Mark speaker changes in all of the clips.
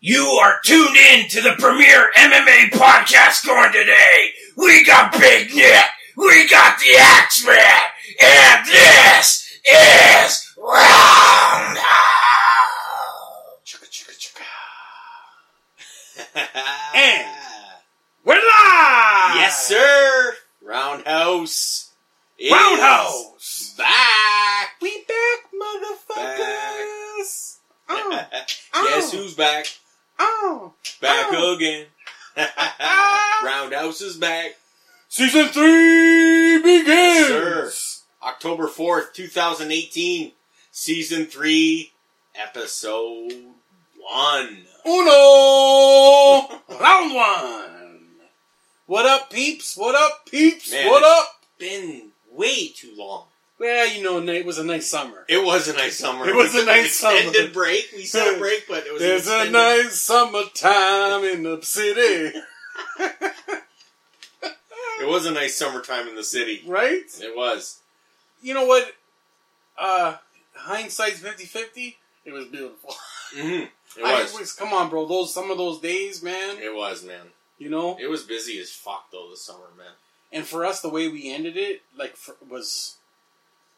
Speaker 1: You are tuned in to the premier MMA podcast going today. We got Big Nick. We got the Axeman. And this is Round.
Speaker 2: and
Speaker 1: We're live!
Speaker 2: yes, sir. Roundhouse. is
Speaker 1: Roundhouse!
Speaker 2: back.
Speaker 3: We back,
Speaker 2: motherfuckers.
Speaker 3: motherfuckers!
Speaker 2: Oh, Guess who's back?
Speaker 3: Oh,
Speaker 2: Back
Speaker 3: Oh.
Speaker 2: again. Roundhouse is back. Season three begins. Sir. October fourth, two thousand eighteen. Season three, episode one.
Speaker 3: Uno! Round one! What up, peeps? What up, peeps?
Speaker 2: Man,
Speaker 3: what
Speaker 2: it's-
Speaker 3: up?
Speaker 2: Been way too long.
Speaker 3: Well, you know, it was a nice summer.
Speaker 2: It was a nice summer.
Speaker 3: It was
Speaker 2: We
Speaker 3: a
Speaker 2: took an
Speaker 3: nice summer.
Speaker 2: Extended break. We said a break, but it was an
Speaker 3: There's a
Speaker 2: extended-
Speaker 3: nice summertime in the city,
Speaker 2: It was a nice summertime in the city.
Speaker 3: right?
Speaker 2: It was.
Speaker 3: You know what? Uh, hindsight's 50-50. It was beautiful.
Speaker 2: hmm It
Speaker 3: I
Speaker 2: was.
Speaker 3: wish- come on, bro. Those some of those days, man.
Speaker 2: It was, man.
Speaker 3: You know,
Speaker 2: It was busy as fuck though this summer, man.
Speaker 3: and for us, the way we ended it, like, for, was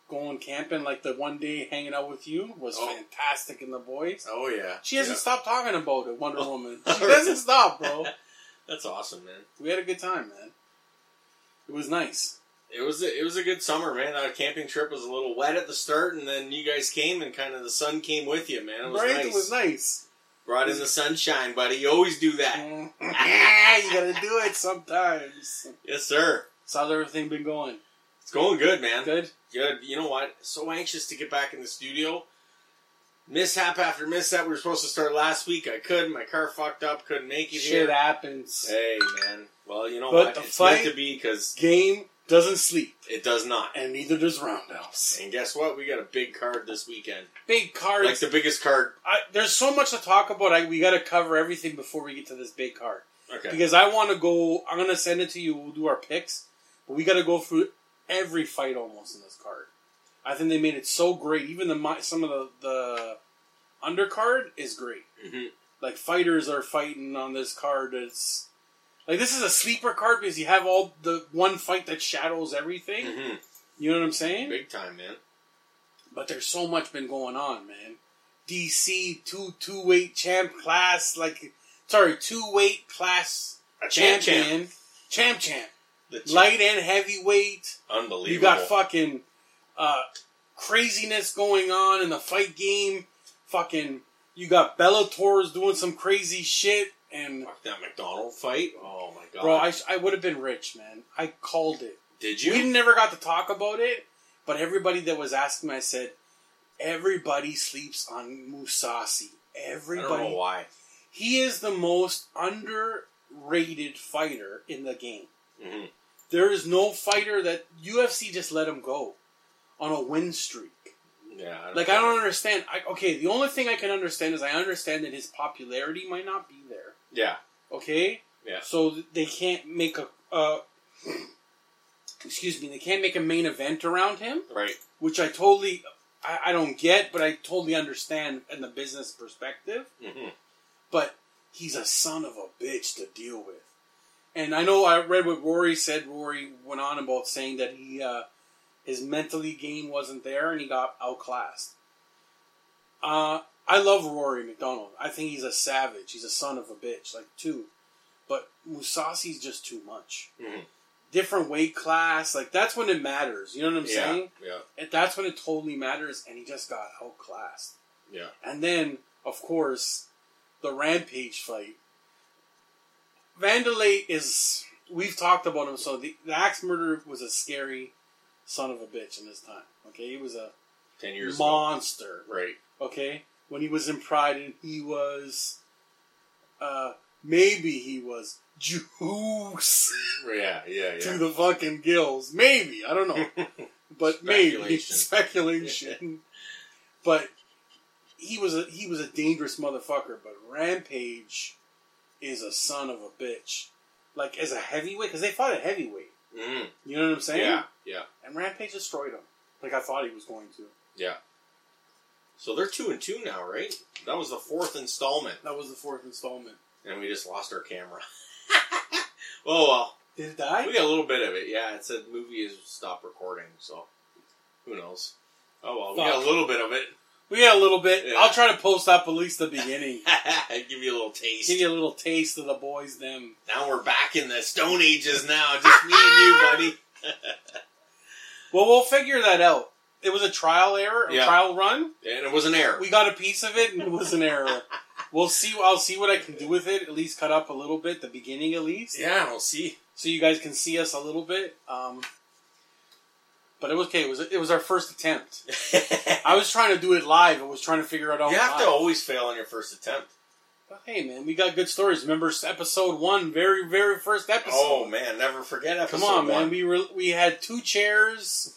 Speaker 3: going camping. Like the one day hanging out with you was
Speaker 2: Oh.
Speaker 3: fantastic, and the boys.
Speaker 2: Oh yeah. Oh.
Speaker 3: She hasn't stopped talking about it, Wonder Woman. She
Speaker 2: Alright.
Speaker 3: doesn't stop, bro.
Speaker 2: That's awesome, man.
Speaker 3: We had a good time, man. It was nice.
Speaker 2: It was a, it was a good summer, man. Our camping trip was a little wet at the start, and then you guys came, and kind of the sun came with you, man. It was
Speaker 3: right?
Speaker 2: nice.
Speaker 3: It was nice.
Speaker 2: Brought in the sunshine, buddy. You always do that.
Speaker 3: Mm. you gotta do it sometimes.
Speaker 2: Yes, sir.
Speaker 3: So how's everything been going?
Speaker 2: It's going good, man.
Speaker 3: Good.
Speaker 2: Good. You know what? So anxious to get back in the studio. Mishap after mishap. We were supposed to start last week. I couldn't. My car fucked up. Couldn't make it
Speaker 3: Shit
Speaker 2: here.
Speaker 3: happens.
Speaker 2: Hey, man. Well, you know
Speaker 3: But
Speaker 2: what?
Speaker 3: the
Speaker 2: it's
Speaker 3: fight-
Speaker 2: meant to be because
Speaker 3: Game doesn't sleep,
Speaker 2: it does not.
Speaker 3: and neither does Roundhouse.
Speaker 2: And guess what? We got a big card this weekend.
Speaker 3: Big cards.
Speaker 2: Like the biggest card.
Speaker 3: I, there's so much to talk about. I, we got to cover everything before we get to this big card
Speaker 2: Okay.
Speaker 3: because I want to go. I'm gonna send it to you. We'll do our picks, but we got to go through every fight almost in this card. I think they made it so great. Even the mi- some of the the undercard is great.
Speaker 2: hmm
Speaker 3: Like fighters are fighting on this card. It's like this is a sleeper card because you have all the one fight that shadows everything.
Speaker 2: hmm
Speaker 3: You know what I'm saying?
Speaker 2: Big time, man.
Speaker 3: But there's so much been going on, man. DC two two weight champ class, like sorry, two weight class
Speaker 2: A champ, champ.
Speaker 3: champion, champ champ,
Speaker 2: The champ.
Speaker 3: light and heavyweight.
Speaker 2: Unbelievable.
Speaker 3: You got fucking uh, craziness going on in the fight game. Fucking, you got Bellator's doing some crazy shit, and
Speaker 2: Fuck that McDonald fight. Oh my god.
Speaker 3: bro, I I would have been rich, man. I called it.
Speaker 2: Did
Speaker 3: We
Speaker 2: you?
Speaker 3: never got to talk about it, but everybody that was asking me, I said, everybody sleeps on Musasi.
Speaker 2: I don't know
Speaker 3: Everybody.
Speaker 2: why.
Speaker 3: He is the most underrated fighter in the game.
Speaker 2: hmm
Speaker 3: There is no fighter that UFC just let him go on a win streak.
Speaker 2: Yeah.
Speaker 3: Like, I don't understand. I, okay, the only thing I can understand is I understand that his popularity might not be there.
Speaker 2: Yeah.
Speaker 3: Okay.
Speaker 2: Yeah.
Speaker 3: So th- they can't make a uh, excuse me. They can't make a main event around him,
Speaker 2: Right.
Speaker 3: which I totally I, I don't get, but I totally understand in the business perspective.
Speaker 2: hmm
Speaker 3: But he's a son of a bitch to deal with. And I know I read what Rory said. Rory went on about saying that he uh, his mentally game wasn't there and he got outclassed. Uh, I love Rory McDonald. I think he's a savage. He's a son of a bitch, like two. But Musasi's just too much.
Speaker 2: Mhm.
Speaker 3: Different weight class, like that's when it matters. You know what I'm
Speaker 2: Yeah.
Speaker 3: saying?
Speaker 2: Yeah.
Speaker 3: And that's when it totally matters. And he just got outclassed.
Speaker 2: Yeah.
Speaker 3: And then, of course, the Rampage fight. Vandalay is. We've talked about him, so the, the axe murderer was a scary son of a bitch in his time. Okay, he was a
Speaker 2: Ten years.
Speaker 3: monster.
Speaker 2: ago. Right.
Speaker 3: Okay, when he was in Pride, he was. Uh, maybe he was juice
Speaker 2: Yeah. Yeah. Yeah.
Speaker 3: to the fucking gills. Maybe I don't know but maybe
Speaker 2: Speculation.
Speaker 3: speculation. but he was a he was a dangerous motherfucker. But Rampage is a son of a bitch. Like as a heavyweight, because they fought at heavyweight.
Speaker 2: hmm
Speaker 3: You know what I'm saying?
Speaker 2: Yeah. Yeah.
Speaker 3: And Rampage destroyed him. Like I thought he was going to.
Speaker 2: Yeah. So they're two and two now, right? That was the fourth installment,
Speaker 3: That was the fourth installment.
Speaker 2: and we just lost our camera. oh well.
Speaker 3: Did it die?
Speaker 2: We got a little bit of it, yeah. It said movie is stopped recording, so who knows? Oh well, we got
Speaker 3: Fuck.
Speaker 2: a little bit of it.
Speaker 3: We had a little bit.
Speaker 2: Yeah.
Speaker 3: I'll try to post up at least the beginning.
Speaker 2: Give you a little taste.
Speaker 3: Give you a little taste of the boys, them.
Speaker 2: now we're back in the Stone Ages now, just me and you, buddy.
Speaker 3: Well, we'll figure that out. It was a trial error, a
Speaker 2: Yeah.
Speaker 3: trial run.
Speaker 2: And it was an error.
Speaker 3: We got a piece of it, and it was an error. We'll see. I'll see what I can do with it. At least cut up a little bit, the beginning at least,
Speaker 2: yeah, we'll see.
Speaker 3: so you guys can see us a little bit. Um, but it was okay. It was it was our first attempt.
Speaker 2: you
Speaker 3: I was trying to do it live. I was trying to figure it out.
Speaker 2: have to
Speaker 3: live.
Speaker 2: always fail on your first attempt.
Speaker 3: But Hey man, we got good stories. Remember episode one, very very first episode.
Speaker 2: Oh man, never forget episode
Speaker 3: Come on,
Speaker 2: one.
Speaker 3: man. We were we had two chairs,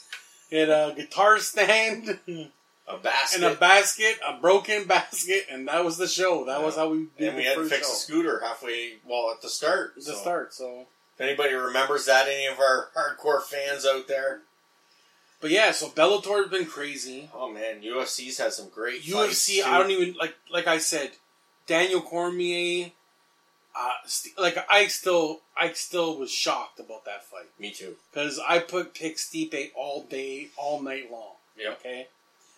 Speaker 3: we had a guitar stand, and
Speaker 2: a basket.
Speaker 3: a basket, a broken basket, and that was the show. That was how we did
Speaker 2: and we
Speaker 3: the
Speaker 2: had to
Speaker 3: first
Speaker 2: fix
Speaker 3: show.
Speaker 2: a scooter halfway, well, at the start.
Speaker 3: The
Speaker 2: so.
Speaker 3: start. So,
Speaker 2: If anybody remembers that, any of our hardcore fans out there,
Speaker 3: but yeah, so Bellator's been crazy.
Speaker 2: oh man, UFC's had some great fights,
Speaker 3: UFC.
Speaker 2: too.
Speaker 3: I don't even like like I said, Daniel Cormier. Uh, st- like I still, I still was shocked about that fight.
Speaker 2: Me too.
Speaker 3: because I put pick Stipe all day, all night long.
Speaker 2: Yep.
Speaker 3: Okay.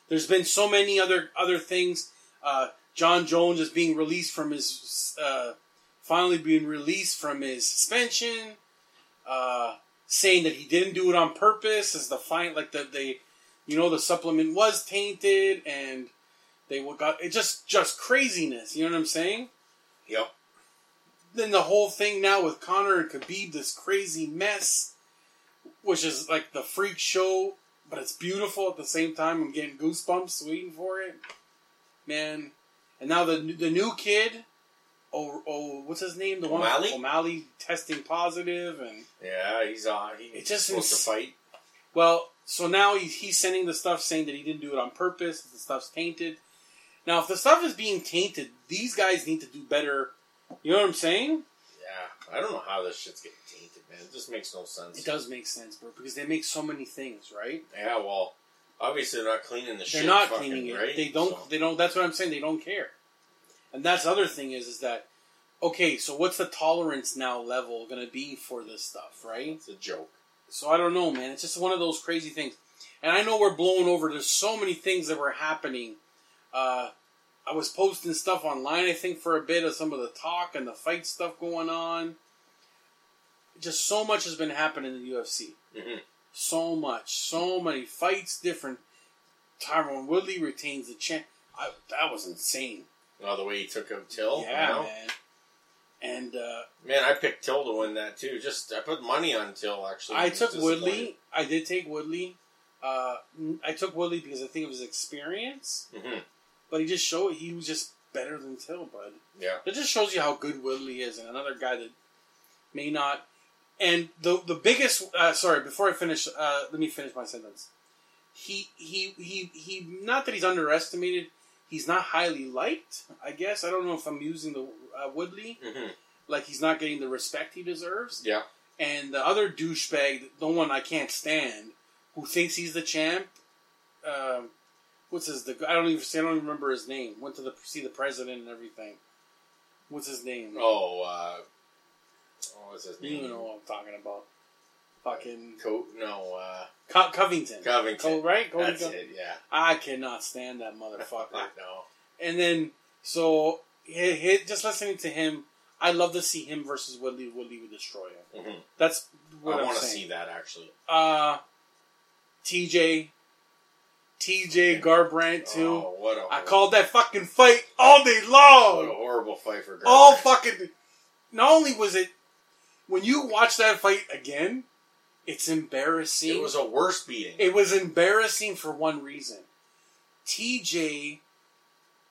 Speaker 3: There's been so many other other things. Uh, John Jones is being released from his, uh, finally being released from his suspension. Uh, saying that he didn't do it on purpose is the fine, like the they, you know, the supplement was tainted and they wa- got it just just craziness. You know what I'm saying?
Speaker 2: Yep.
Speaker 3: then the whole thing now with Connor and Khabib, this crazy mess, which is like the freak show, but it's beautiful at the same time. I'm getting goosebumps waiting for it, man. And now the the new kid, oh oh, what's his name? The
Speaker 2: O'Malley?
Speaker 3: one O'Malley testing positive, and
Speaker 2: Yeah, he's on. He,
Speaker 3: It
Speaker 2: it's just
Speaker 3: just
Speaker 2: supposed
Speaker 3: ins-
Speaker 2: to fight.
Speaker 3: well, so now he's, he's sending the stuff saying that he didn't do it on purpose. The stuff's tainted. Now, if the stuff is being tainted, these guys need to do better. You know what I'm saying?
Speaker 2: Yeah, I don't know how this shit's getting tainted, man. It just makes no sense.
Speaker 3: It does make sense, bro, because they make so many things, right?
Speaker 2: Yeah, well, obviously they're not cleaning the shit.
Speaker 3: They're not
Speaker 2: fucking,
Speaker 3: cleaning it.
Speaker 2: right?
Speaker 3: They don't.
Speaker 2: So,
Speaker 3: They don't. That's what I'm saying. They don't care. And that's the other thing is, is that okay? So what's the tolerance now level going to be for this stuff, right?
Speaker 2: it's a joke.
Speaker 3: So I don't know, man. It's just one of those crazy things. And I know we're blowing over. There's so many things that were happening. Uh, I was posting stuff online, I think, for a bit of some of the talk and the fight stuff going on. Just so much has been happening in the UFC.
Speaker 2: Mhm.
Speaker 3: So much, so many fights, different. Tyron Woodley retains the champ. I, that was insane.
Speaker 2: Well, the way he took him Till.
Speaker 3: yeah,
Speaker 2: you know?
Speaker 3: man. And uh,
Speaker 2: man. I picked Till to win that too. Just I put money on Till actually.
Speaker 3: I
Speaker 2: He's
Speaker 3: took
Speaker 2: disappointed.
Speaker 3: Woodley. I did take Woodley. Uh, I took Woodley because I think of his experience,
Speaker 2: Mhm.
Speaker 3: but he just showed he was just better than Till, bud.
Speaker 2: Yeah,
Speaker 3: It just shows you how good Woodley is, and another guy that may not. And the the biggest uh, sorry before I finish, uh, let me finish my sentence. He he he he. Not that he's underestimated. He's not highly liked. I guess I don't know if I'm using the uh, Woodley
Speaker 2: hmm
Speaker 3: like he's not getting the respect he deserves
Speaker 2: yeah.
Speaker 3: and the other douchebag, the one I can't stand, who thinks he's the champ. Um, what's his? The I don't even I don't even remember his name. Went to the see the president and everything. What's his name?
Speaker 2: Oh, uh, what was his name?
Speaker 3: You know what I'm talking about. Fucking
Speaker 2: Co- no, uh,
Speaker 3: Co- Covington.
Speaker 2: Covington.
Speaker 3: Co- right?
Speaker 2: That's
Speaker 3: Covington.
Speaker 2: it. Yeah.
Speaker 3: I cannot stand that motherfucker.
Speaker 2: no.
Speaker 3: and then so he, he, just listening to him, I love to see him versus Woodley. Woodley would destroy him.
Speaker 2: Mhm.
Speaker 3: That's what
Speaker 2: I
Speaker 3: I'm
Speaker 2: want to
Speaker 3: saying.
Speaker 2: see that actually.
Speaker 3: uh, TJ, TJ Garbrandt too.
Speaker 2: Oh, what a
Speaker 3: I called that fucking fight all day long.
Speaker 2: What a horrible fight for Gerber.
Speaker 3: All fucking. Not only was it when you watch that fight again, it's embarrassing.
Speaker 2: It was a worse beating.
Speaker 3: It was embarrassing for one reason. TJ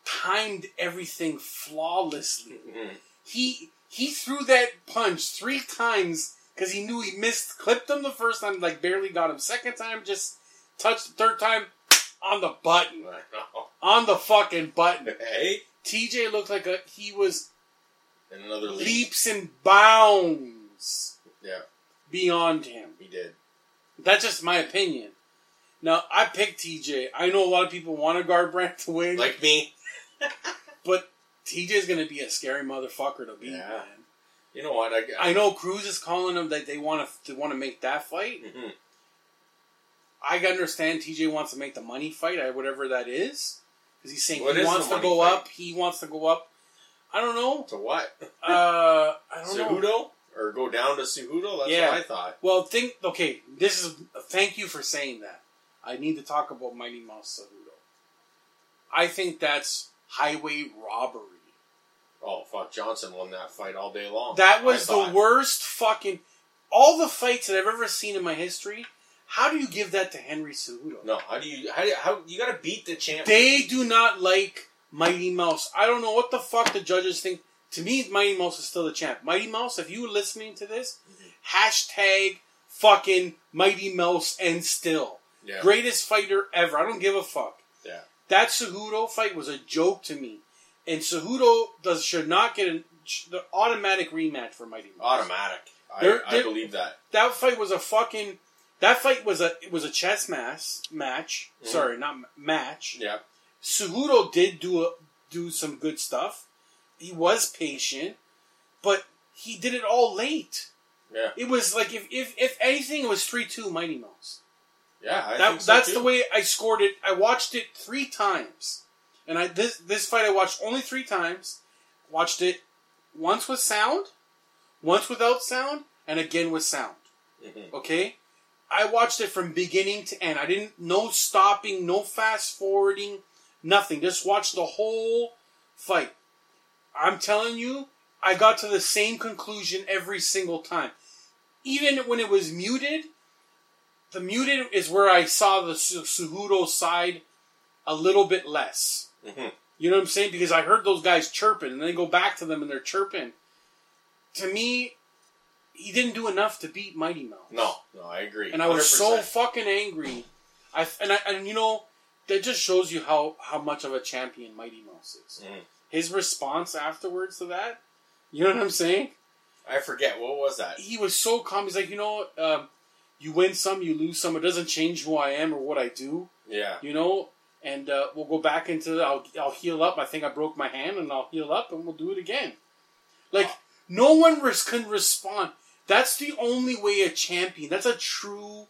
Speaker 3: timed everything flawlessly.
Speaker 2: Mhm.
Speaker 3: He he threw that punch three times because he knew he missed, clipped him the first time, like barely got him. Second time, just touched. Third time, on the button,
Speaker 2: I know.
Speaker 3: on the fucking button.
Speaker 2: Hey,
Speaker 3: TJ looked like a he was
Speaker 2: and another leap.
Speaker 3: leaps and bounds
Speaker 2: Yeah,
Speaker 3: beyond him.
Speaker 2: he did.
Speaker 3: That's just my opinion. Now I picked TJ. I know a lot of people want to guard Brant to win,
Speaker 2: Like me,
Speaker 3: but TJ's gonna be a scary motherfucker to beat,
Speaker 2: Yeah.
Speaker 3: man.
Speaker 2: you know what? I,
Speaker 3: I know Cruz is calling him that they want to they want to make that fight.
Speaker 2: Mhm.
Speaker 3: I understand TJ wants to make the money fight, I- whatever that is, because he's saying
Speaker 2: What
Speaker 3: he
Speaker 2: is
Speaker 3: wants
Speaker 2: the
Speaker 3: to go
Speaker 2: money fight?
Speaker 3: up. He wants to go up. I don't know.
Speaker 2: To what?
Speaker 3: Uh, I don't know.
Speaker 2: Cejudo or go down to Cejudo? That's
Speaker 3: Yeah.
Speaker 2: what I thought.
Speaker 3: Well, think. Okay, this is. Thank you for saying that. I need to talk about Mighty Mouse Cejudo. I think that's highway robbery.
Speaker 2: Oh fuck, Johnson won that fight all day long.
Speaker 3: That
Speaker 2: I
Speaker 3: was the
Speaker 2: thought.
Speaker 3: worst fucking. All the fights that I've ever seen in my history. How do you give that to Henry Cejudo?
Speaker 2: No, how do you? How, do you- how you got to beat the champ?
Speaker 3: They do not like Mighty Mouse. I don't know what the fuck the judges think. To me, Mighty Mouse is still the champ. Mighty Mouse, if you were listening to this, hashtag fucking Mighty Mouse and still.
Speaker 2: yeah.
Speaker 3: Greatest fighter ever. I don't give a fuck.
Speaker 2: Yeah.
Speaker 3: That Cejudo fight was a joke to me. And Cejudo does should not get an, sh- the automatic rematch for Mighty Mouse.
Speaker 2: automatic. I,
Speaker 3: They're-
Speaker 2: I
Speaker 3: they're-
Speaker 2: believe that.
Speaker 3: That fight was a fucking. That fight was a it was a chess mass match.
Speaker 2: Mhm.
Speaker 3: Sorry, not ma- match.
Speaker 2: Yeah,
Speaker 3: Cejudo did do a, do some good stuff. He was patient, but he did it all late.
Speaker 2: yeah,
Speaker 3: It was like if if, if anything, it was three two Mighty Mouse.
Speaker 2: yeah. I
Speaker 3: That,
Speaker 2: think so
Speaker 3: that's
Speaker 2: too.
Speaker 3: the way I scored it. I watched it three times, and I this this fight I watched only three times. Watched it once with sound, once without sound, and again with sound.
Speaker 2: Mhm.
Speaker 3: Okay, I watched it from beginning to end. I didn't no stopping, no fast forwarding, nothing. Just watched the whole fight. I'm telling you, I got to the same conclusion every single time. Even when it was muted, the muted is where I saw the Su- Suhudo side a little bit less.
Speaker 2: Mhm.
Speaker 3: You know what I'm saying? Because I heard those guys chirping, and then go back to them and they're chirping. To me, he didn't do enough to beat Mighty Mouse.
Speaker 2: No, no, I agree.
Speaker 3: and I was so
Speaker 2: 100%.
Speaker 3: fucking angry. I and I and you know that just shows you how how much of a champion Mighty Mouse is.
Speaker 2: Mhm.
Speaker 3: His response afterwards to that, you know what I'm saying?
Speaker 2: I forget what was that.
Speaker 3: he was so calm. He's like, you know, what, um, you win some, you lose some. It doesn't change who I am or what I do,
Speaker 2: Yeah,
Speaker 3: you know. And uh, we'll go back into. I'll I'll heal up. I think I broke my hand, and I'll heal up, and we'll do it again. Like no one res- can respond. That's the only way a champion. That's a true,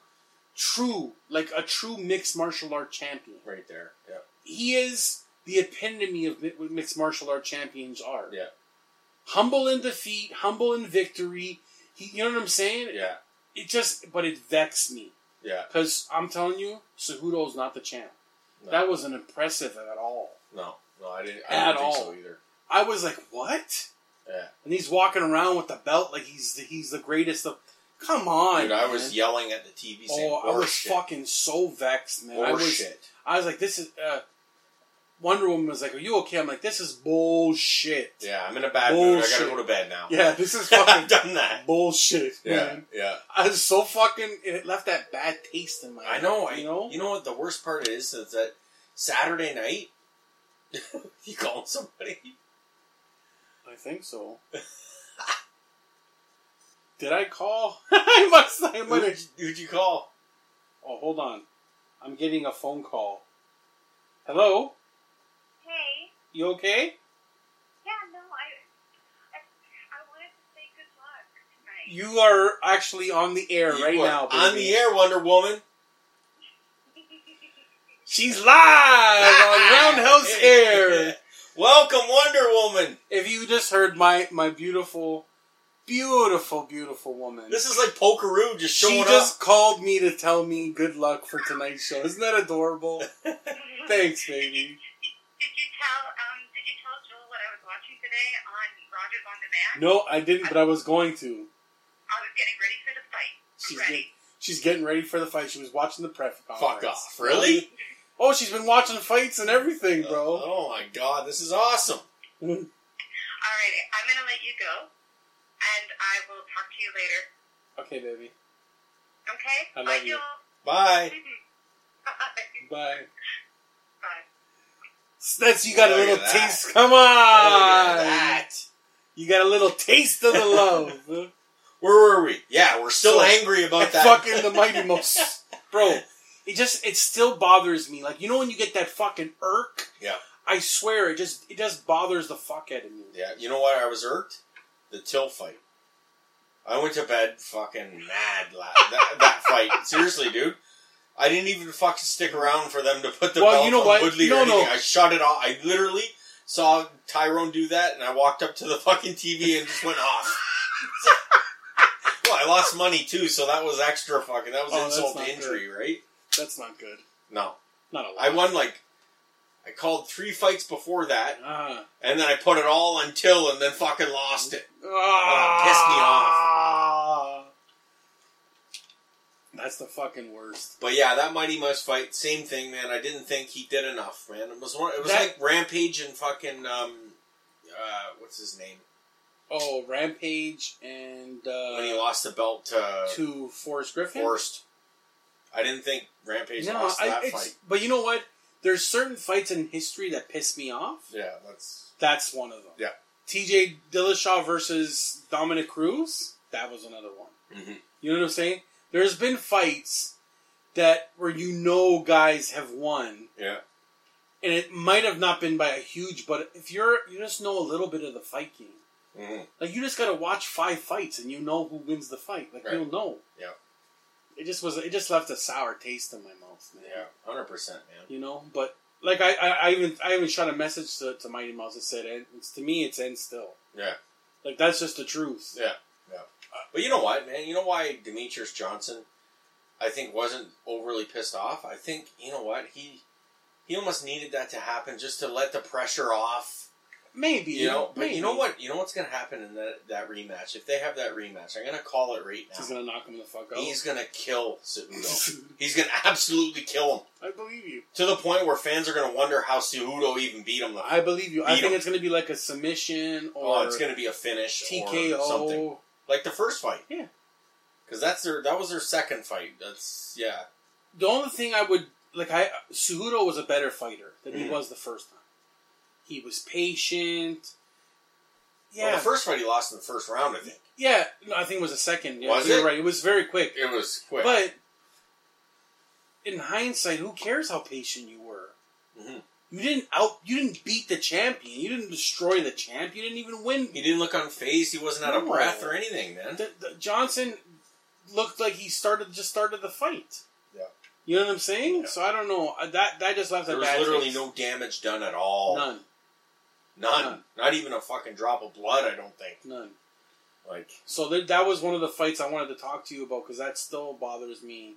Speaker 3: true like a true mixed martial art champion.
Speaker 2: right there. Yeah,
Speaker 3: He is the epitome of mi- what mixed martial art champions are.
Speaker 2: yeah,
Speaker 3: Humble in defeat, humble in victory. He, you know what I'm saying?
Speaker 2: yeah,
Speaker 3: it just but it vexed me
Speaker 2: yeah.
Speaker 3: because I'm telling you, Cejudo's not the champ.
Speaker 2: No.
Speaker 3: That wasn't impressive at all.
Speaker 2: No, no, I didn't. I
Speaker 3: At
Speaker 2: didn't think
Speaker 3: all.
Speaker 2: so either.
Speaker 3: I was like, what?
Speaker 2: Yeah.
Speaker 3: And he's walking around with the belt like he's the, he's the greatest of. Come on,
Speaker 2: Dude, I
Speaker 3: man.
Speaker 2: was yelling at the TV saying,
Speaker 3: Oh, I was
Speaker 2: "Horseshit,
Speaker 3: fucking so vexed, man. I was,
Speaker 2: horseshit."
Speaker 3: I was like, this is. Uh, Wonder Woman was like, "Are you okay?" I'm like, "This is bullshit."
Speaker 2: Yeah, I'm in a bad mood. I gotta
Speaker 3: Bullshit.
Speaker 2: go to bed now.
Speaker 3: Yeah, this is
Speaker 2: I've
Speaker 3: fucking
Speaker 2: done that.
Speaker 3: bullshit,
Speaker 2: Yeah,
Speaker 3: man.
Speaker 2: yeah.
Speaker 3: I was so fucking. It left that bad taste in my.
Speaker 2: I know. I,
Speaker 3: You know.
Speaker 2: You know what the worst part is? Is that Saturday night, you call somebody.
Speaker 3: I think so. Did I call? I must. I might.
Speaker 2: Who'd
Speaker 3: have-
Speaker 2: you, who'd you call?
Speaker 3: Oh, hold on. I'm getting a phone call. Hello.
Speaker 4: Hey,
Speaker 3: You okay?
Speaker 4: yeah, no, I, I, I wanted to say good
Speaker 3: You
Speaker 4: luck tonight.
Speaker 3: are actually on the air
Speaker 2: You
Speaker 3: right
Speaker 2: are
Speaker 3: now.
Speaker 2: on
Speaker 3: baby.
Speaker 2: the air, Wonder Woman.
Speaker 3: She's live on Roundhouse Air.
Speaker 2: Welcome, Wonder Woman.
Speaker 3: If you just heard my my beautiful, beautiful, beautiful woman.
Speaker 2: This is like Pokeroo just showing
Speaker 3: she just called me to tell me good luck for tonight's show. Isn't that adorable? Thanks, baby.
Speaker 4: Did you tell um? Did you tell Joel what I was watching today on Rogers on Demand?
Speaker 3: No, I didn't, but I was going to.
Speaker 4: I was getting ready for the fight. I'm
Speaker 3: She's
Speaker 4: ready.
Speaker 3: get, she's getting ready for the fight. She was watching the press
Speaker 2: up.
Speaker 3: conference.
Speaker 2: Fuck off. Really?
Speaker 3: Oh, she's been watching fights and everything, bro.
Speaker 2: Oh my god, this is awesome.
Speaker 4: All right, I'm gonna let you go, and I will talk to you later.
Speaker 3: Okay, baby.
Speaker 4: Okay?
Speaker 3: I love
Speaker 4: Bye,
Speaker 3: you.
Speaker 4: Joel.
Speaker 2: Bye.
Speaker 4: Bye.
Speaker 3: Bye.
Speaker 4: Bye.
Speaker 3: That's you got a
Speaker 2: Look
Speaker 3: little
Speaker 2: at that.
Speaker 3: taste. Come
Speaker 2: Look at
Speaker 3: on,
Speaker 2: that.
Speaker 3: you got a little taste of the love.
Speaker 2: Where were we? Yeah, we're still
Speaker 3: So-
Speaker 2: angry about that.
Speaker 3: Fucking the mighty most, bro. It just it still bothers me. Like you know when you get that fucking irk.
Speaker 2: Yeah.
Speaker 3: I swear it just it just bothers the fuck out of me.
Speaker 2: Yeah, you know why I was irked? The Till fight. I went to bed fucking mad la- that, that fight. Seriously, dude. I didn't even fucking stick around for them to put the
Speaker 3: Well,
Speaker 2: belt
Speaker 3: you know
Speaker 2: on
Speaker 3: what?
Speaker 2: Woodley or
Speaker 3: No, no.
Speaker 2: anything. I shut it off. I literally saw Tyrone do that, and I walked up to the fucking TV and just went off. well, I lost money too, so that was extra fucking. That was
Speaker 3: Oh, that's
Speaker 2: insult
Speaker 3: not
Speaker 2: to injury, right?
Speaker 3: That's not good.
Speaker 2: No,
Speaker 3: Not a lot.
Speaker 2: I won like I called three fights before that,
Speaker 3: Ah.
Speaker 2: and then I put it all on Till, and then fucking lost it.
Speaker 3: Ah. That's the fucking worst.
Speaker 2: But yeah, that Mighty Mouse fight, same thing, man. I didn't think he did enough, man. It was one, it was
Speaker 3: That-
Speaker 2: like Rampage and fucking um, uh, what's his name
Speaker 3: Oh, Rampage and
Speaker 2: when he
Speaker 3: uh,
Speaker 2: lost the belt to
Speaker 3: to Forrest Griffin.
Speaker 2: Forrest. I didn't think Rampage
Speaker 3: no,
Speaker 2: lost
Speaker 3: I,
Speaker 2: that
Speaker 3: it's,
Speaker 2: fight.
Speaker 3: but you know what? There's certain fights in history that piss me off.
Speaker 2: Yeah, that's
Speaker 3: That's one of them.
Speaker 2: Yeah.
Speaker 3: T.J. Dillashaw versus Dominic Cruz. That was another one.
Speaker 2: Mhm.
Speaker 3: You know what I'm saying? There's been fights that where you know guys have won,
Speaker 2: yeah,
Speaker 3: and it might have not been by a huge, but if you're you just know a little bit of the fight game,
Speaker 2: Mhm.
Speaker 3: like you just got to watch five fights and you know who wins the fight. Like
Speaker 2: Right.
Speaker 3: you'll know.
Speaker 2: Yeah.
Speaker 3: It just was. It just left a sour taste in my mouth, man
Speaker 2: yeah, hundred percent, man.
Speaker 3: you know. But like I, I, I even I even shot a message to, to Mighty Mouse that said, "And it's, "To me, it's end still."
Speaker 2: Yeah.
Speaker 3: like that's just the truth.
Speaker 2: Yeah. But you know what, man? You know why Demetrius Johnson, I think, wasn't overly pissed off. I think you know what he he almost needed that to happen just to let the pressure off.
Speaker 3: Maybe
Speaker 2: You know, but
Speaker 3: maybe.
Speaker 2: you know what? You know what's going to happen in that, that rematch if they have that rematch. I'm going to call it right
Speaker 3: He's
Speaker 2: now.
Speaker 3: gonna knock him the fuck out.
Speaker 2: He's going to kill Cejudo. He's going to absolutely kill him
Speaker 3: I believe you.
Speaker 2: to the point where fans are going to wonder how Cejudo even beat him.
Speaker 3: I believe you. I
Speaker 2: Beat
Speaker 3: think
Speaker 2: him.
Speaker 3: it's gonna be like a submission or
Speaker 2: oh, it's going to be a finish
Speaker 3: TKO.
Speaker 2: or something like the first fight.
Speaker 3: Yeah.
Speaker 2: because that's their that was their second fight. That's yeah,
Speaker 3: The only thing I would like, I Suhudo was a better fighter than he
Speaker 2: Mhm.
Speaker 3: was the first time. He was patient.
Speaker 2: Well,
Speaker 3: Yeah,
Speaker 2: the first fight he lost in the first round. I think
Speaker 3: yeah. No, I think it was a second. Yeah,
Speaker 2: Was
Speaker 3: you're
Speaker 2: it?
Speaker 3: right. It was very quick.
Speaker 2: it was quick.
Speaker 3: But in hindsight, who cares how patient you were?
Speaker 2: Mhm.
Speaker 3: You didn't out. You didn't beat the champion. You didn't destroy the champ. You didn't even win.
Speaker 2: he didn't look unfazed. He wasn't out of
Speaker 3: No.
Speaker 2: breath or anything, man.
Speaker 3: The, the- Johnson looked like he started just started the fight.
Speaker 2: Yeah.
Speaker 3: You know what I'm saying?
Speaker 2: Yeah.
Speaker 3: So I don't know. Uh, That that just left
Speaker 2: There
Speaker 3: a
Speaker 2: was
Speaker 3: bad
Speaker 2: literally
Speaker 3: taste.
Speaker 2: no damage done at all.
Speaker 3: none,
Speaker 2: None.
Speaker 3: None.
Speaker 2: Not even a fucking drop of blood, I don't think.
Speaker 3: none.
Speaker 2: Like
Speaker 3: So th- that was one of the fights I wanted to talk to you about because that still bothers me.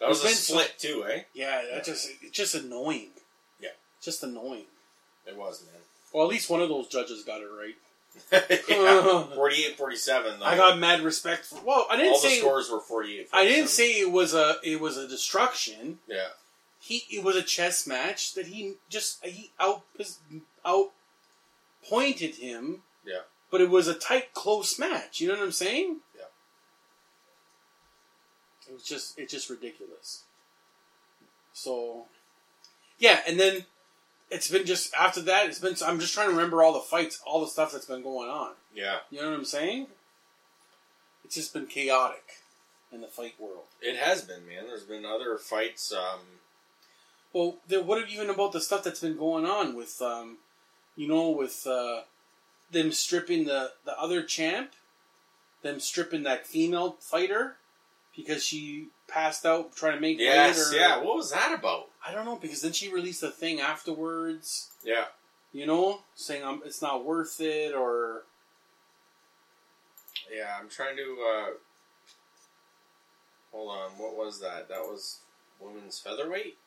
Speaker 2: that was a
Speaker 3: There's been
Speaker 2: split too, eh?
Speaker 3: Yeah, that
Speaker 2: Yeah.
Speaker 3: just it's just annoying.
Speaker 2: Yeah.
Speaker 3: just annoying.
Speaker 2: It was,
Speaker 3: Well, at least one of those judges got it right.
Speaker 2: man. yeah. 48 47 though.
Speaker 3: I got mad respect for. Well, I didn't
Speaker 2: all the
Speaker 3: say
Speaker 2: scores were 48
Speaker 3: I didn't say it was a it was a destruction.
Speaker 2: Yeah.
Speaker 3: He it was a chess match that he just he out out pointed him.
Speaker 2: Yeah.
Speaker 3: But it was a tight, close match. You know what I'm saying?
Speaker 2: Yeah.
Speaker 3: It was just it's just ridiculous. So, yeah, and then it's been just after that. It's been I'm just trying to remember all the fights, all the stuff that's been going on.
Speaker 2: Yeah.
Speaker 3: You know what I'm saying? It's just been chaotic in the fight world.
Speaker 2: It has been, man. There's been other fights um
Speaker 3: Well, there, what have even about the stuff that's been going on with, um, you know, with uh, them stripping the, the other champ, them stripping that female fighter because she passed out trying to make
Speaker 2: Yes,
Speaker 3: weight or-
Speaker 2: yeah. What was that about?
Speaker 3: I don't know because then she released a thing afterwards,
Speaker 2: Yeah.
Speaker 3: you know, saying um, it's not worth it or
Speaker 2: Yeah, I'm trying to uh Hold on. What was that? That was women's featherweight?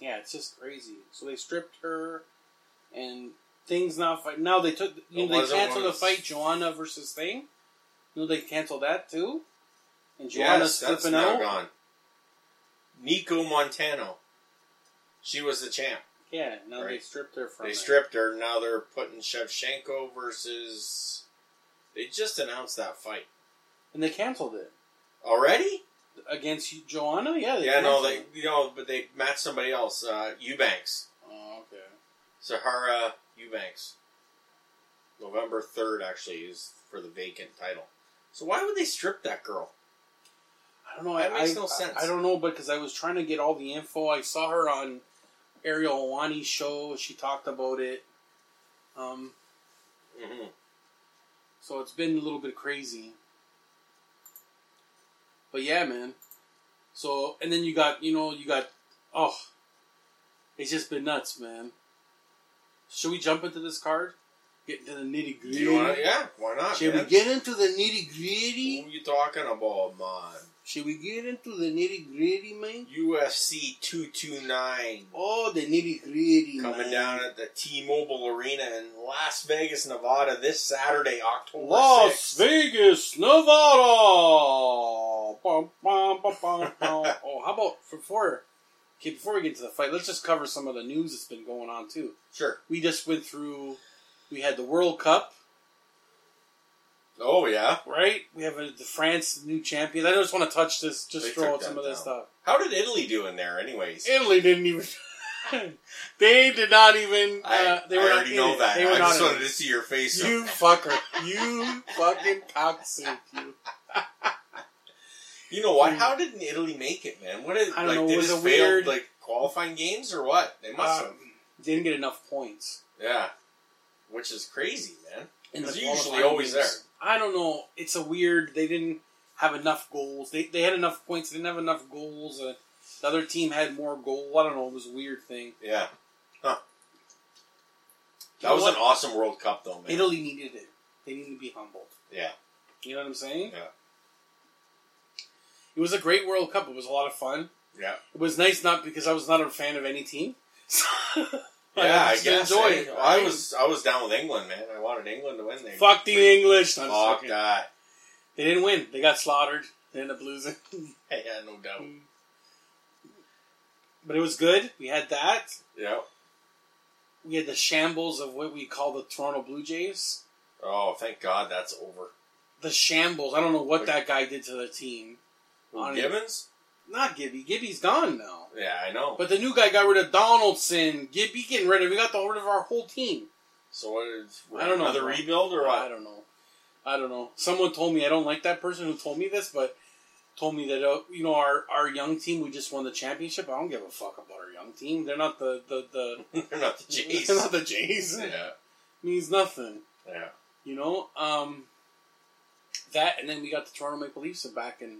Speaker 3: Yeah, it's just crazy. So they stripped her, and things not fight. Now they took you
Speaker 2: It
Speaker 3: know, they
Speaker 2: wasn't
Speaker 3: canceled the
Speaker 2: once.
Speaker 3: fight Joanna versus Thing. You know they canceled that too, and
Speaker 2: Yes,
Speaker 3: Joanna's
Speaker 2: that's
Speaker 3: flipping
Speaker 2: now
Speaker 3: out.
Speaker 2: gone. Nico Montano. She was the champ.
Speaker 3: Yeah, now they
Speaker 2: Right.
Speaker 3: stripped her from.
Speaker 2: They
Speaker 3: it.
Speaker 2: stripped her. Now they're putting Shevchenko versus. They just announced that fight
Speaker 3: and they canceled it
Speaker 2: already.
Speaker 3: against Joanna. Yeah, they
Speaker 2: Yeah, no,
Speaker 3: canceled
Speaker 2: they
Speaker 3: it.
Speaker 2: you know, but they matched somebody else. Uh, Eubanks,
Speaker 3: Oh, okay.
Speaker 2: Sahara Eubanks. November third actually is for the vacant title. So why would they strip that girl?
Speaker 3: I don't know.
Speaker 2: That
Speaker 3: I,
Speaker 2: makes
Speaker 3: I-
Speaker 2: no
Speaker 3: I-
Speaker 2: sense.
Speaker 3: I, don't know because I was trying to get all the info. I saw her on Ariel Hawani's show. She talked about it. Um,
Speaker 2: hmm
Speaker 3: so it's been a little bit crazy. But yeah, man. So and then you got you know you got oh, it's just been nuts, man. Should we jump into this card? Get into the nitty
Speaker 2: Do you want?
Speaker 3: gritty.
Speaker 2: Yeah, why not?
Speaker 3: Should we
Speaker 2: man?
Speaker 3: get into the nitty gritty?
Speaker 2: Who you talking about, man?
Speaker 3: Should we get into the nitty gritty, man?
Speaker 2: UFC two two nine
Speaker 3: Oh, the nitty gritty,
Speaker 2: coming
Speaker 3: man.
Speaker 2: down at the T-Mobile Arena in Las Vegas, Nevada, this Saturday, October
Speaker 3: Las
Speaker 2: 6th.
Speaker 3: Vegas, Nevada. Bum, bum, bum, bum, bum. oh, how about before? Okay, before we get to the fight, let's just cover some of the news that's been going on too.
Speaker 2: Sure.
Speaker 3: We just went through. We had the World Cup,
Speaker 2: Oh yeah.
Speaker 3: right? We have a, the France new champion. I just want to touch this. Just
Speaker 2: They
Speaker 3: throw
Speaker 2: took
Speaker 3: out some
Speaker 2: that
Speaker 3: of this stuff.
Speaker 2: How did Italy do in there, anyways?
Speaker 3: Italy didn't even. they did not even. Uh,
Speaker 2: I,
Speaker 3: they were
Speaker 2: I
Speaker 3: not
Speaker 2: already
Speaker 3: in
Speaker 2: know
Speaker 3: it.
Speaker 2: that.
Speaker 3: They were
Speaker 2: I
Speaker 3: not
Speaker 2: just
Speaker 3: in
Speaker 2: wanted
Speaker 3: it.
Speaker 2: to see your face. so-
Speaker 3: You fucker. You fucking cocksuit. You.
Speaker 2: You know what?
Speaker 3: Hmm.
Speaker 2: How did Italy make it, man? What did
Speaker 3: I don't
Speaker 2: like
Speaker 3: know,
Speaker 2: they
Speaker 3: it was
Speaker 2: just
Speaker 3: a
Speaker 2: failed
Speaker 3: weird-
Speaker 2: like qualifying games or what? They must
Speaker 3: Uh,
Speaker 2: have.
Speaker 3: They didn't get enough points.
Speaker 2: Yeah. Which is crazy, man.
Speaker 3: in
Speaker 2: It's
Speaker 3: the
Speaker 2: usually
Speaker 3: qualifying
Speaker 2: always
Speaker 3: games. I don't know. It's a weird. They didn't have enough goals. They, they had enough points. They didn't have enough goals. Uh, the other team had more goals. I don't know. It was a weird thing.
Speaker 2: Yeah. Huh.
Speaker 3: You
Speaker 2: That
Speaker 3: know
Speaker 2: was
Speaker 3: what?
Speaker 2: an awesome World Cup though, man.
Speaker 3: Italy needed it. They needed to be humbled.
Speaker 2: Yeah.
Speaker 3: You know what I'm saying?
Speaker 2: Yeah.
Speaker 3: It was a great World Cup. It was a lot of fun.
Speaker 2: Yeah.
Speaker 3: It was nice, not because I was not a fan of any team.
Speaker 2: Yeah, I
Speaker 3: just
Speaker 2: guess.
Speaker 3: enjoyed
Speaker 2: eh?
Speaker 3: it,
Speaker 2: I
Speaker 3: right?
Speaker 2: was I was down with England, man. I wanted England to win. They
Speaker 3: Fuck the English. No, I'm just
Speaker 2: Fuck
Speaker 3: joking.
Speaker 2: that.
Speaker 3: They didn't win. They got slaughtered. They ended up losing.
Speaker 2: Yeah, no doubt.
Speaker 3: but it was good. We had that.
Speaker 2: Yeah.
Speaker 3: We had the shambles of what we call the Toronto Blue Jays.
Speaker 2: Oh, thank God that's over.
Speaker 3: The shambles. I don't know what that guy did to the team. On-
Speaker 2: Gibbons?
Speaker 3: Not Gibby. Gibby's gone now.
Speaker 2: Yeah, I know.
Speaker 3: But the new guy got rid of Donaldson. Gibby getting rid of. We got the rid of our whole team.
Speaker 2: so what is
Speaker 3: I don't know.
Speaker 2: another rebuild or
Speaker 3: I
Speaker 2: what?
Speaker 3: don't know. I don't know. Someone told me I don't like that person who told me this, but told me that uh, you know our our young team we just won the championship. I don't give a fuck about our young team. They're not the the the
Speaker 2: They're not the Jays.
Speaker 3: They're not the Jays.
Speaker 2: yeah.
Speaker 3: Means nothing,
Speaker 2: Yeah.
Speaker 3: you know. Um, that and then we got the Toronto Maple Leafs back in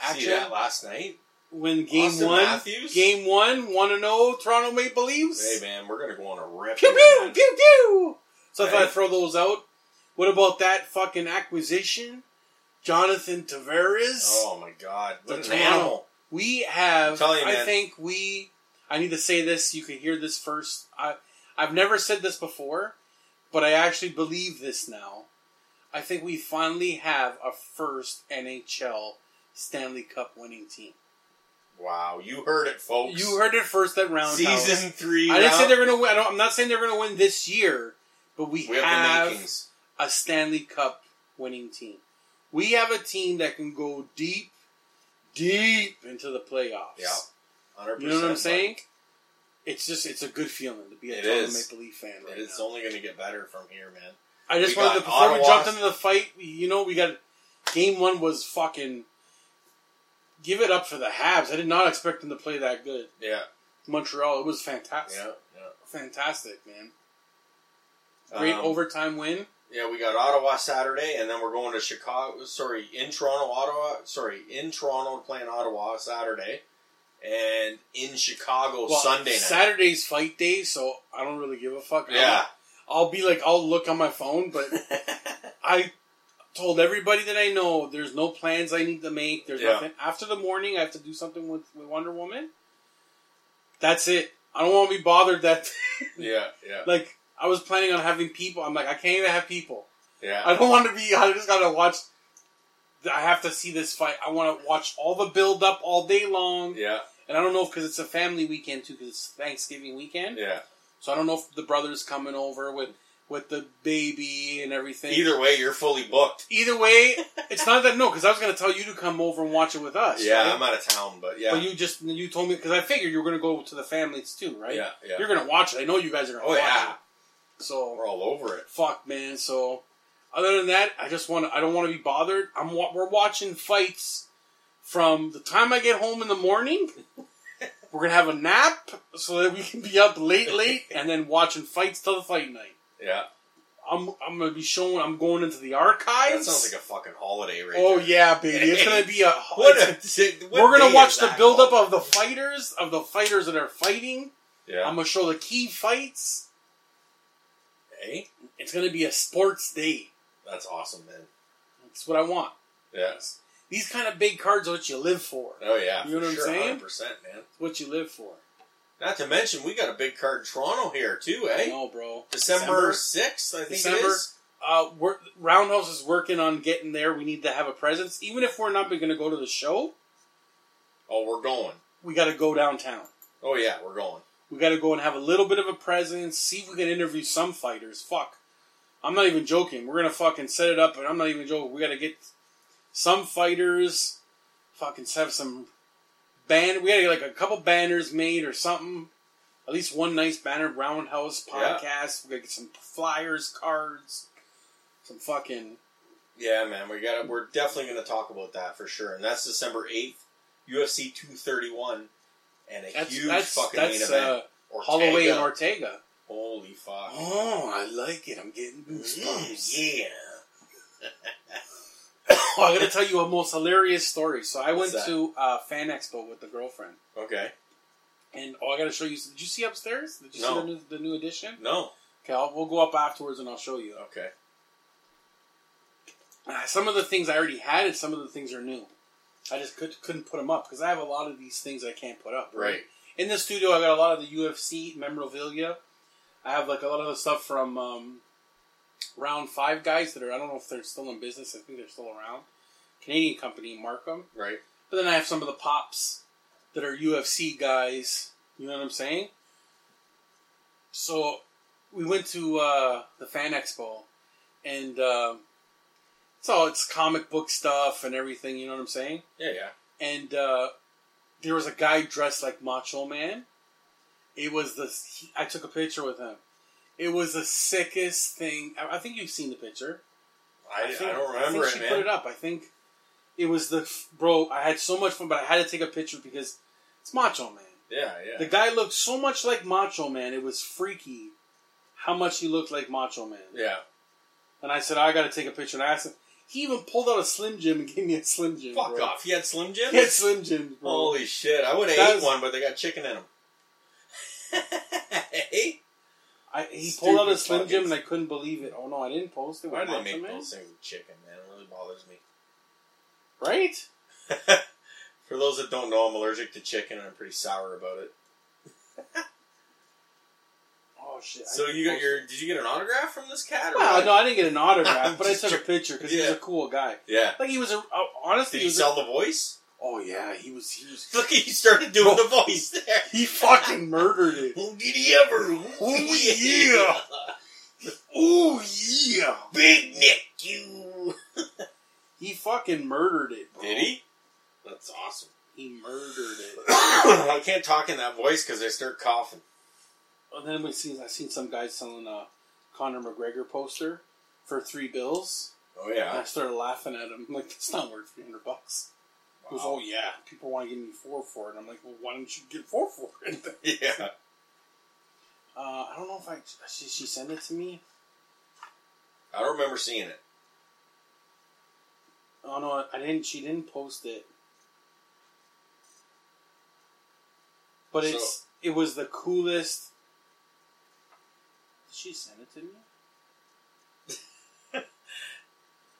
Speaker 2: See
Speaker 3: action
Speaker 2: that last night?
Speaker 3: when game
Speaker 2: Austin
Speaker 3: one,
Speaker 2: Matthews?
Speaker 3: game one, one and zero Toronto Maple Leafs.
Speaker 2: Hey man, we're gonna go on a rip.
Speaker 3: Pew
Speaker 2: here,
Speaker 3: pew
Speaker 2: man.
Speaker 3: pew pew. So if I
Speaker 2: Right.
Speaker 3: throw those out, what about that fucking acquisition, Jonathan Tavares?
Speaker 2: Oh my god, what
Speaker 3: The
Speaker 2: an
Speaker 3: Toronto-
Speaker 2: animal!
Speaker 3: We have.
Speaker 2: I'm telling you,
Speaker 3: I
Speaker 2: man.
Speaker 3: think we. I need to say this. You can hear this first. I, I've never said this before, but I actually believe this now. I think we finally have a first NHL Stanley Cup winning team.
Speaker 2: Wow, you heard it, folks.
Speaker 3: You heard it first at Roundhouse.
Speaker 2: season three.
Speaker 3: I didn't say
Speaker 2: round-
Speaker 3: they're going to win. I don't, I'm not saying they're going to win this year, but we,
Speaker 2: We have
Speaker 3: have,
Speaker 2: the makings.
Speaker 3: a Stanley Cup winning team. We have a team that can go deep, deep into the playoffs.
Speaker 2: Yeah, hundred
Speaker 3: You know what I'm saying? It's just it's a good feeling to be a
Speaker 2: It
Speaker 3: Toronto
Speaker 2: is.
Speaker 3: Maple Leaf fan right
Speaker 2: It's
Speaker 3: now.
Speaker 2: only gonna get better from here, man.
Speaker 3: I just
Speaker 2: we
Speaker 3: wanted
Speaker 2: got
Speaker 3: to before we
Speaker 2: Ottawa.
Speaker 3: jumped into the fight, you know, we got game one was fucking give it up for the Habs. I did not expect them to play that good.
Speaker 2: Yeah,
Speaker 3: Montreal, it was fantastic,
Speaker 2: yeah,
Speaker 3: fantastic man.
Speaker 2: yeah.
Speaker 3: Great
Speaker 2: Um,
Speaker 3: overtime win.
Speaker 2: Yeah, we got Ottawa Saturday, and then we're going to Chicago. Sorry, in Toronto, Ottawa. Sorry, in Toronto playing Ottawa Saturday, and in Chicago
Speaker 3: Well,
Speaker 2: Sunday night.
Speaker 3: Saturday's fight day, so I don't really give a fuck.
Speaker 2: yeah,
Speaker 3: I'll, I'll be like, I'll look on my phone, but I told everybody that I know there's no plans I need to make. There's
Speaker 2: Yeah.
Speaker 3: nothing after the morning. I have to do something with, with Wonder Woman. That's it. I don't want to be bothered. That
Speaker 2: yeah, yeah,
Speaker 3: like I was planning on having people. I'm like I can't even have people.
Speaker 2: yeah.
Speaker 3: I don't want to be. I just gotta watch. I have to see this fight. I want to watch all the build up all day long.
Speaker 2: Yeah,
Speaker 3: And I don't know if because it's a family weekend too, because it's Thanksgiving weekend.
Speaker 2: yeah.
Speaker 3: So I don't know if the brothers coming over with with the baby and everything.
Speaker 2: Either way, you're fully booked.
Speaker 3: Either way, it's not that no, because I was going to tell you to come over and watch it with us.
Speaker 2: Yeah,
Speaker 3: right?
Speaker 2: I'm out of town, but yeah,
Speaker 3: but you just you told me because I figured you were going to go to the families too, right?
Speaker 2: yeah, yeah.
Speaker 3: you're going to watch it. I know you guys are going to
Speaker 2: oh
Speaker 3: watch
Speaker 2: yeah,
Speaker 3: it. So
Speaker 2: we're all over it.
Speaker 3: fuck, man. So other than that, I just want to I don't want to be bothered. I'm wa- we're watching fights from the time I get home in the morning, we're gonna have a nap so that we can be up late, late, and then watching fights till the fight night.
Speaker 2: Yeah.
Speaker 3: I'm I'm gonna be showing. I'm going into the
Speaker 2: That
Speaker 3: archives.
Speaker 2: sounds like a fucking holiday right
Speaker 3: oh
Speaker 2: there.
Speaker 3: yeah, baby! It's gonna be a.
Speaker 2: What
Speaker 3: it's-
Speaker 2: a, what
Speaker 3: we're
Speaker 2: day
Speaker 3: gonna
Speaker 2: is
Speaker 3: watch the
Speaker 2: that?
Speaker 3: build up of the fighters of the fighters that are fighting.
Speaker 2: Yeah.
Speaker 3: I'm gonna show the key fights.
Speaker 2: hey,
Speaker 3: It's gonna be a sports day.
Speaker 2: that's awesome, man.
Speaker 3: That's what I want.
Speaker 2: Yes.
Speaker 3: These kind of big cards are what you live for.
Speaker 2: Oh yeah.
Speaker 3: You know
Speaker 2: for
Speaker 3: what I'm
Speaker 2: sure,
Speaker 3: saying?
Speaker 2: 100%, man.
Speaker 3: It's what you live for.
Speaker 2: Not to mention, we got a big card Toronto here too, eh?
Speaker 3: No, bro.
Speaker 2: December sixth, I think it
Speaker 3: December.
Speaker 2: is.
Speaker 3: Uh, we're, Roundhouse is working on getting there. We need to have a presence, even if we're not going to go to the show.
Speaker 2: Oh, we're going.
Speaker 3: We got to go downtown.
Speaker 2: Oh yeah, we're going.
Speaker 3: We got to go and have a little bit of a presence. See if we can interview some fighters. Fuck, I'm not even joking. We're gonna fucking set it up, and I'm not even joking. We got to get some fighters. Fucking have some band. We got to get like a couple banners made or something. At least one nice banner. Roundhouse
Speaker 2: Yeah.
Speaker 3: podcast. We got to get some flyers, cards, some fucking
Speaker 2: Yeah, man, we got. to We're definitely going to talk about that for sure, and that's December eighth, UFC two thirty one, and a
Speaker 3: that's
Speaker 2: huge
Speaker 3: that's,
Speaker 2: fucking main
Speaker 3: that's
Speaker 2: event.
Speaker 3: uh,
Speaker 2: Ortega.
Speaker 3: Holloway and Ortega.
Speaker 2: Holy fuck!
Speaker 3: Oh, I like it. I'm getting
Speaker 2: Mm,
Speaker 3: goosebumps.
Speaker 2: yeah.
Speaker 3: Oh, I'm gonna tell you a most hilarious story. So I
Speaker 2: What's
Speaker 3: went
Speaker 2: that?
Speaker 3: to uh, Fan Expo with the girlfriend,
Speaker 2: Okay.
Speaker 3: and oh, I gotta show you. Did you see upstairs? Did you
Speaker 2: No.
Speaker 3: see the new, the new edition?
Speaker 2: No.
Speaker 3: Okay, I'll, we'll go up afterwards and I'll show you.
Speaker 2: Okay.
Speaker 3: Uh, some of the things I already had, and some of the things are new. I just could, couldn't put them up because I have a lot of these things I can't put up.
Speaker 2: Right.
Speaker 3: in the studio, I got a lot of the UFC memorabilia. I have like a lot of the stuff from um, Round Five guys that are I don't know if they're still in business. I think they're still around. Canadian company Markham,
Speaker 2: Right.
Speaker 3: but then I have some of the pops that are UFC guys. You know what I'm saying? So we went to uh, the Fan Expo, and uh, it's all it's comic book stuff and everything. You know what I'm saying?
Speaker 2: Yeah. Yeah.
Speaker 3: and uh, there was a guy dressed like Macho Man. It was the he, I took a picture with him. It was the sickest thing. I, I think you've seen the picture.
Speaker 2: I, I, don't remember
Speaker 3: I think
Speaker 2: it,
Speaker 3: she
Speaker 2: man.
Speaker 3: put it up. I think it was the f- bro. I had so much fun, but I had to take a picture because it's Macho Man.
Speaker 2: Yeah.
Speaker 3: The
Speaker 2: Yeah.
Speaker 3: guy looked so much like Macho Man. It was freaky how much he looked like Macho Man.
Speaker 2: yeah.
Speaker 3: And I said I got to take a picture. And I asked him. He even pulled out a Slim Jim and gave me a Slim Jim.
Speaker 2: Fuck
Speaker 3: bro.
Speaker 2: off. You had Slim Jim.
Speaker 3: He had Slim Jim, bro.
Speaker 2: Holy shit! I would
Speaker 3: That
Speaker 2: have ate
Speaker 3: was-
Speaker 2: one, but they got chicken in them. hey,
Speaker 3: I, he pulled out a
Speaker 2: Stupid
Speaker 3: Slim Jim
Speaker 2: fuckers.
Speaker 3: and I couldn't believe it. Oh no, I didn't post it.
Speaker 2: why do
Speaker 3: Why
Speaker 2: they
Speaker 3: did
Speaker 2: make
Speaker 3: I
Speaker 2: those things with chicken, man? It really bothers me.
Speaker 3: Right?
Speaker 2: For those that don't know, I'm allergic to chicken, and I'm pretty sour about it.
Speaker 3: Oh shit. I
Speaker 2: So
Speaker 3: didn't
Speaker 2: you got
Speaker 3: post
Speaker 2: your?
Speaker 3: it.
Speaker 2: Did you get an autograph from this cat? Or
Speaker 3: Well,
Speaker 2: what?
Speaker 3: no, I didn't get an autograph, but I
Speaker 2: Just
Speaker 3: took a
Speaker 2: joking.
Speaker 3: picture because he was
Speaker 2: Yeah.
Speaker 3: a cool guy.
Speaker 2: Yeah.
Speaker 3: Like he was a uh, honestly.
Speaker 2: Did
Speaker 3: he
Speaker 2: you
Speaker 3: was a-
Speaker 2: sell the voice?
Speaker 3: oh yeah, he was. He was.
Speaker 2: Look, he started doing the voice there.
Speaker 3: He fucking murdered it.
Speaker 2: Who did he ever?
Speaker 3: Oh, yeah. Oh yeah.
Speaker 2: Big Nick, you.
Speaker 3: He fucking murdered it. Bro.
Speaker 2: Did he? That's awesome.
Speaker 3: He murdered it.
Speaker 2: I can't talk in that voice because I start coughing.
Speaker 3: And Oh, then we seen I seen some guy selling a Conor McGregor poster for three bills.
Speaker 2: Oh
Speaker 3: And I
Speaker 2: yeah.
Speaker 3: started laughing at him. I'm like, that's not worth three hundred bucks. He goes, oh yeah, people want to give me four for it. And I'm like, well, why don't you get four for it? uh,
Speaker 2: Yeah.
Speaker 3: I don't know if I did she send it to me.
Speaker 2: I don't remember seeing it.
Speaker 3: Oh no, I didn't. She didn't post it. But
Speaker 2: So-
Speaker 3: it's it was the coolest. Did she send it to me?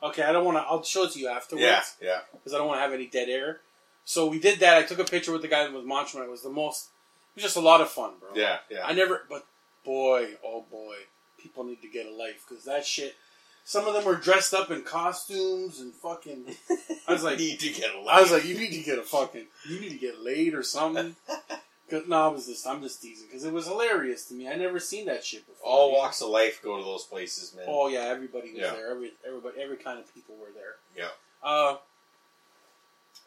Speaker 3: okay, I don't want to. I'll show it to you afterwards.
Speaker 2: Yeah, yeah.
Speaker 3: because I don't want to have any dead air. So we did that. I took a picture with the guy that was Macho Man. It was the most. It was just a lot of fun, bro.
Speaker 2: Yeah, yeah.
Speaker 3: I never, but boy, oh boy, people need to get a life because that shit. Some of them were dressed up in costumes and fucking. I was like,
Speaker 2: need to get a
Speaker 3: I was like, you need to get a fucking, you need to get laid or something. 'Cause- no, I was just, I'm just teasing because it was hilarious to me. I never seen that shit before.
Speaker 2: All walks of life go to those places, man.
Speaker 3: Oh yeah, everybody was
Speaker 2: Yeah.
Speaker 3: there. Every everybody, every kind of people were there.
Speaker 2: Yeah.
Speaker 3: Uh,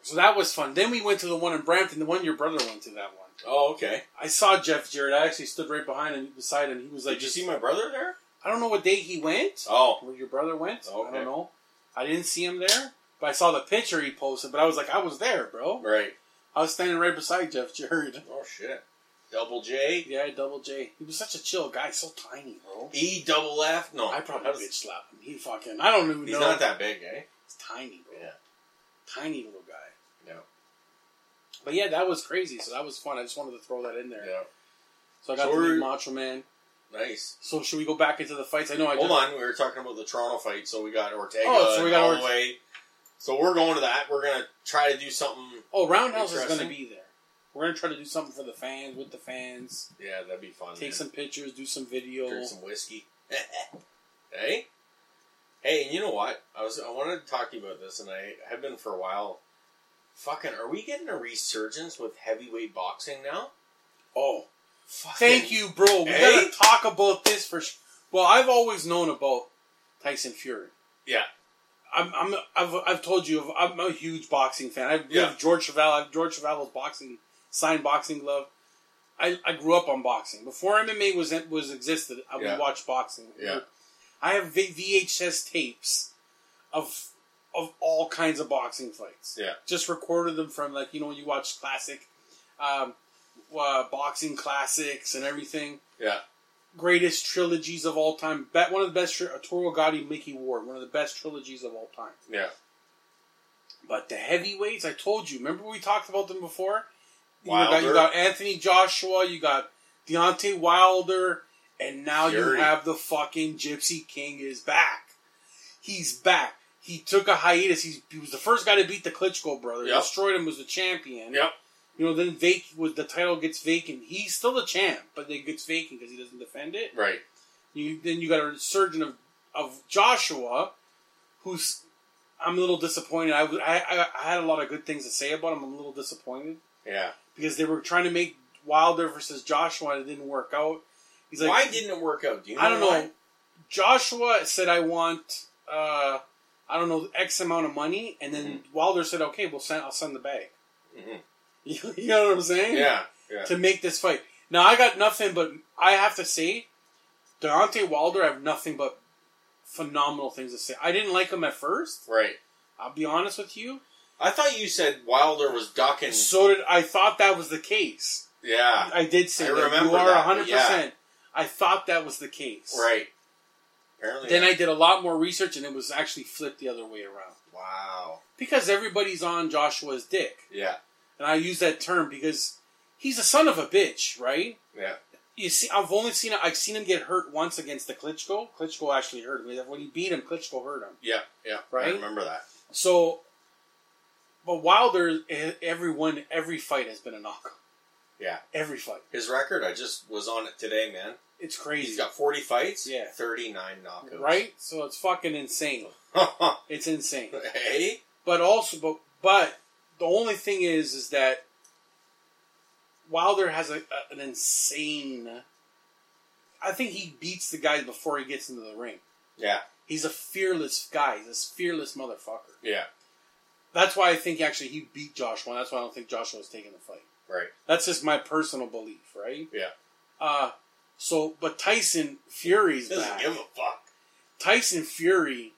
Speaker 3: so that was fun. Then we went to the one in Brampton, the one your brother went to. That one.
Speaker 2: Oh, okay.
Speaker 3: I saw Jeff Jarrett. I actually stood right behind him, beside him. He was like,
Speaker 2: Did you see my brother there?
Speaker 3: I don't know what day he went.
Speaker 2: Oh,
Speaker 3: Where your brother went? I
Speaker 2: Okay.
Speaker 3: don't know. I didn't see him there, But I saw the picture he posted, but I was like, I was there, bro.
Speaker 2: Right.
Speaker 3: I was standing right beside Jeff Jarrett.
Speaker 2: Oh shit. Double J.
Speaker 3: Yeah, double J. He was such a chill guy, so tiny, bro.
Speaker 2: E double F. No,
Speaker 3: I probably
Speaker 2: that was-
Speaker 3: bitch slapped him. He fucking, I don't even
Speaker 2: He's
Speaker 3: know.
Speaker 2: not that big, eh?
Speaker 3: He's tiny, bro.
Speaker 2: Yeah.
Speaker 3: Tiny little guy.
Speaker 2: No.
Speaker 3: But yeah, that was crazy. So that was fun. I just wanted to throw that in there.
Speaker 2: Yeah.
Speaker 3: So I got
Speaker 2: So
Speaker 3: to
Speaker 2: we're-
Speaker 3: meet Macho Man.
Speaker 2: Nice.
Speaker 3: So should we go back into the fights? I know I
Speaker 2: Hold
Speaker 3: just-
Speaker 2: on, we were talking about the Toronto fight, so we got Ortega
Speaker 3: Oh, so we got
Speaker 2: and
Speaker 3: Orte-
Speaker 2: Holloway. So we're going to that. We're gonna try to do something.
Speaker 3: Oh, Roundhouse is going to
Speaker 2: Interesting.
Speaker 3: be there. We're going to try to do something for the fans, with the fans.
Speaker 2: Oh, Yeah, that'd be fun.
Speaker 3: Take
Speaker 2: man.
Speaker 3: some pictures, do some video.
Speaker 2: drink some whiskey. hey, hey, and you know what? I was I wanted to talk to you about this, and I have been for a while. Fucking, are we getting a resurgence with heavyweight boxing now?
Speaker 3: Oh,
Speaker 2: Fucking,
Speaker 3: thank you, bro. We
Speaker 2: Eh?
Speaker 3: got to talk about this for. Sh- well, I've always known about Tyson Fury.
Speaker 2: Yeah.
Speaker 3: I'm, I'm I've, I've told you I'm a huge boxing fan. I have
Speaker 2: Yeah.
Speaker 3: George Chavel. I have George Chavel's boxing signed boxing glove. I, I grew up on boxing before MMA was was existed. I would
Speaker 2: Yeah.
Speaker 3: watch boxing.
Speaker 2: Yeah.
Speaker 3: I have v- VHS tapes of of all kinds of boxing fights.
Speaker 2: Yeah.
Speaker 3: just recorded them from like you know when you watch classic um, uh, boxing classics and everything.
Speaker 2: Yeah.
Speaker 3: Greatest trilogies of all time. Bet one of the best. Tri- Toro Gotti, Mickey Ward. One of the best trilogies of all time.
Speaker 2: Yeah,
Speaker 3: But the heavyweights, I told you. Remember we talked about them before. You
Speaker 2: Wilder.
Speaker 3: got, you got Anthony Joshua. You got Deontay Wilder, and now
Speaker 2: Fury.
Speaker 3: you have the fucking Gypsy King is back. He's back. He took a hiatus. He's, he was the first guy to beat the Klitschko brother.
Speaker 2: Yep.
Speaker 3: Destroyed him. Was the champion.
Speaker 2: Yep.
Speaker 3: You know, then vac was the title gets vacant. He's still the champ, but it gets vacant because he doesn't defend it.
Speaker 2: right.
Speaker 3: You then you got a resurgence of of Joshua, who's I'm a little disappointed. I, w- I- I- I had a lot of good things to say about him. I'm a little disappointed
Speaker 2: Yeah.
Speaker 3: because they were trying to make Wilder versus Joshua and it didn't work out. He's like,
Speaker 2: why didn't it work out? Do you know
Speaker 3: I don't know.
Speaker 2: why?
Speaker 3: Joshua said, I want, uh, I don't know, X amount of money, and then
Speaker 2: Mm-hmm.
Speaker 3: Wilder said, okay, we'll send, I'll send the bag.
Speaker 2: Mhm.
Speaker 3: you know what I'm saying?
Speaker 2: Yeah, yeah.
Speaker 3: to make this fight. Now I got nothing, but I have to say, Deontay Wilder, I have nothing but phenomenal things to say. I didn't like him at first.
Speaker 2: Right.
Speaker 3: I'll be honest with you.
Speaker 2: I thought you said Wilder was ducking.
Speaker 3: So did I thought that was the case.
Speaker 2: yeah.
Speaker 3: I did say
Speaker 2: I
Speaker 3: that.
Speaker 2: remember
Speaker 3: you are
Speaker 2: that,
Speaker 3: hundred
Speaker 2: yeah.
Speaker 3: percent. I thought that was the case.
Speaker 2: Right. Apparently.
Speaker 3: Then I did a lot more research, and it was actually flipped the other way around
Speaker 2: Wow.
Speaker 3: because everybody's on Joshua's dick,
Speaker 2: Yeah.
Speaker 3: and I use that term because he's a son of a bitch, right?
Speaker 2: Yeah.
Speaker 3: you see, I've only seen I've seen him get hurt once against the Klitschko. Klitschko actually hurt him. When he beat him, Klitschko hurt him.
Speaker 2: Yeah. Yeah. I
Speaker 3: Right?
Speaker 2: remember that.
Speaker 3: So, but Wilder, eh, everyone, every fight has been a knockout.
Speaker 2: Yeah.
Speaker 3: Every fight,
Speaker 2: His record, I just was on it today, man.
Speaker 3: it's crazy,
Speaker 2: He's got 40 fights,
Speaker 3: Yeah.
Speaker 2: 39 knockouts.
Speaker 3: right? So it's fucking insane. It's insane.
Speaker 2: hey?
Speaker 3: But also, but but the only thing is, is that Wilder has a, a- an insane. I think he beats the guy before he gets into the ring.
Speaker 2: Yeah,
Speaker 3: He's a fearless guy. He's a fearless motherfucker.
Speaker 2: yeah,
Speaker 3: That's why I think actually he beat Joshua. and That's why I don't think Joshua was taking the fight.
Speaker 2: right.
Speaker 3: That's just my personal belief, right?
Speaker 2: Yeah.
Speaker 3: Uh so but Tyson Fury's
Speaker 2: Doesn't
Speaker 3: back.
Speaker 2: give a fuck.
Speaker 3: Tyson Fury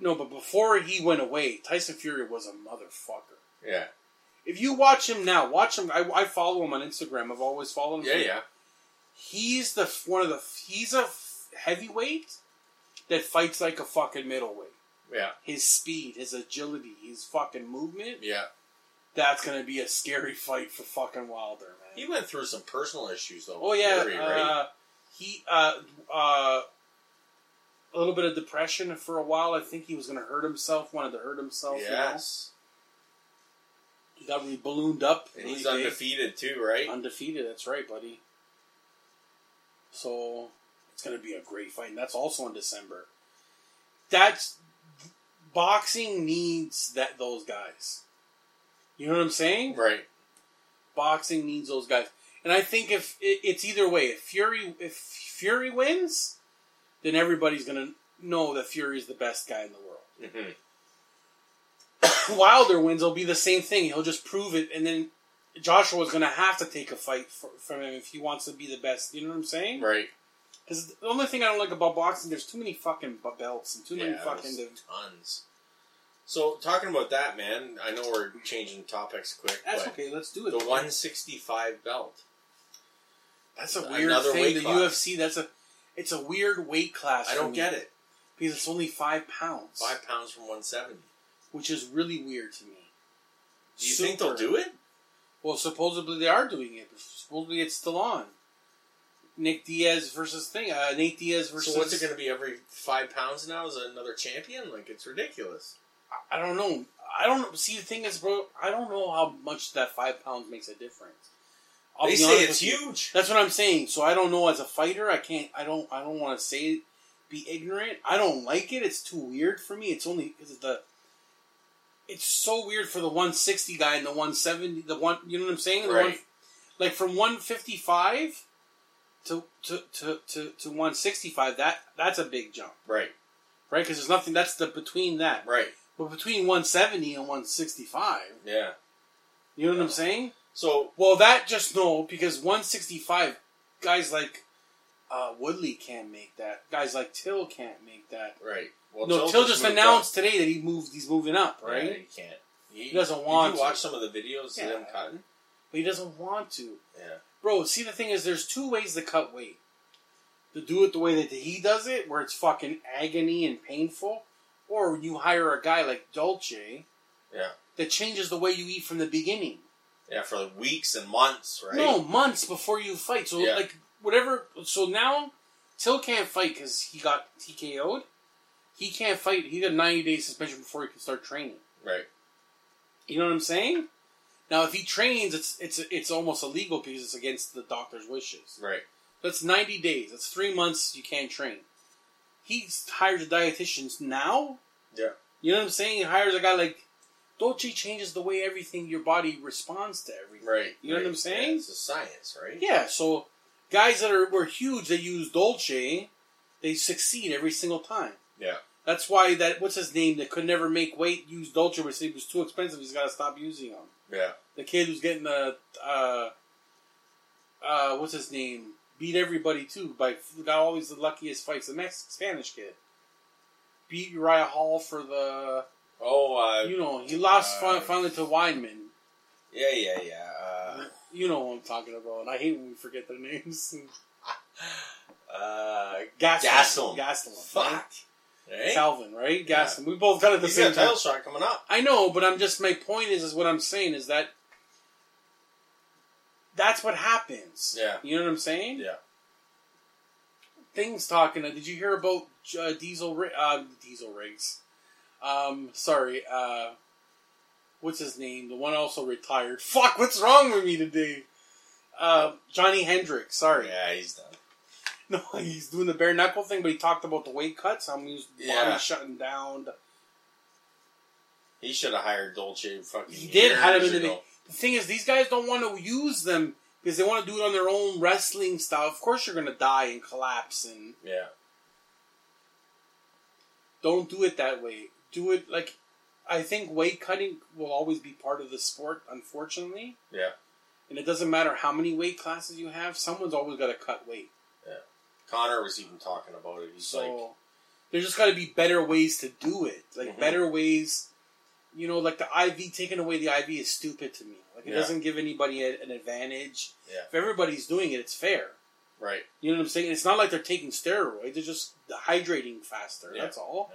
Speaker 3: No, but before he went away, Tyson Fury was a motherfucker.
Speaker 2: Yeah,
Speaker 3: If you watch him now, watch him I, I follow him on Instagram. I've always followed him.
Speaker 2: yeah, yeah.
Speaker 3: He's the f- one of the f- he's a f- heavyweight that fights like a fucking middleweight.
Speaker 2: Yeah,
Speaker 3: His speed, his agility, his fucking movement.
Speaker 2: yeah.
Speaker 3: that's gonna be a scary fight for fucking Wilder, man.
Speaker 2: He went through some personal issues, though.
Speaker 3: oh
Speaker 2: with
Speaker 3: yeah,
Speaker 2: Fury,
Speaker 3: uh, he uh, uh, a little bit of depression for a while. I think he was gonna hurt himself. Wanted to hurt himself. you know?
Speaker 2: Yes.
Speaker 3: he got really ballooned up.
Speaker 2: And he's
Speaker 3: really big.
Speaker 2: undefeated, too, right?
Speaker 3: Undefeated. That's right, buddy. So it's gonna be a great fight, and that's also in December. That's boxing needs that those guys. You know what I'm saying?
Speaker 2: Right.
Speaker 3: boxing needs those guys. And I think if it, it's either way, if Fury if Fury wins, then everybody's gonna know that Fury's the best guy in the world.
Speaker 2: hmm
Speaker 3: Wilder wins, it'll be the same thing. He'll just prove it, and then Joshua's gonna have to take a fight for, from him if he wants to be the best. You know what I'm saying?
Speaker 2: Right.
Speaker 3: Because the only thing I don't like about boxing, there's too many fucking b- belts and too many
Speaker 2: Yeah,
Speaker 3: fucking.
Speaker 2: there's Tons. So talking about that, man, I know we're changing topics quick,
Speaker 3: That's
Speaker 2: but
Speaker 3: okay. Let's do it.
Speaker 2: the 165 belt.
Speaker 3: That's a
Speaker 2: Another
Speaker 3: weird thing.
Speaker 2: weight
Speaker 3: The
Speaker 2: class.
Speaker 3: UFC. That's a. It's a weird weight class.
Speaker 2: I
Speaker 3: for
Speaker 2: don't
Speaker 3: me,
Speaker 2: get it.
Speaker 3: because it's only five pounds,
Speaker 2: Five pounds from 170.
Speaker 3: which is really weird to me.
Speaker 2: Do you think they'll do it?
Speaker 3: Well, supposedly they are doing it. Supposedly it's still on. Nick Diaz versus thing. Uh, Nate Diaz versus.
Speaker 2: So what's it going to be every five pounds now? Is another champion? Like it's ridiculous.
Speaker 3: I don't know. I don't see the thing is, bro. I don't know how much that five pounds makes a difference. I'll
Speaker 2: they
Speaker 3: be
Speaker 2: say
Speaker 3: honest
Speaker 2: it's
Speaker 3: with you.
Speaker 2: huge.
Speaker 3: That's what I'm saying. So I don't know as a fighter. I can't. I don't. I don't want to say be ignorant. I don't like it. It's too weird for me. It's only because the. It's so weird for the 160 guy and the 170. The one. You know what I'm saying? The one,
Speaker 2: Right.
Speaker 3: like from 155 to to to to, to 165. That that's a big jump,
Speaker 2: Right.
Speaker 3: right? Because there's nothing. That's the between that.
Speaker 2: Right.
Speaker 3: But between 170 and 165,
Speaker 2: Yeah.
Speaker 3: you know what I'm saying?
Speaker 2: So
Speaker 3: Well, that just no, because 165 guys like uh, Woodley can't make that. Guys like Till can't make that.
Speaker 2: right. Well,
Speaker 3: no, Till, just
Speaker 2: moved
Speaker 3: announced today that he moved. He's moving up,
Speaker 2: up.
Speaker 3: right?
Speaker 2: Yeah, he can't. He,
Speaker 3: doesn't
Speaker 2: did
Speaker 3: want to.
Speaker 2: You watch some of the videos
Speaker 3: Yeah.
Speaker 2: of them cutting.
Speaker 3: But he doesn't want to.
Speaker 2: Yeah.
Speaker 3: Bro, see the thing is, there's two ways to cut weight. To do it the way that he does it, where it's fucking agony and painful, or you hire a guy like Dolce.
Speaker 2: Yeah.
Speaker 3: That changes the way you eat from the beginning.
Speaker 2: Yeah, for like weeks and months, right?
Speaker 3: No, months before you fight. So
Speaker 2: Yeah.
Speaker 3: like whatever. So now Till can't fight because he got TKO'd. He can't fight. He got a ninety day suspension before he can start training.
Speaker 2: Right.
Speaker 3: You know what I'm saying? Now if he trains, it's it's it's almost illegal because it's against the doctor's wishes.
Speaker 2: Right.
Speaker 3: That's ninety days. That's three months you can't train. He's hired a dietitian now.
Speaker 2: Yeah.
Speaker 3: You know what I'm saying? He hires a guy like Dolce changes the way everything your body responds to everything.
Speaker 2: Right.
Speaker 3: You know what
Speaker 2: right.
Speaker 3: I'm saying?
Speaker 2: Yeah, it's a science, right?
Speaker 3: Yeah, so guys that are were huge, they use Dolce, they succeed every single time.
Speaker 2: Yeah.
Speaker 3: That's why that what's his name that could never make weight used Dolce because he was too expensive. He's got to stop using them.
Speaker 2: Yeah.
Speaker 3: The kid who's getting the uh, uh, what's his name beat everybody too by got always the luckiest fights. The Mex Spanish kid beat Uriah Hall for the
Speaker 2: Oh, uh,
Speaker 3: you know he lost fi-
Speaker 2: uh,
Speaker 3: finally to Weinman.
Speaker 2: yeah, yeah, yeah. Uh,
Speaker 3: You know what I'm talking about. I hate when we forget their names.
Speaker 2: uh, Gaslam.
Speaker 3: Gaslam. Gaslam. right?
Speaker 2: fuck. Right?
Speaker 3: Calvin, right?
Speaker 2: Yeah.
Speaker 3: Gaslam. We both got it at the
Speaker 2: He's got
Speaker 3: same
Speaker 2: a
Speaker 3: time.
Speaker 2: title shot coming up.
Speaker 3: I know, but I'm just my point is is what I'm saying is that that's what happens.
Speaker 2: Yeah.
Speaker 3: You know what I'm saying?
Speaker 2: Yeah.
Speaker 3: Things talking. Did you hear about uh, Diesel Ri- uh, Diesel Riggs? Um, sorry. Uh, what's his name? The one also retired. Fuck. What's wrong with me today? Uh, Johnny Hendricks. Sorry.
Speaker 2: Yeah, he's done.
Speaker 3: No, he's doing the bare knuckle thing, but he talked about the weight cuts. How his
Speaker 2: Yeah.
Speaker 3: body shutting down.
Speaker 2: He should have hired Dolce. Fucking.
Speaker 3: He did hire him
Speaker 2: years
Speaker 3: in the
Speaker 2: ago.
Speaker 3: The thing is, these guys don't want to use them because they want to do it on their own wrestling style. Of course, you're going to die and collapse, and
Speaker 2: Yeah.
Speaker 3: don't do it that way. Do it like I think weight cutting will always be part of the sport, unfortunately.
Speaker 2: Yeah.
Speaker 3: And it doesn't matter how many weight classes you have; someone's always got to cut weight.
Speaker 2: Connor was even talking about it. He's
Speaker 3: so
Speaker 2: like,
Speaker 3: there's just got to be better ways to do it, like
Speaker 2: Mhm.
Speaker 3: better ways. You know, like the IV taking away the IV is stupid to me. Like it
Speaker 2: Yeah.
Speaker 3: doesn't give anybody a, an advantage.
Speaker 2: Yeah.
Speaker 3: If everybody's doing it, it's fair.
Speaker 2: right.
Speaker 3: You know what I'm saying? It's not like they're taking steroids; they're just hydrating faster.
Speaker 2: Yeah.
Speaker 3: That's all.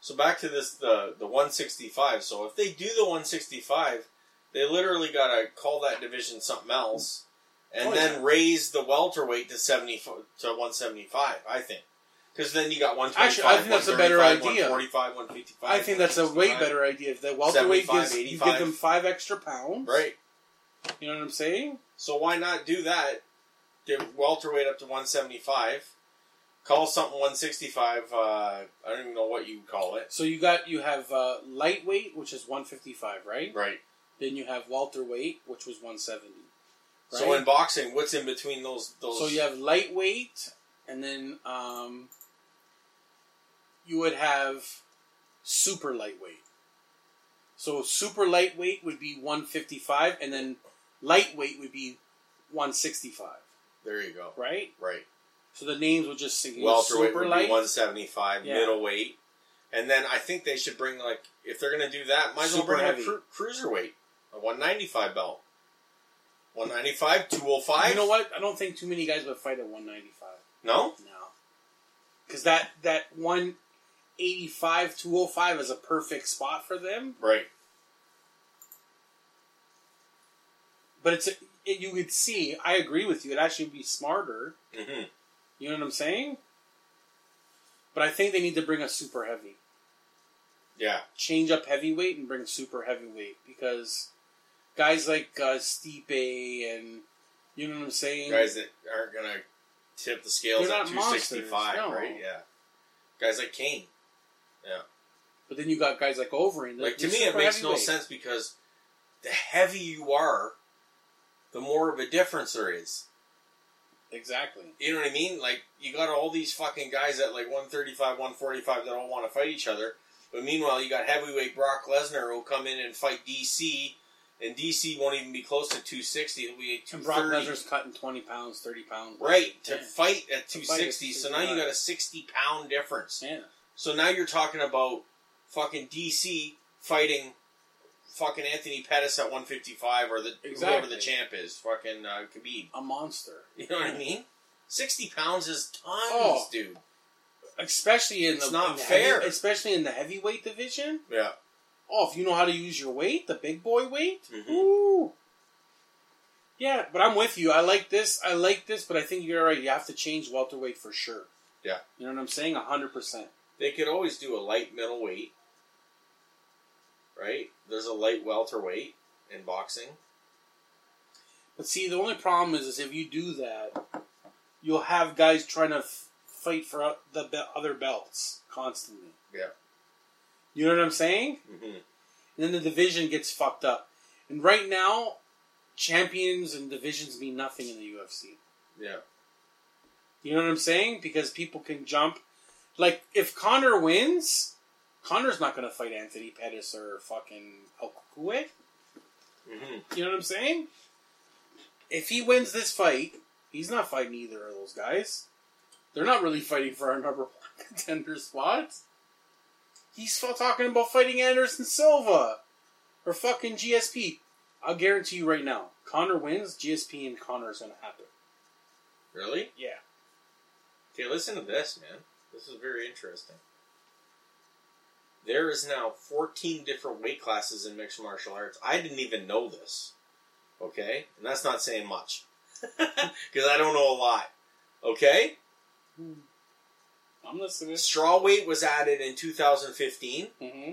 Speaker 2: So back to this the the 165. So if they do the 165, they literally got to call that division something else, and
Speaker 3: Oh,
Speaker 2: then raise the welterweight to 70 fo- to 175. I think because then you got 125.
Speaker 3: Actually, I think that's a better
Speaker 2: 135,
Speaker 3: idea.
Speaker 2: 145, 155.
Speaker 3: I think that's a way
Speaker 2: 165.
Speaker 3: better idea. If the welterweight
Speaker 2: 75,
Speaker 3: gives you give
Speaker 2: 85.
Speaker 3: them five extra pounds,
Speaker 2: Right.
Speaker 3: You know what I'm saying?
Speaker 2: So why not do that? Get welterweight up to 175. Call something 165. Uh, I don't even know what you call it.
Speaker 3: So you got you have uh, lightweight, which is 155, right?
Speaker 2: Right.
Speaker 3: Then you have welterweight, which was 170. Right?
Speaker 2: So in boxing, what's in between those? Those.
Speaker 3: So you have lightweight, and then um, you would have super lightweight. So super lightweight would be 155, and then lightweight would be 165,
Speaker 2: There you go.
Speaker 3: right?
Speaker 2: Right.
Speaker 3: So the names would just sink.
Speaker 2: Welterweight
Speaker 3: super
Speaker 2: would be
Speaker 3: light,
Speaker 2: 175.
Speaker 3: Yeah.
Speaker 2: Middleweight And then I think they should bring like if they're gonna do that, might as well
Speaker 3: Super
Speaker 2: bring
Speaker 3: heavy.
Speaker 2: a cru- cruiserweight, a one ninety five belt, one ninety five, two hundred five.
Speaker 3: you know what? I don't think too many guys would fight at 195
Speaker 2: No,
Speaker 3: now, because that that 185 205 is a perfect spot for them.
Speaker 2: right?
Speaker 3: But it's it, you could see. I agree with you. It actually would be smarter.
Speaker 2: hmm
Speaker 3: You know what I'm saying? But I think they need to bring a super heavy.
Speaker 2: Yeah,
Speaker 3: change up heavyweight and bring super heavyweight because guys like uh, Stipe and you know what I'm saying.
Speaker 2: guys that aren't gonna tip the scales
Speaker 3: They're
Speaker 2: at
Speaker 3: not
Speaker 2: two sixty five,
Speaker 3: monsters, no.
Speaker 2: right? Yeah, guys like Kane.
Speaker 3: but then you got guys like Overeem.
Speaker 2: Like to
Speaker 3: they're
Speaker 2: me, it
Speaker 3: super
Speaker 2: makes no
Speaker 3: heavyweight.
Speaker 2: sense because the heavy you are, the more of a difference there is.
Speaker 3: Exactly.
Speaker 2: You know what I mean? Like you got all these fucking guys at like 135, 145 that all want to fight each other. But meanwhile, you got heavyweight Brock Lesnar who'll come in and fight DC, and DC won't even be close to 260. It'll be at
Speaker 3: And Brock
Speaker 2: 230.
Speaker 3: Lesnar's cutting twenty pounds, thirty pounds.
Speaker 2: right to
Speaker 3: Yeah.
Speaker 2: fight at
Speaker 3: To
Speaker 2: 260.
Speaker 3: fight at
Speaker 2: so now you
Speaker 3: 235.
Speaker 2: got a 60 pound difference.
Speaker 3: Yeah.
Speaker 2: So now you're talking about fucking DC fighting fucking Anthony Pettis at 155 or the whoever
Speaker 3: Exactly.
Speaker 2: the champ is, fucking uh, Khabib.
Speaker 3: A monster,
Speaker 2: You know what I mean? 60 pounds is tons,
Speaker 3: Oh.
Speaker 2: dude.
Speaker 3: especially in the
Speaker 2: It's not
Speaker 3: in the
Speaker 2: fair.
Speaker 3: heavy- especially in the heavyweight division.
Speaker 2: Yeah.
Speaker 3: Oh, if you know how to use your weight, the big boy weight.
Speaker 2: Mhm.
Speaker 3: Ooh. Yeah, but I'm with you. I like this. I like this, but I think you're right. You have to change welterweight for sure.
Speaker 2: Yeah.
Speaker 3: You know what I'm saying? hundred percent.
Speaker 2: They could always do a light middleweight, right? There's a light welterweight in boxing.
Speaker 3: But see, the only problem is, is if you do that, you'll have guys trying to f- fight for o- the be- other belts constantly.
Speaker 2: Yeah.
Speaker 3: You know what I'm saying?
Speaker 2: Mm-hmm.
Speaker 3: And then the division gets fucked up. And right now, champions and divisions mean nothing in the UFC.
Speaker 2: Yeah.
Speaker 3: You know what I'm saying? Because people can jump. Like if Connor wins, Connor's not going to fight Anthony Pettis or fucking Okwe.
Speaker 2: Mm-hmm.
Speaker 3: You know what I'm saying? If he wins this fight, he's not fighting either of those guys. They're not really fighting for our number one contender spots. He's still talking about fighting Anderson Silva or fucking GSP. I'll guarantee you right now, Connor wins, GSP and Connor is going to happen.
Speaker 2: Really?
Speaker 3: Yeah.
Speaker 2: Okay, listen to this, man. This is very interesting. There is now 14 different weight classes in mixed martial arts. I didn't even know this. Okay? And that's not saying much. Because I don't know a lot. Okay?
Speaker 3: I'm listening.
Speaker 2: Strawweight was added in 2015.
Speaker 3: Mm-hmm.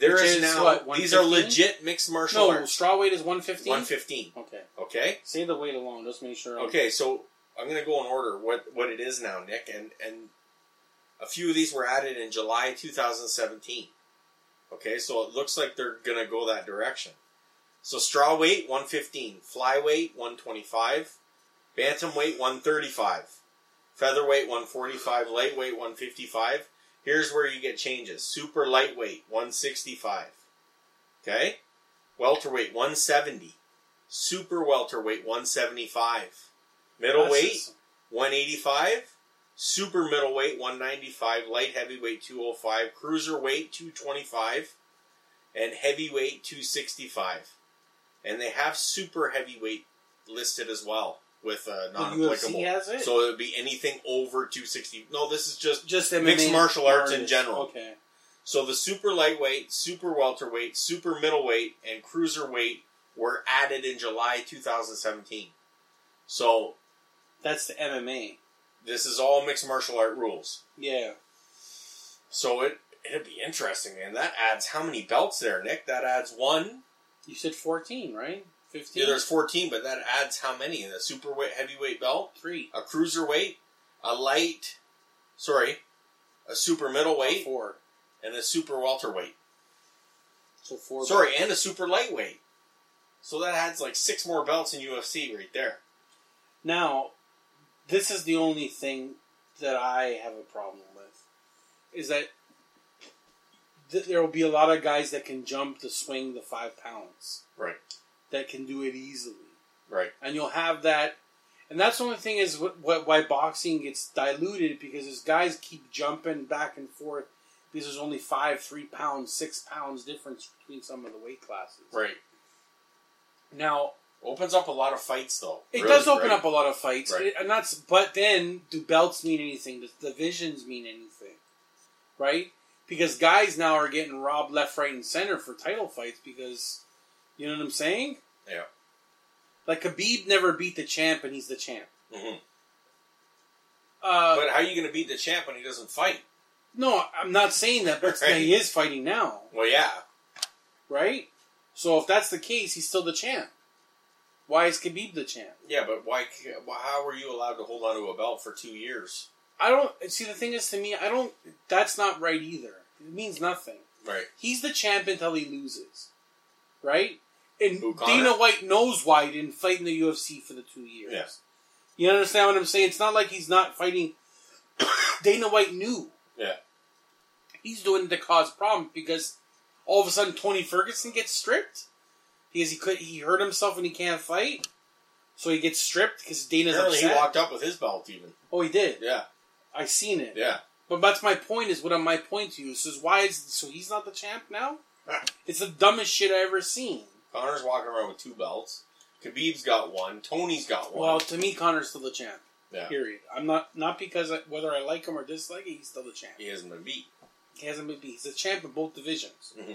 Speaker 2: There
Speaker 3: Which
Speaker 2: is
Speaker 3: is
Speaker 2: now.
Speaker 3: what,
Speaker 2: these are
Speaker 3: 115?
Speaker 2: legit mixed martial
Speaker 3: No,
Speaker 2: arts.
Speaker 3: straw weight is 115?
Speaker 2: 115.
Speaker 3: Okay.
Speaker 2: Okay?
Speaker 3: Say the weight alone. Just make sure. I'm-
Speaker 2: Okay, so I'm gonna go in order what what it is now, Nick, and and a few of these were added in July 2017. Okay, so it looks like they're gonna go that direction. So straw weight 115, flyweight 125, bantamweight 135, featherweight 145, lightweight 155. Here's where you get changes: super lightweight 165, okay, welterweight 170, super welterweight 175, middleweight
Speaker 3: That's-
Speaker 2: 185, super middleweight 195, light heavyweight 205, cruiserweight 225, and heavyweight 265. And they have super heavyweight listed as well with uh,
Speaker 3: The UFC
Speaker 2: non-applicable.
Speaker 3: has it?
Speaker 2: So it would be anything over 260. No, this is just
Speaker 3: just
Speaker 2: mixed
Speaker 3: MMA
Speaker 2: martial arts in general.
Speaker 3: Okay.
Speaker 2: so the super lightweight, super welterweight, super middleweight, and cruiserweight were added in July 2017. So
Speaker 3: That's the MMA.
Speaker 2: this is all mixed martial art rules.
Speaker 3: Yeah.
Speaker 2: So it it'd be interesting, man. That adds how many belts there, Nick? That adds one.
Speaker 3: You said 14, right? 15?
Speaker 2: Yeah, there's fourteen, but that adds how many? The super weight, heavyweight belt,
Speaker 3: three.
Speaker 2: a cruiserweight, a light, sorry, a super middleweight,
Speaker 3: Four.
Speaker 2: and a super welterweight.
Speaker 3: So four.
Speaker 2: Sorry, and a super lightweight. So that adds like six more belts in UFC right there.
Speaker 3: Now, this is the only thing that I have a problem with. Is that th- there will be a lot of guys that can jump to swing the five pounds.
Speaker 2: Right.
Speaker 3: That can do it easily.
Speaker 2: Right.
Speaker 3: and you'll have that. And that's the only thing is what, what why boxing gets diluted because these guys keep jumping back and forth because there's only five, three pounds, six pounds difference between some of the weight classes.
Speaker 2: Right.
Speaker 3: Now,
Speaker 2: Opens up a lot of fights, though.
Speaker 3: it
Speaker 2: Really,
Speaker 3: does open
Speaker 2: right?
Speaker 3: up a lot of fights,
Speaker 2: Right.
Speaker 3: It- and that's. But then, do belts mean anything? Does divisions mean anything? Right? Because guys now are getting robbed left, right, and center for title fights because you know what I'm saying.
Speaker 2: Yeah.
Speaker 3: Like Khabib never beat the champ, and he's the champ.
Speaker 2: Mhm.
Speaker 3: Uh,
Speaker 2: But how are you going to beat the champ when he doesn't fight?
Speaker 3: no, I'm not saying that, but
Speaker 2: Right.
Speaker 3: he is fighting now,
Speaker 2: Well, yeah.
Speaker 3: right? So if that's the case, he's still the champ. Why is Khabib the champ?
Speaker 2: Yeah, but why? c- How were you allowed to hold on to a belt for two years?
Speaker 3: I don't see the thing is to me, I don't. That's not right either. It means nothing.
Speaker 2: Right.
Speaker 3: He's the champ until he loses, right? And
Speaker 2: Who, Conor?
Speaker 3: Dana White knows why he didn't fight in the UFC for the two years.
Speaker 2: Yeah.
Speaker 3: You understand what I'm saying? It's not like he's not fighting. Dana White knew.
Speaker 2: Yeah.
Speaker 3: He's doing it to cause problems because all of a sudden Tony Ferguson gets stripped because he could he hurt himself and he can't fight, so he gets stripped because Dana's
Speaker 2: Apparently,
Speaker 3: upset.
Speaker 2: he walked up with his belt, even.
Speaker 3: oh, he did.
Speaker 2: Yeah.
Speaker 3: I seen it.
Speaker 2: Yeah.
Speaker 3: But that's my point. Is what my point to you is is why is so he's not the champ now? It's the dumbest shit I ever seen.
Speaker 2: Connor's walking around with two belts. Khabib's got one. Tony's got one.
Speaker 3: Well, to me, Connor's still the champ.
Speaker 2: yeah.
Speaker 3: Period. I'm not not because I, whether I like him or dislike him, he's still the champ.
Speaker 2: He hasn't been beat.
Speaker 3: He hasn't been beat. He's the champ in both divisions.
Speaker 2: Mm-hmm.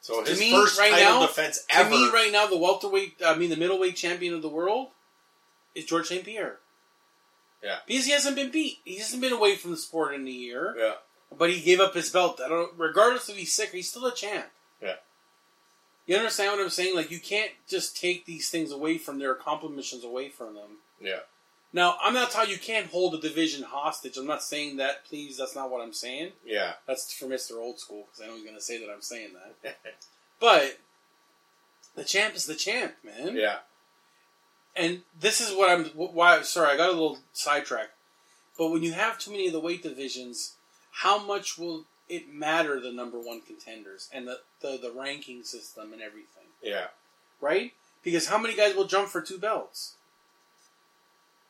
Speaker 2: So
Speaker 3: To
Speaker 2: his
Speaker 3: me,
Speaker 2: first
Speaker 3: right
Speaker 2: title
Speaker 3: now-
Speaker 2: defense
Speaker 3: To
Speaker 2: ever.
Speaker 3: me, right now, the welterweight, I mean, the middleweight champion of the world is George St. Pierre.
Speaker 2: Yeah.
Speaker 3: Because he hasn't been beat. He hasn't been away from the sport in a year.
Speaker 2: Yeah.
Speaker 3: But he gave up his belt. I don't. Regardless if he's sick, he's still a champ.
Speaker 2: Yeah.
Speaker 3: You understand what I'm saying? Like you can't just take these things away from their accomplishments away from them.
Speaker 2: Yeah.
Speaker 3: Now I'm not telling you can't hold a division hostage. I'm not saying that. Please, that's not what I'm saying.
Speaker 2: Yeah.
Speaker 3: That's for Mister Old School because I know he's going to say that I'm saying that. but the champ is the champ, man
Speaker 2: Yeah.
Speaker 3: and this is what I'm why sorry I got a little sidetracked. But when you have too many of the weight divisions, how much will it matter the number one contenders and the, the, the ranking system and everything,
Speaker 2: Yeah.
Speaker 3: right? Because how many guys will jump for two belts?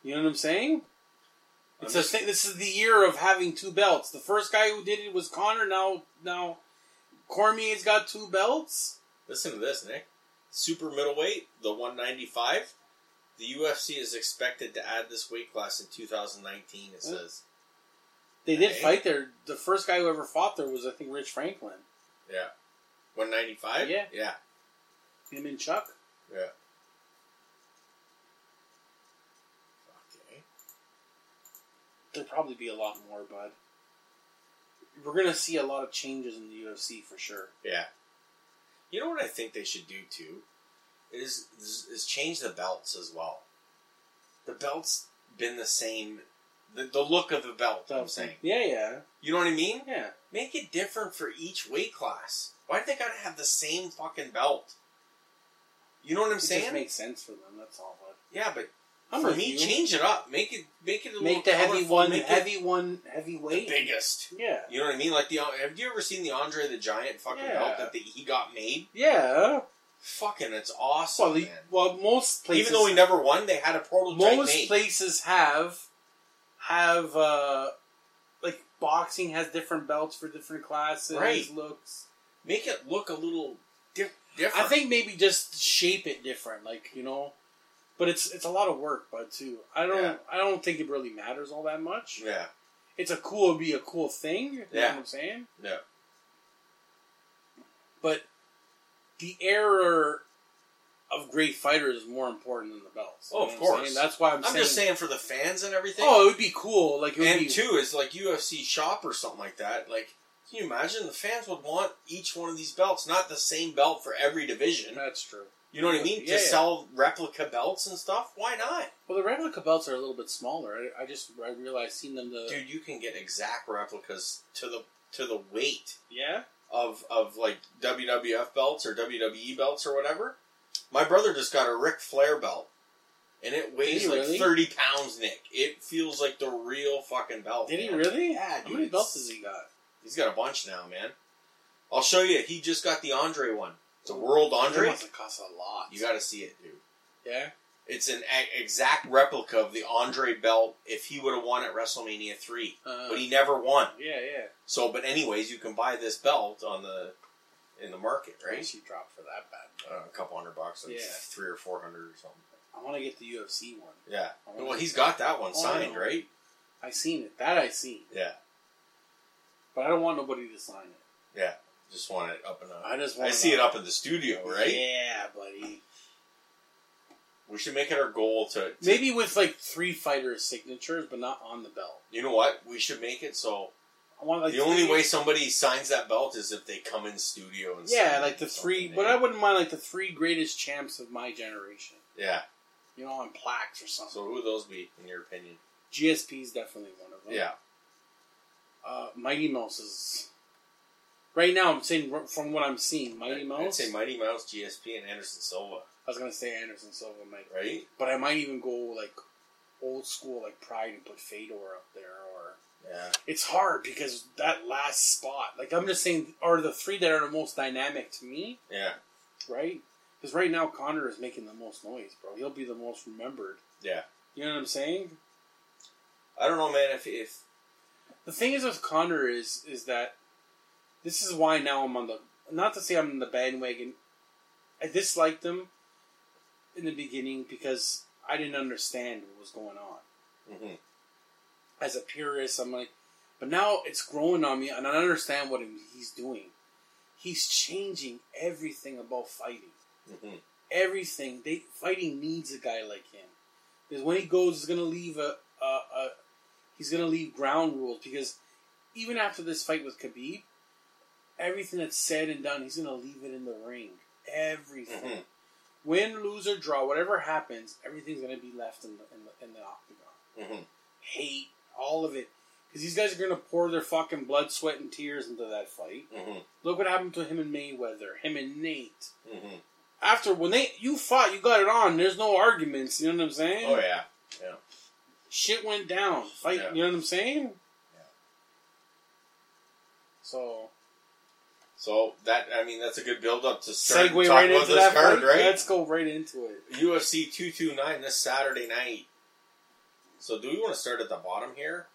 Speaker 3: You know what I'm saying? It's
Speaker 2: I'm
Speaker 3: a thing, this is the year of having two belts. The first guy who did it was Connor. Now now Cormier's got two belts.
Speaker 2: Listen to this, Nick. Super middleweight, the 195. The UFC is expected to add this weight class in 2019. It says.
Speaker 3: They did
Speaker 2: Hey.
Speaker 3: fight there. The first guy who ever fought there was I think Rich Franklin.
Speaker 2: Yeah. 195.
Speaker 3: Yeah.
Speaker 2: Yeah.
Speaker 3: Him and Chuck.
Speaker 2: Yeah. Okay.
Speaker 3: There'll probably be a lot more, bud. We're gonna see a lot of changes in the UFC for sure.
Speaker 2: Yeah. You know what I think they should do too is is, is change the belts as well. The belts been the same. The, the look of the belt. I'm saying.
Speaker 3: Yeah, yeah,
Speaker 2: You know what I mean?
Speaker 3: yeah.
Speaker 2: Make it different for each weight class. Why do they gotta have the same fucking belt? You know what I'm
Speaker 3: It
Speaker 2: saying?
Speaker 3: just makes sense for them. That's all. Bud.
Speaker 2: yeah, but
Speaker 3: I'm
Speaker 2: for
Speaker 3: with
Speaker 2: me,
Speaker 3: you.
Speaker 2: change it up. Make it make it a
Speaker 3: Make the
Speaker 2: little
Speaker 3: heavy
Speaker 2: colorful.
Speaker 3: one,
Speaker 2: Make it
Speaker 3: heavy one, heavyweight.
Speaker 2: the biggest.
Speaker 3: Yeah,
Speaker 2: You know what I mean? Like the have you ever seen the Andre the Giant fucking
Speaker 3: Yeah.
Speaker 2: belt that the, he got made?
Speaker 3: yeah.
Speaker 2: Fucking, it's awesome.
Speaker 3: Well, the,
Speaker 2: man.
Speaker 3: well, most places,
Speaker 2: Even though we never won, they had a prototype
Speaker 3: most
Speaker 2: made.
Speaker 3: places have have uh like boxing has different belts for different classes,
Speaker 2: Right.
Speaker 3: looks.
Speaker 2: Make it look a little diff-
Speaker 3: I
Speaker 2: different.
Speaker 3: think maybe just shape it different, like you know. But it's it's a lot of work, bud. Too. I don't
Speaker 2: Yeah.
Speaker 3: I don't think it really matters all that much.
Speaker 2: Yeah,
Speaker 3: It's a cool, it'd be a cool thing. You know
Speaker 2: Yeah.
Speaker 3: what I'm saying.
Speaker 2: Yeah.
Speaker 3: But the error of great fighters is more important than the belts.
Speaker 2: Oh, of
Speaker 3: You know what I'm
Speaker 2: course.
Speaker 3: saying? That's why I'm,
Speaker 2: I'm,
Speaker 3: saying,
Speaker 2: just saying for the fans and everything.
Speaker 3: Oh, it would be cool. Like it would
Speaker 2: and
Speaker 3: be
Speaker 2: two is like UFC shop or something like that. Like, can you imagine the fans would want each one of these belts, not the same belt for every division?
Speaker 3: That's true.
Speaker 2: You know what I mean?
Speaker 3: Yeah,
Speaker 2: to
Speaker 3: yeah.
Speaker 2: sell replica belts and stuff. Why not,
Speaker 3: Well, the replica belts are a little bit smaller. I, I just I realized seeing them the
Speaker 2: dude? You can get exact replicas to the to the weight
Speaker 3: yeah
Speaker 2: of of like WWF belts or WWE belts or whatever. My brother just got a Ric Flair belt, and it weighs
Speaker 3: he
Speaker 2: like
Speaker 3: really?
Speaker 2: thirty pounds, Nick. It feels like the real fucking belt.
Speaker 3: did he
Speaker 2: man.
Speaker 3: really
Speaker 2: Oh, Yeah,
Speaker 3: how
Speaker 2: dude,
Speaker 3: many
Speaker 2: it's-
Speaker 3: belts has he got
Speaker 2: He's got a bunch now, man. I'll show you. He just got the Andre one. It's a World Andre.
Speaker 3: That must have cost a lot.
Speaker 2: You got to see it, dude.
Speaker 3: yeah.
Speaker 2: It's an a- exact replica of the Andre belt if he would have won at WrestleMania three,
Speaker 3: Uh,
Speaker 2: but he never won.
Speaker 3: yeah, yeah.
Speaker 2: So, but anyways, you can buy this belt on the in the market, right?
Speaker 3: She dropped for that bad.
Speaker 2: Uh, a couple hundred bucks, like
Speaker 3: Yeah.
Speaker 2: three or four hundred or something.
Speaker 3: I want to get the UFC one.
Speaker 2: Yeah.
Speaker 3: I wanna
Speaker 2: Well,
Speaker 3: get
Speaker 2: he's
Speaker 3: that.
Speaker 2: got that one
Speaker 3: Oh, I
Speaker 2: signed,
Speaker 3: know.
Speaker 2: right?
Speaker 3: I seen it. That I seen,
Speaker 2: Yeah.
Speaker 3: but I don't want nobody to sign it.
Speaker 2: Just want it up and up.
Speaker 3: I just
Speaker 2: I
Speaker 3: want.
Speaker 2: see it up in the studio, right?
Speaker 3: Yeah, buddy.
Speaker 2: We should make it our goal to, to
Speaker 3: Maybe with like three fighters' signatures, but not on the belt.
Speaker 2: You know what? We should make it so
Speaker 3: I want like
Speaker 2: the only
Speaker 3: three-
Speaker 2: way somebody signs that belt is if they come in studio and
Speaker 3: Yeah,
Speaker 2: sign
Speaker 3: like the
Speaker 2: something,
Speaker 3: three.
Speaker 2: eh?
Speaker 3: But I wouldn't mind like the three greatest champs of my generation.
Speaker 2: yeah.
Speaker 3: You know, on plaques or something.
Speaker 2: So who would those be in your opinion?
Speaker 3: GSP is definitely one of them.
Speaker 2: Yeah,
Speaker 3: Uh, Mighty Mouse is. Right now, I'm saying from what I'm seeing, Mighty
Speaker 2: I'd-
Speaker 3: Mouse.
Speaker 2: I'd say Mighty Mouse, GSP, and Anderson Silva.
Speaker 3: I was gonna say Anderson Silva might,
Speaker 2: Right?
Speaker 3: but I might even go like old school, like Pride, and put Fedor up there. Or
Speaker 2: Yeah.
Speaker 3: it's hard because that last spot, like I'm just saying, are the three that are the most dynamic to me,
Speaker 2: Yeah.
Speaker 3: right? Because right now Connor is making the most noise, bro. He'll be the most remembered.
Speaker 2: Yeah.
Speaker 3: You know what I'm saying?
Speaker 2: I don't know, man. If if
Speaker 3: The thing is with Connor is is that this is why now I'm on the not to say I'm in the bandwagon. I disliked him in the beginning because I didn't understand what was going on.
Speaker 2: mhm.
Speaker 3: As a purist, I'm like, but now it's growing on me, and I understand what he's doing. He's changing everything about fighting.
Speaker 2: Mhm.
Speaker 3: Everything they fighting needs a guy like him because when he goes, he's gonna leave a, a, a he's gonna leave ground rules because even after this fight with Khabib, everything that's said and done, he's gonna leave it in the ring. Everything,
Speaker 2: Mhm.
Speaker 3: win, lose or draw, whatever happens, everything's gonna be left in the in the, in the octagon.
Speaker 2: Mhm.
Speaker 3: Hate all of it because these guys are gonna pour their fucking blood, sweat, and tears into that fight.
Speaker 2: Mhm.
Speaker 3: Look what happened to him and Mayweather, him and Nate.
Speaker 2: Mhm.
Speaker 3: After when they you fought, you got it on. There's no arguments. You know what I'm saying?
Speaker 2: oh yeah,
Speaker 3: shit went down. Fight,
Speaker 2: Yeah.
Speaker 3: you know what I'm saying?
Speaker 2: Yeah.
Speaker 3: So
Speaker 2: so that I mean that's a good build up to start
Speaker 3: segue
Speaker 2: and talk
Speaker 3: right
Speaker 2: about
Speaker 3: into
Speaker 2: this
Speaker 3: that
Speaker 2: card,
Speaker 3: fight.
Speaker 2: right?
Speaker 3: Let's go right into it.
Speaker 2: UFC two two nine this Saturday night. So do we want to start at the bottom here?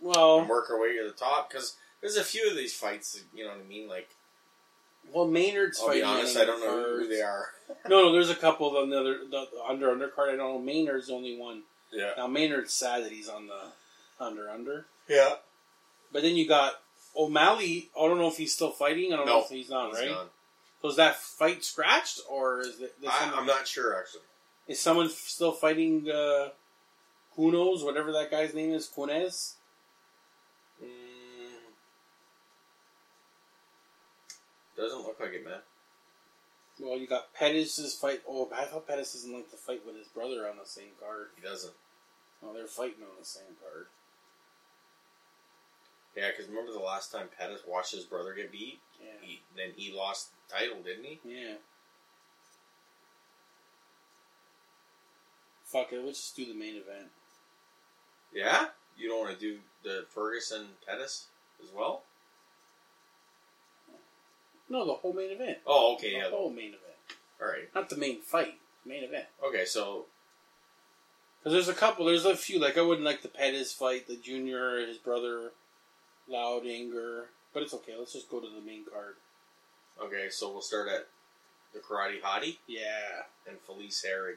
Speaker 2: and
Speaker 3: Well,
Speaker 2: work our way to the top because there's a few of these fights. You know what I mean? Like,
Speaker 3: well, Maynard's
Speaker 2: I'll
Speaker 3: fighting.
Speaker 2: be honest, I don't know who they are.
Speaker 3: No, no, there's a couple of the other the under undercard. I don't know. Maynard's the only one.
Speaker 2: Yeah,
Speaker 3: Now Maynard's sad that he's on the under under.
Speaker 2: yeah.
Speaker 3: But then you got O'Malley. I don't know if he's still fighting. I don't know
Speaker 2: No,
Speaker 3: if he's not.
Speaker 2: He's
Speaker 3: right?
Speaker 2: gone.
Speaker 3: So is that fight scratched or is it? there's
Speaker 2: I,
Speaker 3: some-
Speaker 2: I'm not sure actually.
Speaker 3: Is someone f- still fighting uh, Kunos, whatever that guy's name is, Kunez?
Speaker 2: Mm, doesn't look like it, man.
Speaker 3: Well, you got Pettis' fight. Oh, I thought Pettis doesn't like to fight with his brother on the same card.
Speaker 2: He doesn't.
Speaker 3: No, they're fighting on the same card.
Speaker 2: Yeah, because remember the last time Pettis watched his brother get beat,
Speaker 3: Yeah.
Speaker 2: he, then he lost the title, didn't he?
Speaker 3: Yeah. Fuck it, let's just do the main event.
Speaker 2: Yeah. You don't want to do the Ferguson Pettis as well?
Speaker 3: No, the whole main event.
Speaker 2: Oh, okay. Yeah.
Speaker 3: The
Speaker 2: All
Speaker 3: whole main event.
Speaker 2: right.
Speaker 3: Not the main fight, main event.
Speaker 2: Okay. So
Speaker 3: Because there's a couple, there's a few. Like, I wouldn't like the Pettis fight, the junior, his brother, Loud Anger. But it's okay, let's just go to the main card.
Speaker 2: okay. So we'll start at the Karate Hottie.
Speaker 3: Yeah.
Speaker 2: and Felice Herrig.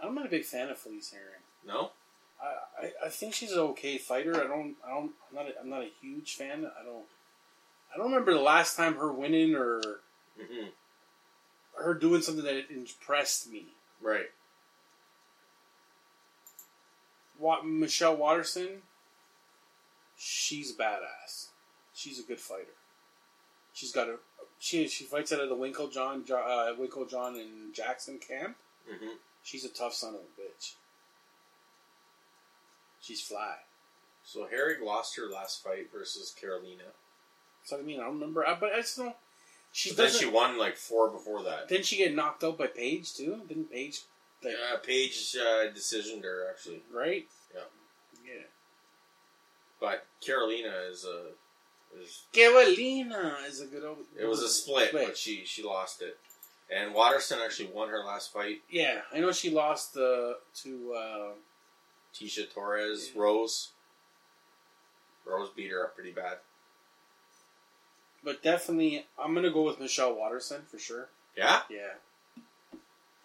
Speaker 3: I'm not a big fan of Felice Herring.
Speaker 2: No?
Speaker 3: I, I, I think she's an okay fighter. I don't I don't I'm not a, I'm not a huge fan. I don't I don't remember the last time her winning or
Speaker 2: Mm-hmm.
Speaker 3: her doing something that impressed me.
Speaker 2: Right.
Speaker 3: Wa- Michelle Watterson, she's badass. She's a good fighter. She's got a she she fights out of the Winkle John Jo- uh, Winkle John and Jackson camp.
Speaker 2: Mm-hmm.
Speaker 3: She's a tough son of a bitch. She's fly.
Speaker 2: So Herrig lost her last fight versus Carolina.
Speaker 3: So I mean, I don't remember, I, but I just don't. She
Speaker 2: But then
Speaker 3: doesn't.
Speaker 2: she won like four before that.
Speaker 3: Didn't she get knocked out by Paige too? Didn't Paige like
Speaker 2: Uh, Paige uh, decisioned her actually,
Speaker 3: right?
Speaker 2: Yeah.
Speaker 3: Yeah.
Speaker 2: but Carolina is a. Is,
Speaker 3: Carolina is a good old.
Speaker 2: it was a split,
Speaker 3: Mm-hmm. Split.
Speaker 2: but she she lost it. And Waterston actually won her last fight.
Speaker 3: Yeah, I know she lost uh, to uh,
Speaker 2: Tisha Torres,
Speaker 3: Yeah.
Speaker 2: Rose. Rose beat her up pretty bad.
Speaker 3: But definitely, I'm gonna go with Michelle Watterson for sure.
Speaker 2: Yeah?
Speaker 3: Yeah,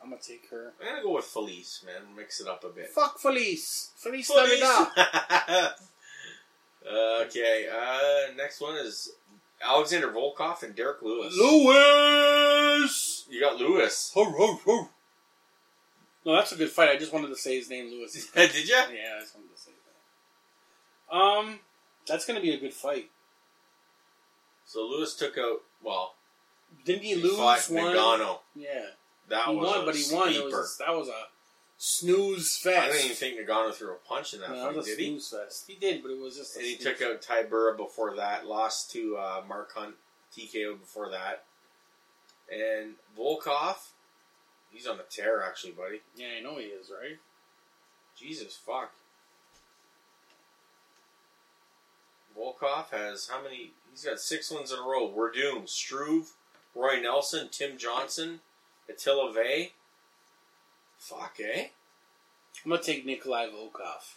Speaker 3: I'm gonna take her.
Speaker 2: I'm gonna go with Felice, man. Mix it up a bit.
Speaker 3: Fuck Felice. Felice,
Speaker 2: Felice!
Speaker 3: Navidad.
Speaker 2: okay, uh, next one is Alexander Volkov and Derek Lewis.
Speaker 3: Lewis.
Speaker 2: You got Lewis.
Speaker 3: Ho, ho, ho. No, that's a good fight. I just wanted to say his name, Lewis.
Speaker 2: Did you?
Speaker 3: yeah, I just wanted to say that. Um, that's gonna be a good fight.
Speaker 2: So Lewis took out, well,
Speaker 3: Didn't he,
Speaker 2: he
Speaker 3: lose
Speaker 2: fought
Speaker 3: one?
Speaker 2: Nagano.
Speaker 3: Yeah,
Speaker 2: That
Speaker 3: he
Speaker 2: was
Speaker 3: won,
Speaker 2: a
Speaker 3: but he won. It
Speaker 2: sleeper.
Speaker 3: was, that was a snooze fest.
Speaker 2: I don't even think Nagano threw a punch in that
Speaker 3: No, that
Speaker 2: fight,
Speaker 3: was a
Speaker 2: did he?
Speaker 3: snooze fest. He did, but it was just. A
Speaker 2: And he
Speaker 3: snooze
Speaker 2: took out Ty Burra before that, lost to uh, Mark Hunt TKO before that. And Volkov, he's on the tear actually, buddy.
Speaker 3: Yeah, I know he is, right?
Speaker 2: Jesus fuck. Volkov has how many? He's got six wins in a row. We're doomed. Struve, Roy Nelson, Tim Johnson, Attila Vey. Fuck, eh?
Speaker 3: I'm gonna take Nikolai Volkov.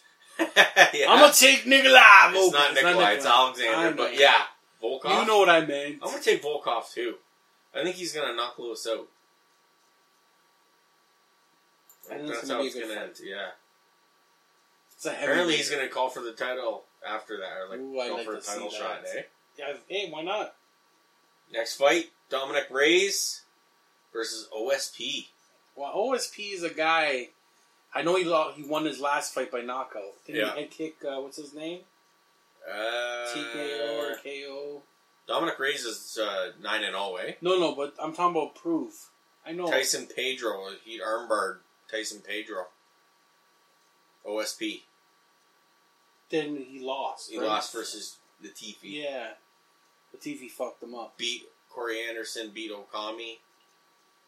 Speaker 2: Yeah.
Speaker 3: I'm gonna take Nikolai Volkov.
Speaker 2: It's not Nikolai, it's Alexander.
Speaker 3: I'm
Speaker 2: But
Speaker 3: like-
Speaker 2: yeah, Volkov.
Speaker 3: You know what I meant.
Speaker 2: I'm gonna take Volkov too. I think he's gonna knock Lewis out.
Speaker 3: I think
Speaker 2: That's
Speaker 3: it's gonna
Speaker 2: how
Speaker 3: be a
Speaker 2: it's
Speaker 3: good
Speaker 2: gonna
Speaker 3: fight.
Speaker 2: end. Yeah.
Speaker 3: It's a heavy
Speaker 2: Apparently, he's
Speaker 3: weight.
Speaker 2: gonna call for the title after that, or like
Speaker 3: Ooh, I'd
Speaker 2: go
Speaker 3: like
Speaker 2: for a
Speaker 3: to see
Speaker 2: title
Speaker 3: that.
Speaker 2: shot. Eh?
Speaker 3: Yeah, hey, why not?
Speaker 2: Next fight: Dominic Reyes versus OSP.
Speaker 3: Well, OSP is a guy. I know he lost, he won his last fight by knockout. Didn't
Speaker 2: Yeah.
Speaker 3: he head kick? Uh, what's his name?
Speaker 2: Uh,
Speaker 3: TKO or KO?
Speaker 2: Dominic Reyes is uh, nine and zero. Eh?
Speaker 3: No, no, but I'm talking about proof. I know.
Speaker 2: Tyson Pedro. He armbarred Tyson Pedro. OSP.
Speaker 3: Then he lost.
Speaker 2: He
Speaker 3: right?
Speaker 2: lost versus the TV.
Speaker 3: Yeah, the TV fucked him up.
Speaker 2: Beat Corey Anderson. Beat Okami.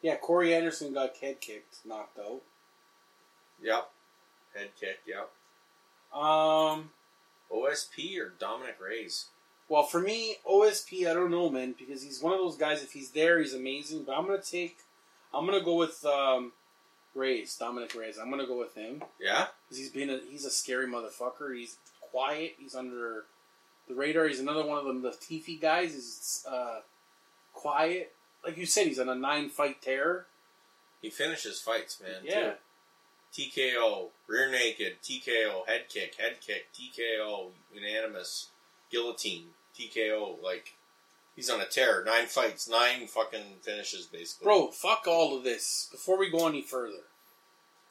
Speaker 3: Yeah, Corey Anderson got head kicked, knocked out.
Speaker 2: Yep. Head kick. Yep.
Speaker 3: Um,
Speaker 2: OSP or Dominic Reyes?
Speaker 3: well, for me, OSP, I don't know, man, because he's one of those guys. If he's there, he's amazing. But I'm gonna take, I'm gonna go with um, Reyes, Dominic Reyes. I'm gonna go with him
Speaker 2: Yeah.
Speaker 3: because he's been a he's a scary motherfucker. He's quiet. He's under the radar. He's another one of them. The Tifi guys is uh, quiet. Like you said, he's on a nine fight tear.
Speaker 2: He finishes fights, man.
Speaker 3: yeah,
Speaker 2: Too. TKO, rear naked, TKO, head kick, head kick, TKO, unanimous, guillotine, TKO. Like he's on a tear. Nine fights, nine fucking finishes, basically.
Speaker 3: bro, fuck all of this. Before we go any further,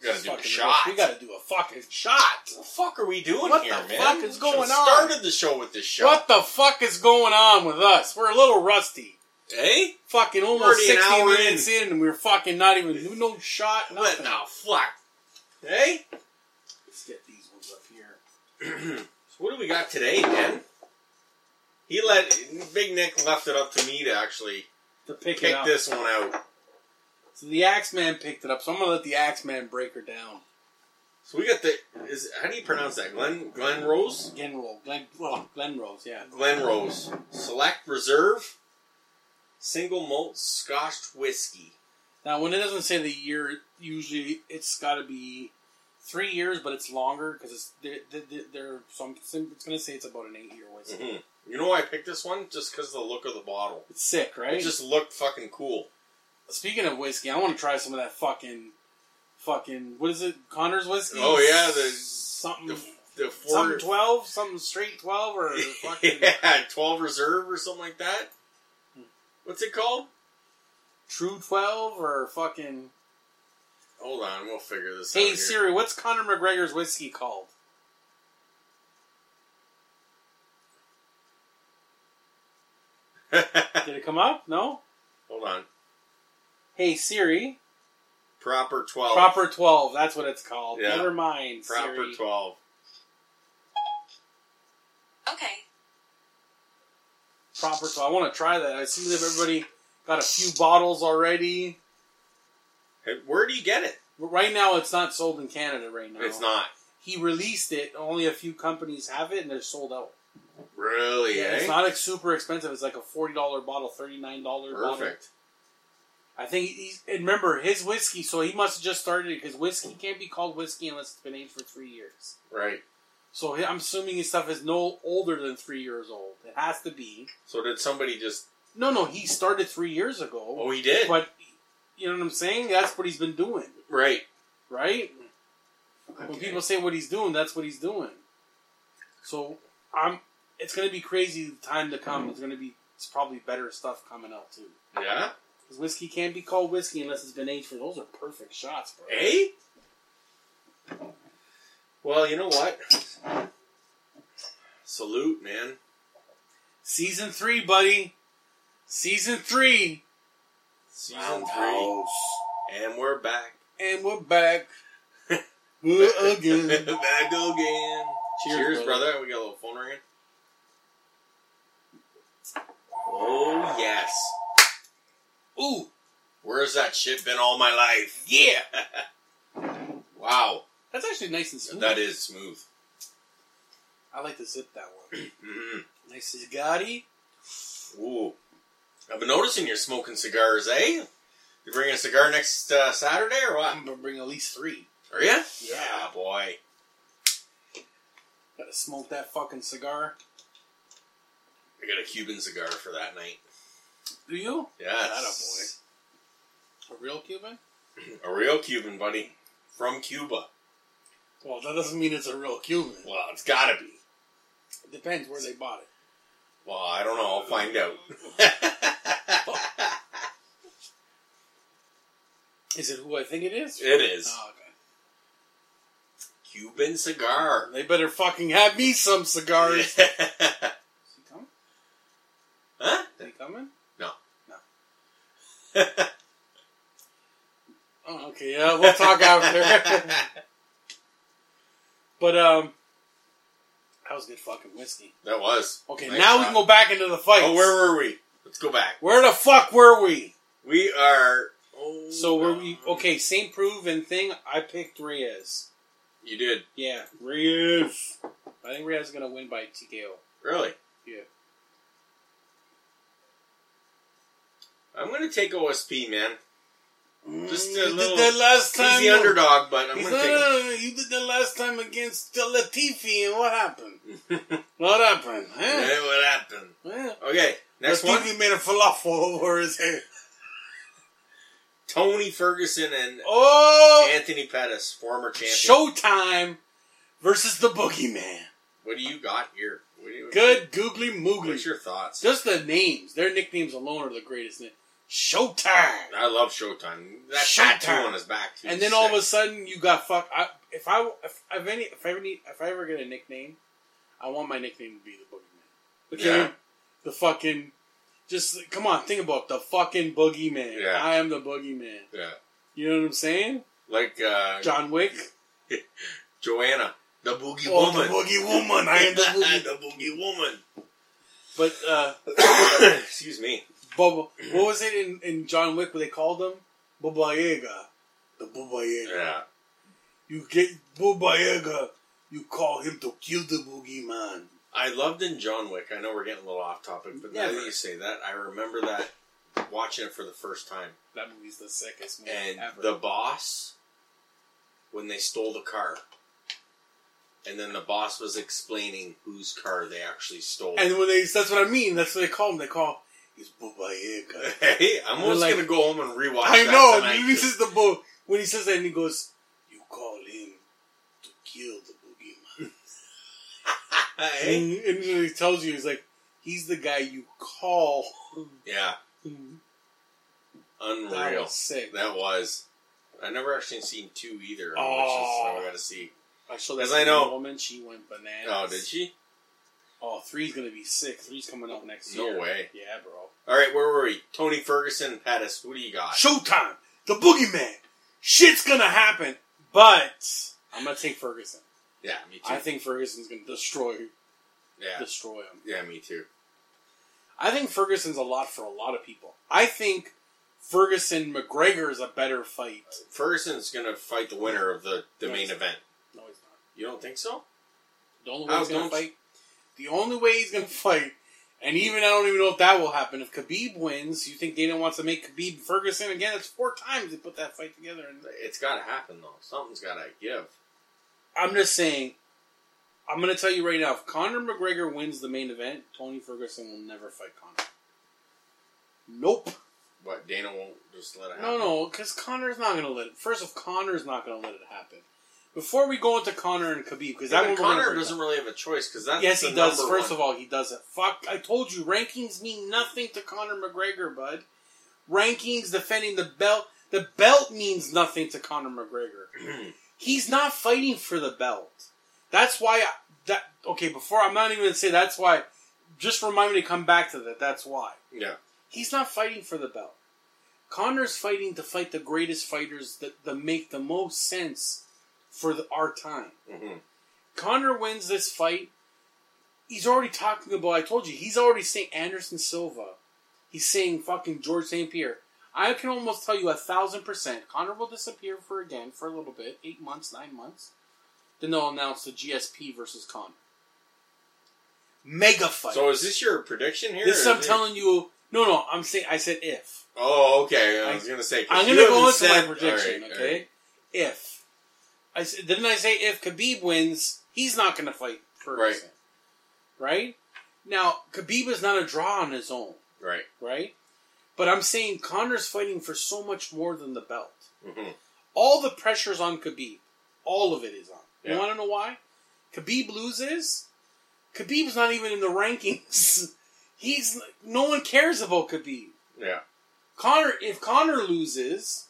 Speaker 2: we gotta do a
Speaker 3: fucking-
Speaker 2: shot.
Speaker 3: We gotta do a fucking shot.
Speaker 2: What the fuck are we doing
Speaker 3: What
Speaker 2: here,
Speaker 3: the
Speaker 2: man?
Speaker 3: fuck is going
Speaker 2: Should've
Speaker 3: on?
Speaker 2: Started the show with this shot.
Speaker 3: What the fuck is going on with us? We're a little rusty.
Speaker 2: Hey.
Speaker 3: Fucking almost
Speaker 2: Already an
Speaker 3: 60
Speaker 2: hour
Speaker 3: minutes in. and we're fucking not even no shot.
Speaker 2: What
Speaker 3: Nothing.
Speaker 2: the fuck? Hey.
Speaker 3: Let's get these ones up here.
Speaker 2: so what do we got today, man? He let Big Nick left it up to me to actually
Speaker 3: To pick, it
Speaker 2: pick
Speaker 3: up.
Speaker 2: this one out.
Speaker 3: So the Axeman picked it up. So I'm gonna let the Axeman break her down.
Speaker 2: So we got the is how do you pronounce that? Glen Glen Rose?
Speaker 3: Glen Roll, Glen, well, Glen Rose, yeah.
Speaker 2: Glen Rose. Select Reserve Single Malt Scotch Whiskey.
Speaker 3: Now when it doesn't say the year, usually it's got to be three years, but it's longer because it's they're, they're, they're so I'm, it's gonna say it's about an eight year whiskey.
Speaker 2: Mhm. You know why I picked this one? Just because of the look of the bottle.
Speaker 3: It's sick, right?
Speaker 2: It just looked fucking cool.
Speaker 3: Speaking of whiskey, I want to try some of that fucking, fucking what is it? Connor's whiskey.
Speaker 2: Oh, yeah, the-
Speaker 3: something,
Speaker 2: The, the four
Speaker 3: something twelve, something straight twelve or fucking Hmm.
Speaker 2: yeah, twelve reserve or something like that. What's it called?
Speaker 3: true twelve or fucking.
Speaker 2: Hold on, we'll figure this out.
Speaker 3: Hey
Speaker 2: here.
Speaker 3: Siri, what's Connor McGregor's whiskey called?
Speaker 2: Hold
Speaker 3: Did it come up? No.
Speaker 2: on.
Speaker 3: Hey Siri,
Speaker 2: Proper 12.
Speaker 3: proper twelve. That's what it's called.
Speaker 2: Yeah.
Speaker 3: Never mind.
Speaker 2: Proper
Speaker 3: Siri.
Speaker 2: 12.
Speaker 4: Okay.
Speaker 3: Proper twelve. I want to try that. I see that everybody got a few bottles already.
Speaker 2: Hey, Where do you get it?
Speaker 3: But right now, it's not sold in Canada. Right now,
Speaker 2: It's not.
Speaker 3: he released it. Only a few companies have it, and they're sold out.
Speaker 2: Really, eh?
Speaker 3: it's not like super expensive. It's like a forty dollar bottle, thirty nine dollar bottle.
Speaker 2: Perfect.
Speaker 3: I think he's, and remember his whiskey, so he must have just started it because whiskey can't be called whiskey unless it's been aged for three years.
Speaker 2: Right.
Speaker 3: So he- I'm assuming his stuff is no older than three years old. It has to be.
Speaker 2: So did somebody just?
Speaker 3: No, no, he started three years ago,
Speaker 2: Oh, he did.
Speaker 3: but you know what I'm saying? That's what he's been doing,
Speaker 2: Right.
Speaker 3: right? When
Speaker 2: Okay.
Speaker 3: people say what he's doing, that's what he's doing. So I'm. It's gonna be crazy time to come. It's gonna be. It's probably better stuff coming out too.
Speaker 2: Yeah.
Speaker 3: Because whiskey can't be called whiskey unless it's been aged for. Those are perfect shots, bro.
Speaker 2: Eh? Well, you know what? Salute, man.
Speaker 3: Season three, buddy. Season three.
Speaker 2: Season three, and we're back.
Speaker 3: And we're back. We're
Speaker 2: back
Speaker 3: again.
Speaker 2: again. Cheers,
Speaker 3: Cheers,
Speaker 2: brother.
Speaker 3: brother.
Speaker 2: We got a little phone ringing. Oh yes.
Speaker 3: Ooh,
Speaker 2: Where's that shit been all my life? Yeah. wow,
Speaker 3: that's actually nice and smooth.
Speaker 2: that is smooth.
Speaker 3: I like to zip that one.
Speaker 2: hmm
Speaker 3: nice cigarri.
Speaker 2: Ooh, I've been noticing you're smoking cigars, eh? You bringing a cigar next uh, Saturday or what?
Speaker 3: I'm gonna bring at least three.
Speaker 2: Are you?
Speaker 3: Yeah.
Speaker 2: boy.
Speaker 3: Gotta smoke that fucking cigar.
Speaker 2: I got a Cuban cigar for that night.
Speaker 3: Do you?
Speaker 2: Yes.
Speaker 3: A real Cuban?
Speaker 2: A real Cuban, buddy. From Cuba.
Speaker 3: Well, that doesn't mean it's a real Cuban.
Speaker 2: Well, it's gotta be.
Speaker 3: Depends where they bought it.
Speaker 2: Well, I don't know. I'll find out.
Speaker 3: Is it who I think it is?
Speaker 2: it is.
Speaker 3: Oh, okay.
Speaker 2: Cuban cigar.
Speaker 3: They better fucking have me some cigars. Is
Speaker 2: huh?
Speaker 3: he coming? Is he coming? Oh, okay. Yeah, we'll talk after. But um, that was good fucking whiskey.
Speaker 2: that was.
Speaker 3: Okay,
Speaker 2: Nice
Speaker 3: now we
Speaker 2: shot.
Speaker 3: can go back into the fight.
Speaker 2: Oh, where were we? Let's go back.
Speaker 3: Where the fuck were we?
Speaker 2: We are. Oh,
Speaker 3: So were we?
Speaker 2: God.
Speaker 3: Okay, Saint Proven thing. I picked Reyes.
Speaker 2: You did.
Speaker 3: Yeah, Reyes. I think Reyes is gonna win by TKO.
Speaker 2: Really?
Speaker 3: Yeah.
Speaker 2: I'm going to take OSP, man. Just a
Speaker 3: Mm, you
Speaker 2: little-
Speaker 3: did that last
Speaker 2: He's
Speaker 3: time.
Speaker 2: the underdog, but I'm
Speaker 3: He's
Speaker 2: going
Speaker 3: not-
Speaker 2: to
Speaker 3: "Uh, you did that last time against Latifi, and what happened?
Speaker 2: take him.
Speaker 3: What happened?
Speaker 2: Yeah,
Speaker 3: Huh?
Speaker 2: what happened?
Speaker 3: Yeah.
Speaker 2: Okay, next one.
Speaker 3: Latifi made a falafel over his head.
Speaker 2: Tony Ferguson and
Speaker 3: Oh,
Speaker 2: Anthony Pettis, former champion.
Speaker 3: Showtime versus the Boogeyman.
Speaker 2: What do you got here? What do you,
Speaker 3: Good googly moogly.
Speaker 2: What's your thoughts?
Speaker 3: Just the names. Their nicknames alone are the greatest. Name. Showtime.
Speaker 2: I love Showtime. That
Speaker 3: Showtime.
Speaker 2: tattoo on his back. Too
Speaker 3: And then all of a sudden you got fuck. I, if I if I've any if I ever need, if I ever get a nickname, I want my nickname to be the boogeyman. Okay.
Speaker 2: Yeah.
Speaker 3: The fucking. Just come on, think about the fucking boogeyman.
Speaker 2: Yeah.
Speaker 3: I am the boogeyman.
Speaker 2: yeah,
Speaker 3: You know what I'm saying?
Speaker 2: like uh,
Speaker 3: John Wick.
Speaker 2: Joanna, the boogie
Speaker 3: Oh, the
Speaker 2: woman.
Speaker 3: boogie woman. I am the boogie.
Speaker 2: the boogie woman.
Speaker 3: But uh,
Speaker 2: Excuse me.
Speaker 3: Bubba, what was it in, in John Wick? What they called him? Bubba Yaga. The Bubba Yaga.
Speaker 2: Yeah,
Speaker 3: You get Bubba Yaga. You call him to kill the boogeyman.
Speaker 2: I loved in John Wick. I know we're getting a little off topic, but now
Speaker 3: Never.
Speaker 2: that you say that, I remember that watching it for the first time.
Speaker 3: That movie's the sickest movie
Speaker 2: and
Speaker 3: ever.
Speaker 2: the boss when they stole the car. And then the boss was explaining whose car they actually stole.
Speaker 3: and when they, that's what I mean. That's what they call him. They call it's Bubba Yaga.
Speaker 2: hey, I'm almost
Speaker 3: They're like-
Speaker 2: gonna go home and rewatch.
Speaker 3: I
Speaker 2: that
Speaker 3: know.
Speaker 2: tonight.
Speaker 3: and This is the bo- when he says that, and he goes, "You call him to kill the boogeyman."
Speaker 2: Hey?
Speaker 3: and, and he tells you, he's like, "He's the guy you call."
Speaker 2: yeah,
Speaker 3: That
Speaker 2: unreal.
Speaker 3: was sick.
Speaker 2: That was. I never actually seen two either,
Speaker 3: Oh.
Speaker 2: which is I gotta see.
Speaker 3: I showed
Speaker 2: As
Speaker 3: that
Speaker 2: I
Speaker 3: I
Speaker 2: know-
Speaker 3: know. woman. She went bananas.
Speaker 2: Oh, did she?
Speaker 3: Oh, three's gonna be sick. Three's coming up next
Speaker 2: No
Speaker 3: year.
Speaker 2: way.
Speaker 3: Yeah, bro.
Speaker 2: All right, where were we? Tony Ferguson, Pettis. What do you got?
Speaker 3: Showtime. The boogeyman. Shit's gonna happen. But I'm gonna take Ferguson.
Speaker 2: Yeah, me too.
Speaker 3: I think Ferguson's gonna destroy
Speaker 2: yeah,
Speaker 3: destroy him.
Speaker 2: yeah, me too.
Speaker 3: I think Ferguson's a lot for a lot of people. I think Ferguson McGregor is a better fight.
Speaker 2: Ferguson's gonna fight the winner of the, the main event.
Speaker 3: No, he's not.
Speaker 2: You don't think so?
Speaker 3: The only way he's
Speaker 2: How
Speaker 3: gonna
Speaker 2: don't you-
Speaker 3: fight. The only way he's gonna fight And even I don't even know if that will happen. If Khabib wins, you think Dana wants to make Khabib Ferguson again? It's four times they put that fight together. And
Speaker 2: It's got to happen though. Something's got to give.
Speaker 3: I'm just saying, I'm going to tell you right now: if Conor McGregor wins the main event, Tony Ferguson will never fight Conor. Nope.
Speaker 2: But Dana won't just let it happen.
Speaker 3: No, no, because Connor's not going to let. It, first of, Connor's not going to let it happen. Before we go into Connor and Khabib, because
Speaker 2: Yeah,
Speaker 3: that
Speaker 2: but
Speaker 3: one we're gonna
Speaker 2: Connor
Speaker 3: break
Speaker 2: doesn't
Speaker 3: down.
Speaker 2: really have a choice because that's
Speaker 3: Yes,
Speaker 2: the
Speaker 3: he does.
Speaker 2: number
Speaker 3: First
Speaker 2: one.
Speaker 3: of all, he doesn't. Fuck, I told you, rankings mean nothing to Conor McGregor, bud. Rankings defending the belt. The belt means nothing to Conor McGregor. He's not fighting for the belt. That's why I, that okay, before I'm not even going to say that's why just remind me to come back to that. That's why.
Speaker 2: yeah,
Speaker 3: He's not fighting for the belt. Connor's fighting to fight the greatest fighters that, that make the most sense for the, our time.
Speaker 2: Mhm.
Speaker 3: Connor wins this fight. He's already talking about. I told you, he's already saying Anderson Silva. He's saying fucking George St. Pierre. I can almost tell you a thousand percent. Connor will disappear for again for a little bit, eight months, nine months. Then they'll announce the GSP versus Connor. Mega fight.
Speaker 2: So is this your prediction here?
Speaker 3: This is
Speaker 2: or
Speaker 3: I'm
Speaker 2: is it-
Speaker 3: telling you. No, no, I'm saying I said if.
Speaker 2: Oh, okay. I
Speaker 3: I-
Speaker 2: was gonna say. 'cause
Speaker 3: I'm
Speaker 2: you
Speaker 3: gonna go
Speaker 2: haven't
Speaker 3: into my
Speaker 2: said-
Speaker 3: prediction.
Speaker 2: all right, all
Speaker 3: okay,
Speaker 2: right.
Speaker 3: if I s- didn't I say if Khabib wins, he's not gonna fight Ferguson, right? Right now, Khabib is not a draw on his own,
Speaker 2: Right.
Speaker 3: right? But I'm saying Connor's fighting for so much more than the belt.
Speaker 2: Mhm.
Speaker 3: All the pressure's on Khabib. All of it is on.
Speaker 2: Yeah.
Speaker 3: You want to know why? Khabib loses. Khabib's not even in the rankings. He's no one cares about Khabib.
Speaker 2: Yeah.
Speaker 3: Connor, if Connor loses,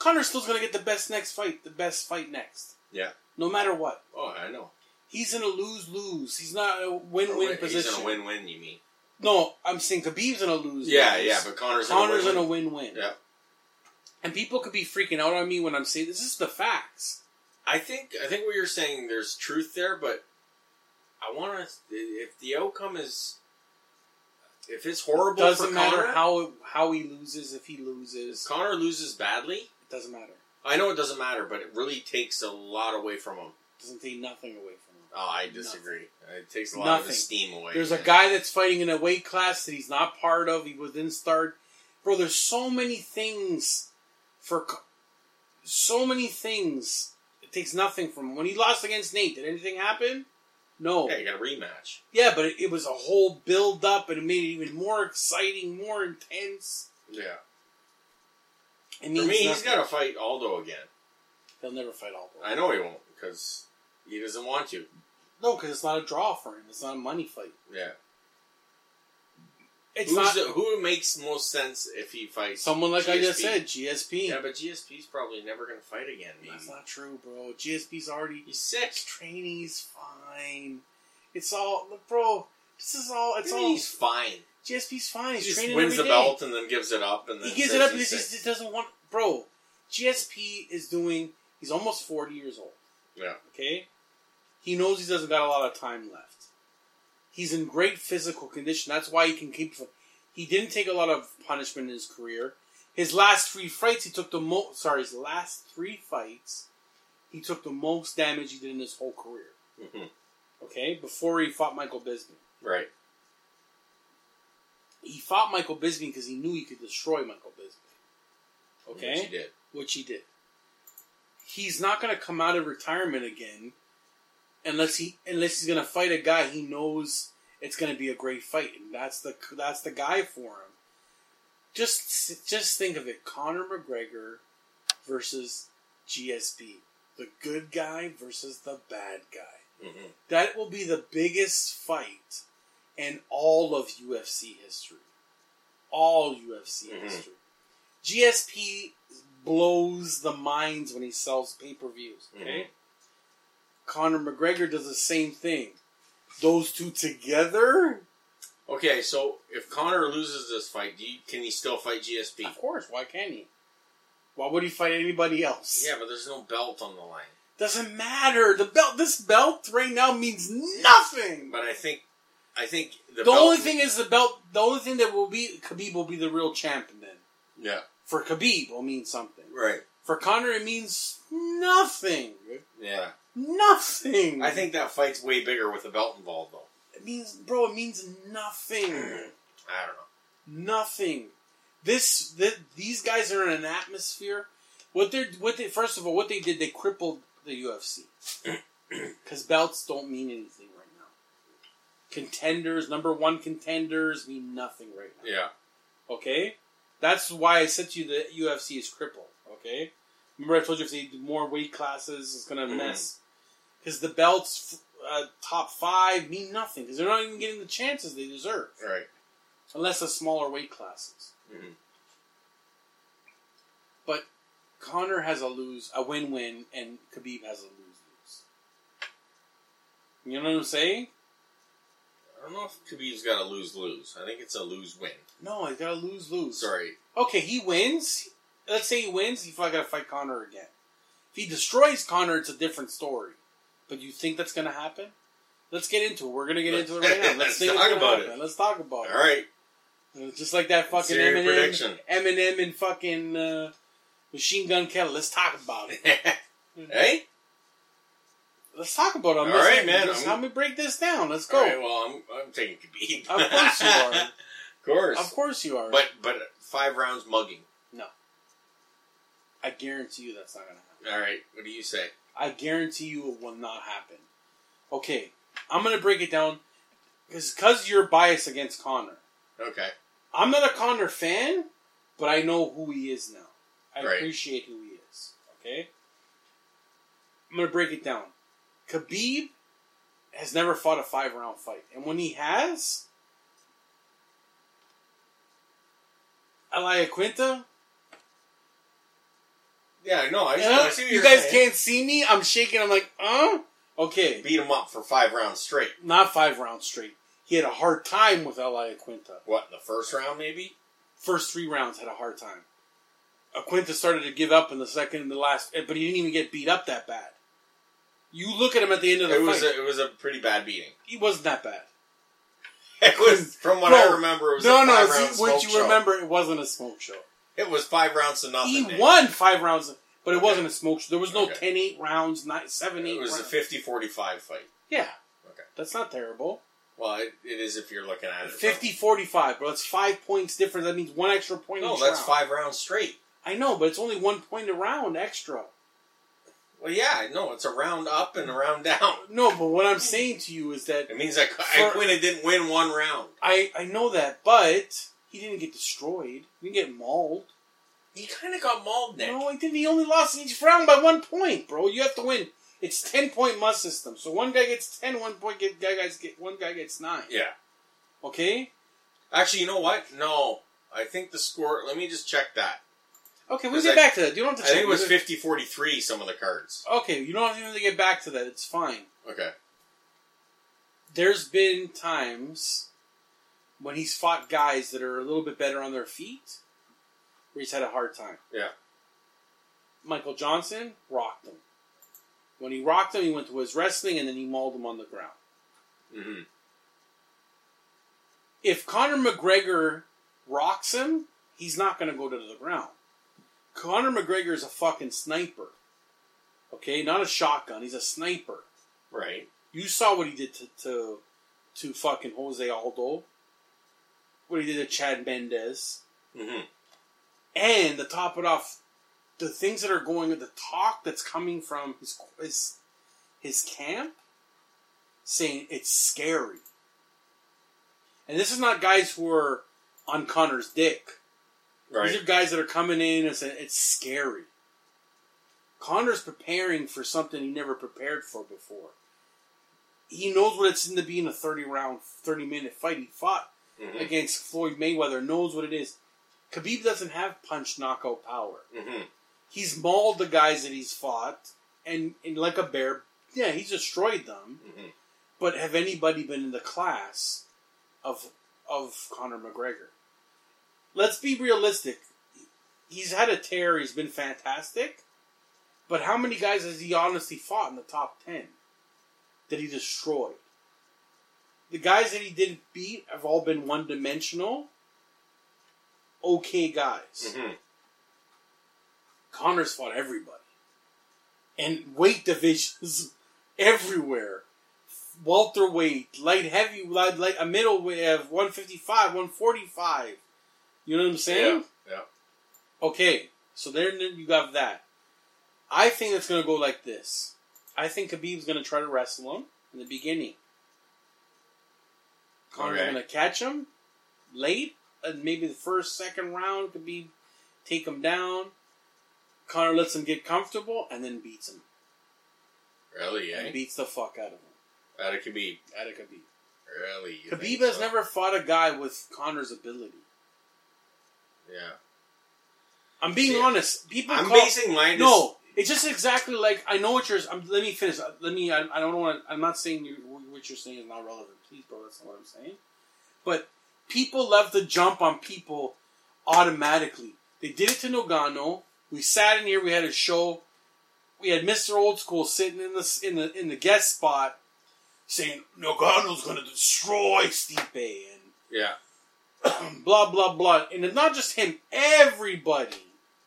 Speaker 3: Connor's still going to get the best next fight, the best fight next.
Speaker 2: Yeah.
Speaker 3: No matter what,
Speaker 2: Oh, I know.
Speaker 3: he's in a lose lose. He's not in a win win
Speaker 2: He's
Speaker 3: position.
Speaker 2: in a win-win. You mean?
Speaker 3: No, I'm saying Khabib's in a lose.
Speaker 2: Yeah, yeah. But Connor's,
Speaker 3: Connor's
Speaker 2: in
Speaker 3: in
Speaker 2: a
Speaker 3: a
Speaker 2: win-win.
Speaker 3: win win.
Speaker 2: Yeah.
Speaker 3: And people could be freaking out on me when I'm saying this is the facts.
Speaker 2: I think. I think what you're saying. There's truth there, but I want to. If the outcome is, if it's horrible,
Speaker 3: doesn't
Speaker 2: for
Speaker 3: matter
Speaker 2: Connor,
Speaker 3: how it, how he loses if he loses.
Speaker 2: If Connor loses badly,
Speaker 3: It doesn't matter.
Speaker 2: I know it doesn't matter, but it really takes a lot away from him.
Speaker 3: doesn't take nothing away from him.
Speaker 2: Oh, I disagree. It takes a lot of
Speaker 3: Nothing.
Speaker 2: his steam away.
Speaker 3: There's a guy that's fighting in a weight class that he's not part of. He was in start. Bro, there's so many things for. Co- So many things. It takes nothing from him. When he lost against Nate, did anything happen? No.
Speaker 2: Yeah, you got a rematch.
Speaker 3: Yeah, but it, it was a whole build up and it made it even more exciting, more intense.
Speaker 2: Yeah.
Speaker 3: It
Speaker 2: For
Speaker 3: means
Speaker 2: me, he's
Speaker 3: nothing.
Speaker 2: got to fight Aldo again.
Speaker 3: He'll never fight Aldo.
Speaker 2: I know he won't because he doesn't want to.
Speaker 3: No, because it's not a draw for him. It's not a money fight.
Speaker 2: Yeah.
Speaker 3: It's
Speaker 2: Who's
Speaker 3: not
Speaker 2: the- who makes most sense if he fights
Speaker 3: someone like I just
Speaker 2: GSP?
Speaker 3: said, GSP.
Speaker 2: Yeah, but GSP's probably never going to fight again.
Speaker 3: That's not true, bro. GSP's already
Speaker 2: He's sick.
Speaker 3: It's training. He's fine. It's all, look, bro. This is all. It's
Speaker 2: It's
Speaker 3: all.
Speaker 2: he's fine.
Speaker 3: GSP's fine.
Speaker 2: He
Speaker 3: He's
Speaker 2: just
Speaker 3: training
Speaker 2: wins
Speaker 3: every
Speaker 2: the
Speaker 3: day.
Speaker 2: belt and then gives it up. And then
Speaker 3: He gives
Speaker 2: says
Speaker 3: it up
Speaker 2: he's
Speaker 3: because he
Speaker 2: sick.
Speaker 3: just doesn't want. Bro, GSP is doing. He's almost forty years old.
Speaker 2: Yeah.
Speaker 3: Okay. He knows he doesn't got a lot of time left. He's in great physical condition. That's why he can keep. He didn't take a lot of punishment in his career. His last three fights, he took the most. Sorry, his last three fights, he took the most damage he did in his whole career.
Speaker 2: Mhm.
Speaker 3: okay, before he fought Michael Bisping.
Speaker 2: Right.
Speaker 3: He fought Michael Bisping because he knew he could destroy Michael Bisping, Okay.
Speaker 2: Which he did.
Speaker 3: which he did. He's not going to come out of retirement again unless he unless he's going to fight a guy he knows it's going to be a great fight, and that's the that's the guy for him. Just just think of it: Conor McGregor versus GSP, the good guy versus the bad guy.
Speaker 2: Mhm.
Speaker 3: That will be the biggest fight in all of UFC history. All UFC
Speaker 2: Mhm.
Speaker 3: history. GSP blows the minds when he sells pay per views.
Speaker 2: Mm-hmm.
Speaker 3: Okay? Conor McGregor does the same thing. Those two together?
Speaker 2: Okay, so if Connor loses this fight, do you, can he still fight GSP?
Speaker 3: Of course, why can't he? Why would he fight anybody else?
Speaker 2: Yeah, but there's no belt on the line.
Speaker 3: Doesn't matter. The belt this belt right now means nothing.
Speaker 2: But I think, I think the,
Speaker 3: the
Speaker 2: belt-
Speaker 3: only thing is the belt the only thing that will be Khabib will be the real champion then.
Speaker 2: Yeah.
Speaker 3: For Khabib, will mean something.
Speaker 2: Right.
Speaker 3: For Connor, it means nothing.
Speaker 2: Yeah.
Speaker 3: Nothing.
Speaker 2: I think that fight's way bigger with the belt involved, though.
Speaker 3: It means, bro, it means nothing.
Speaker 2: I don't know.
Speaker 3: Nothing. This, th- these guys are in an atmosphere. What they're, what they, first of all, what they did, they crippled the UFC because belts don't mean anything right now. Contenders, number one contenders, mean nothing right now.
Speaker 2: Yeah.
Speaker 3: Okay, that's why I said to you that UFC is crippled. Okay, remember I told you if they do more weight classes, it's gonna
Speaker 2: Mhm.
Speaker 3: mess because the belts uh, top five mean nothing because they're not even getting the chances they deserve
Speaker 2: All right.
Speaker 3: unless it's smaller weight classes.
Speaker 2: Mhm.
Speaker 3: But Connor has a lose, a win-win, and Khabib has a lose-lose. You know what I'm saying?
Speaker 2: I don't know if Khabib's got a lose lose. I think it's a lose win.
Speaker 3: No, he's got a lose-lose.
Speaker 2: Sorry.
Speaker 3: Okay, he wins. Let's say he wins. He probably got to fight Connor again. If he destroys Connor, it's a different story. But you think that's going to happen? Let's get into it. We're going to get into it right now. Let's,
Speaker 2: Let's
Speaker 3: think it's
Speaker 2: talk
Speaker 3: gonna
Speaker 2: about
Speaker 3: happen.
Speaker 2: it.
Speaker 3: Let's talk about
Speaker 2: All
Speaker 3: it.
Speaker 2: right.
Speaker 3: Uh, Just like that fucking
Speaker 2: Serious
Speaker 3: Eminem,
Speaker 2: prediction.
Speaker 3: Eminem and fucking uh, Machine Gun Kelly. Let's talk about it.
Speaker 2: hey.
Speaker 3: Let's talk about it. I'm
Speaker 2: All
Speaker 3: just
Speaker 2: right,
Speaker 3: saying,
Speaker 2: man,
Speaker 3: Just
Speaker 2: I'm-
Speaker 3: help me break this down. Let's go.
Speaker 2: All right. Well, I'm I'm taking Khabib.
Speaker 3: Of course you are.
Speaker 2: of course.
Speaker 3: Of course you are.
Speaker 2: But but five rounds mugging.
Speaker 3: I guarantee you that's not going to happen.
Speaker 2: All right. What do you say?
Speaker 3: I guarantee you it will not happen. Okay, I'm gonna break it down because you're biased against Connor.
Speaker 2: Okay.
Speaker 3: I'm not a Connor fan, but I know who he is now. I
Speaker 2: Right.
Speaker 3: appreciate who he is. Okay, I'm gonna break it down. Khabib has never fought a five round fight, and when he has, Elia Quinta.
Speaker 2: Yeah. No. I just
Speaker 3: Huh?
Speaker 2: I see what
Speaker 3: Uh, eh, you
Speaker 2: you're
Speaker 3: guys
Speaker 2: saying.
Speaker 3: can't see me. I'm shaking. I'm like, huh? Okay.
Speaker 2: beat him up for five rounds straight.
Speaker 3: not five rounds straight. He had a hard time with Elia Quinta.
Speaker 2: What in the first round maybe?
Speaker 3: First three rounds had a hard time. Quinta started to give up in the second and the last, eh, but he didn't even get beat up that bad. You look at him at the end of the
Speaker 2: It was
Speaker 3: fight.
Speaker 2: a, it was a pretty bad beating.
Speaker 3: he wasn't that bad.
Speaker 2: It was from what I
Speaker 3: No.
Speaker 2: remember. It was
Speaker 3: No,
Speaker 2: a
Speaker 3: no.
Speaker 2: five
Speaker 3: See,
Speaker 2: round
Speaker 3: what
Speaker 2: smoke
Speaker 3: you
Speaker 2: show.
Speaker 3: remember, it wasn't a smoke show.
Speaker 2: It was five rounds to nothing.
Speaker 3: He
Speaker 2: Nick.
Speaker 3: won five rounds, but it
Speaker 2: Okay.
Speaker 3: wasn't a smoke show. There was no
Speaker 2: Okay.
Speaker 3: ten eight 10-8 rounds, nine, 7
Speaker 2: It
Speaker 3: 8
Speaker 2: was a
Speaker 3: rounds.
Speaker 2: 50-45 fight.
Speaker 3: yeah.
Speaker 2: Okay.
Speaker 3: That's not terrible.
Speaker 2: Well, it, it is if you're looking at it. from-
Speaker 3: 50-45, bro. That's five points difference. That means one extra point
Speaker 2: No,
Speaker 3: each
Speaker 2: that's
Speaker 3: round.
Speaker 2: five rounds straight.
Speaker 3: I know, but it's only one point a round extra.
Speaker 2: Well, yeah, no, it's a round up and a round down.
Speaker 3: No, but what I'm saying to you is that
Speaker 2: It means I,
Speaker 3: For-
Speaker 2: I win and didn't win one round.
Speaker 3: I, I know that, but he didn't get destroyed. He didn't get mauled.
Speaker 2: He kind of got mauled, Nick.
Speaker 3: No, he didn't. He only lost each round by one point, bro. You have to win. It's ten point must system. So one guy gets ten, one point get guy guys get one guy gets nine.
Speaker 2: Yeah.
Speaker 3: Okay?
Speaker 2: Actually, you know what? No. I think the score, let me just check that.
Speaker 3: Okay, we'll
Speaker 2: Because
Speaker 3: get
Speaker 2: I-
Speaker 3: back to that. You don't have
Speaker 2: I
Speaker 3: to
Speaker 2: think
Speaker 3: check.
Speaker 2: it was 50-43, some of the cards.
Speaker 3: Okay, you don't have to even get back to that. It's fine.
Speaker 2: Okay.
Speaker 3: there's been times when he's fought guys that are a little bit better on their feet where he's had a hard time.
Speaker 2: Yeah.
Speaker 3: Michael Johnson rocked him. When he rocked him, he went to his wrestling and then he mauled him on the ground.
Speaker 2: hmm
Speaker 3: If Conor McGregor rocks him, he's not going to go to the ground. Conor McGregor is a fucking sniper. Okay, not a shotgun. He's a sniper.
Speaker 2: Right.
Speaker 3: You saw what he did to to, to fucking Jose Aldo. What he did to Chad Mendez.
Speaker 2: hmm
Speaker 3: And to top it off, the things that are going the talk that's coming from his his, his camp saying it's scary. And this is not guys who are on Connor's dick.
Speaker 2: Right.
Speaker 3: These are guys that are coming in and saying it's scary. Connor's preparing for something he never prepared for before. He knows what it's in to be in a thirty round, thirty minute fight. He fought
Speaker 2: hmm
Speaker 3: against Floyd Mayweather, knows what it is. Khabib doesn't have punch knockout power.
Speaker 2: hmm
Speaker 3: He's mauled the guys that he's fought, and, and like a bear, yeah, he's destroyed them.
Speaker 2: hmm
Speaker 3: But have anybody been in the class of of Conor McGregor? Let's be realistic. He's had a tear. He's been fantastic. But how many guys has he honestly fought in the top ten that he destroyed? The guys that he didn't beat have all been one dimensional, okay guys.
Speaker 2: hmm
Speaker 3: Connor's fought everybody. And weight divisions everywhere. welterweight, light heavy, light, light a middleweight of 155, 145. You know what I'm saying?
Speaker 2: Yeah,
Speaker 3: Okay, so there there you got that. I think it's going to go like this. I think Khabib's going to try to wrestle him in the beginning. Connor's
Speaker 2: Okay.
Speaker 3: going to catch him late, and maybe the first, second round. Khabib take him down. Connor lets him get comfortable and then beats him.
Speaker 2: Really,
Speaker 3: And
Speaker 2: eh?
Speaker 3: Beats the fuck out of him.
Speaker 2: That could be
Speaker 3: Out of Khabib.
Speaker 2: really. you
Speaker 3: Khabib
Speaker 2: think
Speaker 3: has
Speaker 2: so?
Speaker 3: never fought a guy with Connor's ability.
Speaker 2: Yeah.
Speaker 3: I'm being
Speaker 2: Yeah.
Speaker 3: honest. People
Speaker 2: I'm
Speaker 3: call,
Speaker 2: basing mine. No.
Speaker 3: no. It's just exactly like I know what you're. I'm, let me finish. Uh, Let me. I, I don't want. to I'm not saying you, what you're saying is not relevant. Please, bro. That's not what I'm saying. But people love to jump on people automatically. They did it to Nogano. We sat in here. We had a show. We had Mr. Old School sitting in the s- in the in the guest spot, saying Nogano's going to destroy Stipe and
Speaker 2: Yeah.
Speaker 3: blah blah blah. And it's not just him, everybody.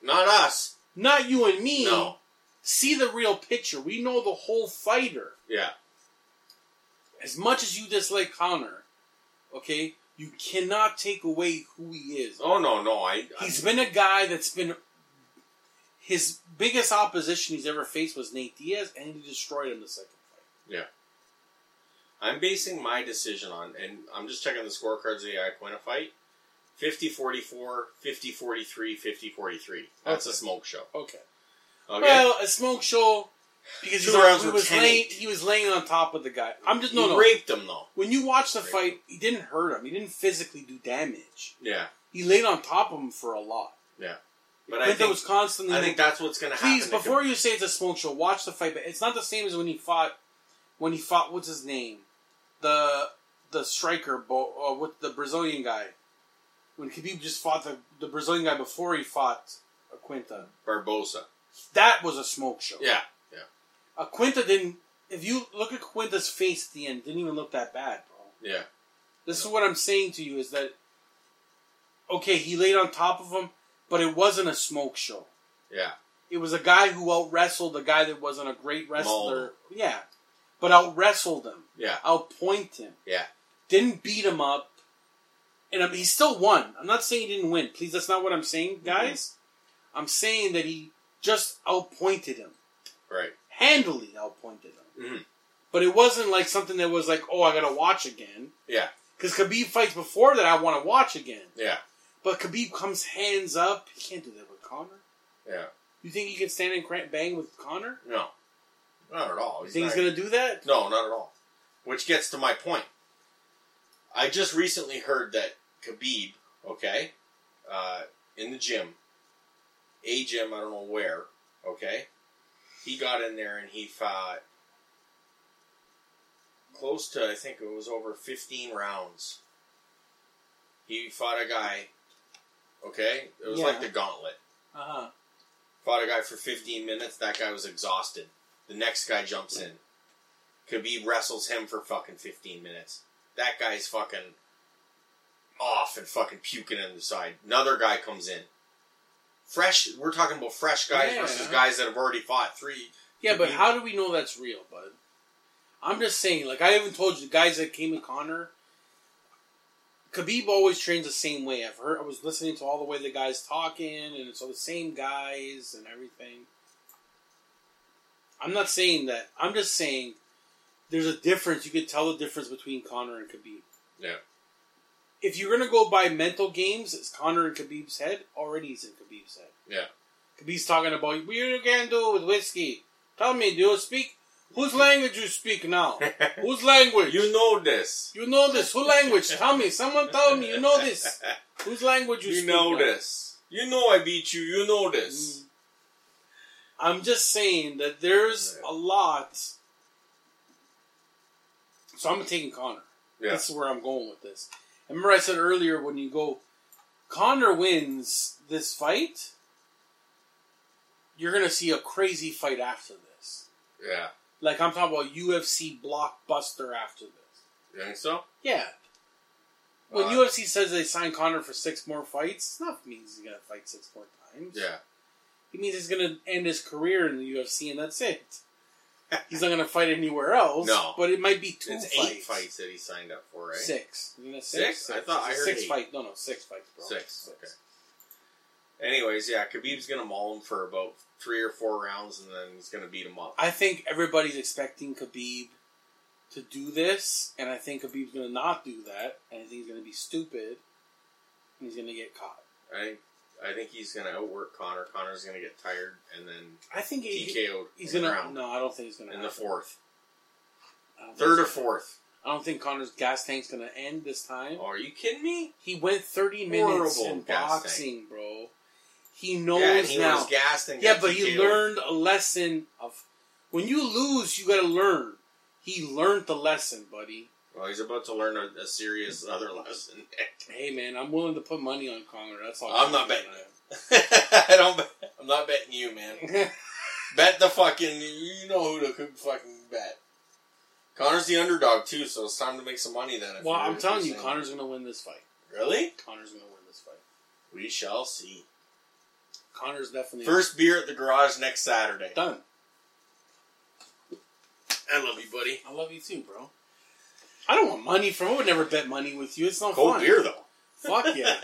Speaker 2: Not us.
Speaker 3: Not you and me.
Speaker 2: No.
Speaker 3: See the real picture. We know the whole fighter.
Speaker 2: Yeah.
Speaker 3: As much as you dislike Connor, okay, you cannot take away who he is.
Speaker 2: Oh no, no. I. I-
Speaker 3: He's been a guy that's been his biggest opposition he's ever faced was Nate Diaz, and he destroyed him the second fight.
Speaker 2: I'm basing my decision on, and I'm just checking the scorecards of the Iaquinta fight 50 44, 50 43, 50 43. That's a
Speaker 3: Okay.
Speaker 2: smoke show.
Speaker 3: Okay.
Speaker 2: Okay?
Speaker 3: Well, a smoke show because
Speaker 2: Two
Speaker 3: he's on-
Speaker 2: rounds
Speaker 3: he
Speaker 2: were
Speaker 3: was
Speaker 2: 10
Speaker 3: laying
Speaker 2: each.
Speaker 3: he was laying on top of the guy. I'm just no
Speaker 2: You
Speaker 3: no.
Speaker 2: raped him, though.
Speaker 3: When you watch the
Speaker 2: Right.
Speaker 3: fight, he didn't hurt him. He didn't physically do damage.
Speaker 2: Yeah.
Speaker 3: He laid on top of him for a lot.
Speaker 2: But
Speaker 3: But
Speaker 2: I think,
Speaker 3: was constantly.
Speaker 2: I think that's what's going to happen.
Speaker 3: please,
Speaker 2: to
Speaker 3: before you say it's a smoke show, watch the fight. But it's not the same as when he fought. When he fought, what's his name? The the striker, bo- uh, with the Brazilian guy. When Khabib just fought the the Brazilian guy before he fought Aquinta,
Speaker 2: Barbosa.
Speaker 3: that was a smoke show.
Speaker 2: Yeah.
Speaker 3: Aquinta didn't. If you look at Quinta's face at the end, didn't even look that bad, bro.
Speaker 2: Yeah.
Speaker 3: This is what I'm saying to you is that okay, he laid on top of him, but it wasn't a smoke show.
Speaker 2: Yeah.
Speaker 3: It was a guy who out wrestled a guy that wasn't a great wrestler.
Speaker 2: Mauled.
Speaker 3: Yeah. But out wrestled him,
Speaker 2: Yeah.
Speaker 3: out point him.
Speaker 2: Yeah.
Speaker 3: Didn't beat him up. And I mean, he still won. I'm not saying he didn't win. Please, that's not what I'm
Speaker 2: Mm-hmm.
Speaker 3: saying, guys. I'm saying that he just outpointed him.
Speaker 2: Right.
Speaker 3: Handily outpointed him.
Speaker 2: Mhm.
Speaker 3: But it wasn't like something that was like, oh, I gotta watch again.
Speaker 2: Yeah.
Speaker 3: Because Khabib fights before that I want to watch again.
Speaker 2: Yeah.
Speaker 3: But Khabib comes hands up. He can't do that with Connor.
Speaker 2: Yeah.
Speaker 3: You think he can stand and crank bang with Connor?
Speaker 2: No. Not at all.
Speaker 3: You
Speaker 2: He's
Speaker 3: think
Speaker 2: not-
Speaker 3: he's going to do that?
Speaker 2: No, not at all. Which gets to my point. I just recently heard that Khabib, okay, uh, in the gym, a gym, I don't know where, okay, he got in there and he fought close to, I think it was over 15 rounds. He fought a guy, okay, it was like
Speaker 3: Yeah.
Speaker 2: the gauntlet.
Speaker 3: Uh huh.
Speaker 2: Fought a guy for 15 minutes. That guy was exhausted. The next guy jumps in. Khabib wrestles him for fucking 15 minutes. That guy's fucking off and fucking puking on the side. Another guy comes in. Fresh, we're talking about fresh guys
Speaker 3: Yeah.
Speaker 2: versus guys that have already fought three.
Speaker 3: Yeah, but
Speaker 2: Khabib-
Speaker 3: how do we know that's real, bud? I'm just saying. Like I even told you, the guys that came with Connor, Khabib always trains the same way. I've heard. I was listening to all the way the guys talking, and it's all the same guys and everything. I'm not saying that. I'm just saying there's a difference. You could tell the difference between Connor and Khabib.
Speaker 2: Yeah.
Speaker 3: If you're gonna go by mental games, it's Connor and Khabib's head. Already, he's in Khabib's head.
Speaker 2: Yeah.
Speaker 3: Khabib's talking about what you can do with whiskey. Tell me, do you speak? Whose language you speak now? Whose language?
Speaker 2: you know this.
Speaker 3: You know this. Who language? Tell me. Someone tell me. You know this. Whose language you,
Speaker 2: you
Speaker 3: speak?
Speaker 2: know
Speaker 3: now?
Speaker 2: this. You know I beat you. You know this.
Speaker 3: Mm. I'm just saying that there's a lot. So I'm taking Connor.
Speaker 2: Yeah.
Speaker 3: That's where I'm going with this. And remember, I said earlier when you go, Connor wins this fight, you're going to see a crazy fight after this.
Speaker 2: Yeah.
Speaker 3: Like I'm talking about UFC blockbuster after this.
Speaker 2: You think so?
Speaker 3: Yeah. When
Speaker 2: Uh,
Speaker 3: UFC says they signed Connor for six more fights, it's not means he's gonna fight six more times.
Speaker 2: Yeah.
Speaker 3: It means he's gonna end his career in the UFC and that's it. He's not going to fight anywhere else.
Speaker 2: No.
Speaker 3: but it might be two
Speaker 2: it's
Speaker 3: fights.
Speaker 2: eight fights that he signed up for, right?
Speaker 3: Six. Isn't it
Speaker 2: Six? I thought I heard
Speaker 3: six
Speaker 2: eight.
Speaker 3: fights. No, no, six fights, bro.
Speaker 2: Six. Okay. Anyways, yeah, Khabib's gonna maul him for about three or four rounds, and then he's gonna beat him up.
Speaker 3: I think everybody's expecting Khabib to do this, and I think Khabib's going to not do that, and I think he's going to be stupid, and he's going to get caught.
Speaker 2: I think I think he's gonna outwork Connor. Connor's gonna get tired, and then
Speaker 3: I think he,
Speaker 2: TKO'd.
Speaker 3: he's
Speaker 2: in
Speaker 3: going
Speaker 2: the
Speaker 3: to.
Speaker 2: round
Speaker 3: No, I don't think he's going to.
Speaker 2: in the fourth,
Speaker 3: Third
Speaker 2: third or fourth.
Speaker 3: I don't think Connor's gas tank's going to end this time.
Speaker 2: Oh, are you kidding me?
Speaker 3: He went 30 minutes
Speaker 2: Horrible
Speaker 3: in
Speaker 2: gas tank.
Speaker 3: boxing, bro. He knows
Speaker 2: yeah, and he
Speaker 3: now.
Speaker 2: was gassed and
Speaker 3: yeah,
Speaker 2: got
Speaker 3: but he
Speaker 2: TKO'd.
Speaker 3: learned a lesson of when you lose, you got to learn. He learned the lesson, buddy.
Speaker 2: Well, he's about to learn a, a serious other lesson.
Speaker 3: Hey, man, I'm willing to put money on Connor. That's all.
Speaker 2: I'm not betting I don't. bet- I'm not betting you, man.
Speaker 3: that.
Speaker 2: Bet the fucking. You know who to could fucking bet. Connor's the underdog too, so it's time to make some money then. if
Speaker 3: well,
Speaker 2: you're-
Speaker 3: I'm
Speaker 2: if
Speaker 3: telling
Speaker 2: you're
Speaker 3: you,
Speaker 2: saying-
Speaker 3: Connor's going to win this fight.
Speaker 2: Really?
Speaker 3: Connor's going to win this fight.
Speaker 2: We shall see.
Speaker 3: Connor's definitely
Speaker 2: First beer at the garage next Saturday.
Speaker 3: done.
Speaker 2: I love you, buddy.
Speaker 3: I love you too, bro. I don't want money from. I would never bet money with you. It's not
Speaker 2: Cold
Speaker 3: fun.
Speaker 2: beer though.
Speaker 3: Fuck yeah.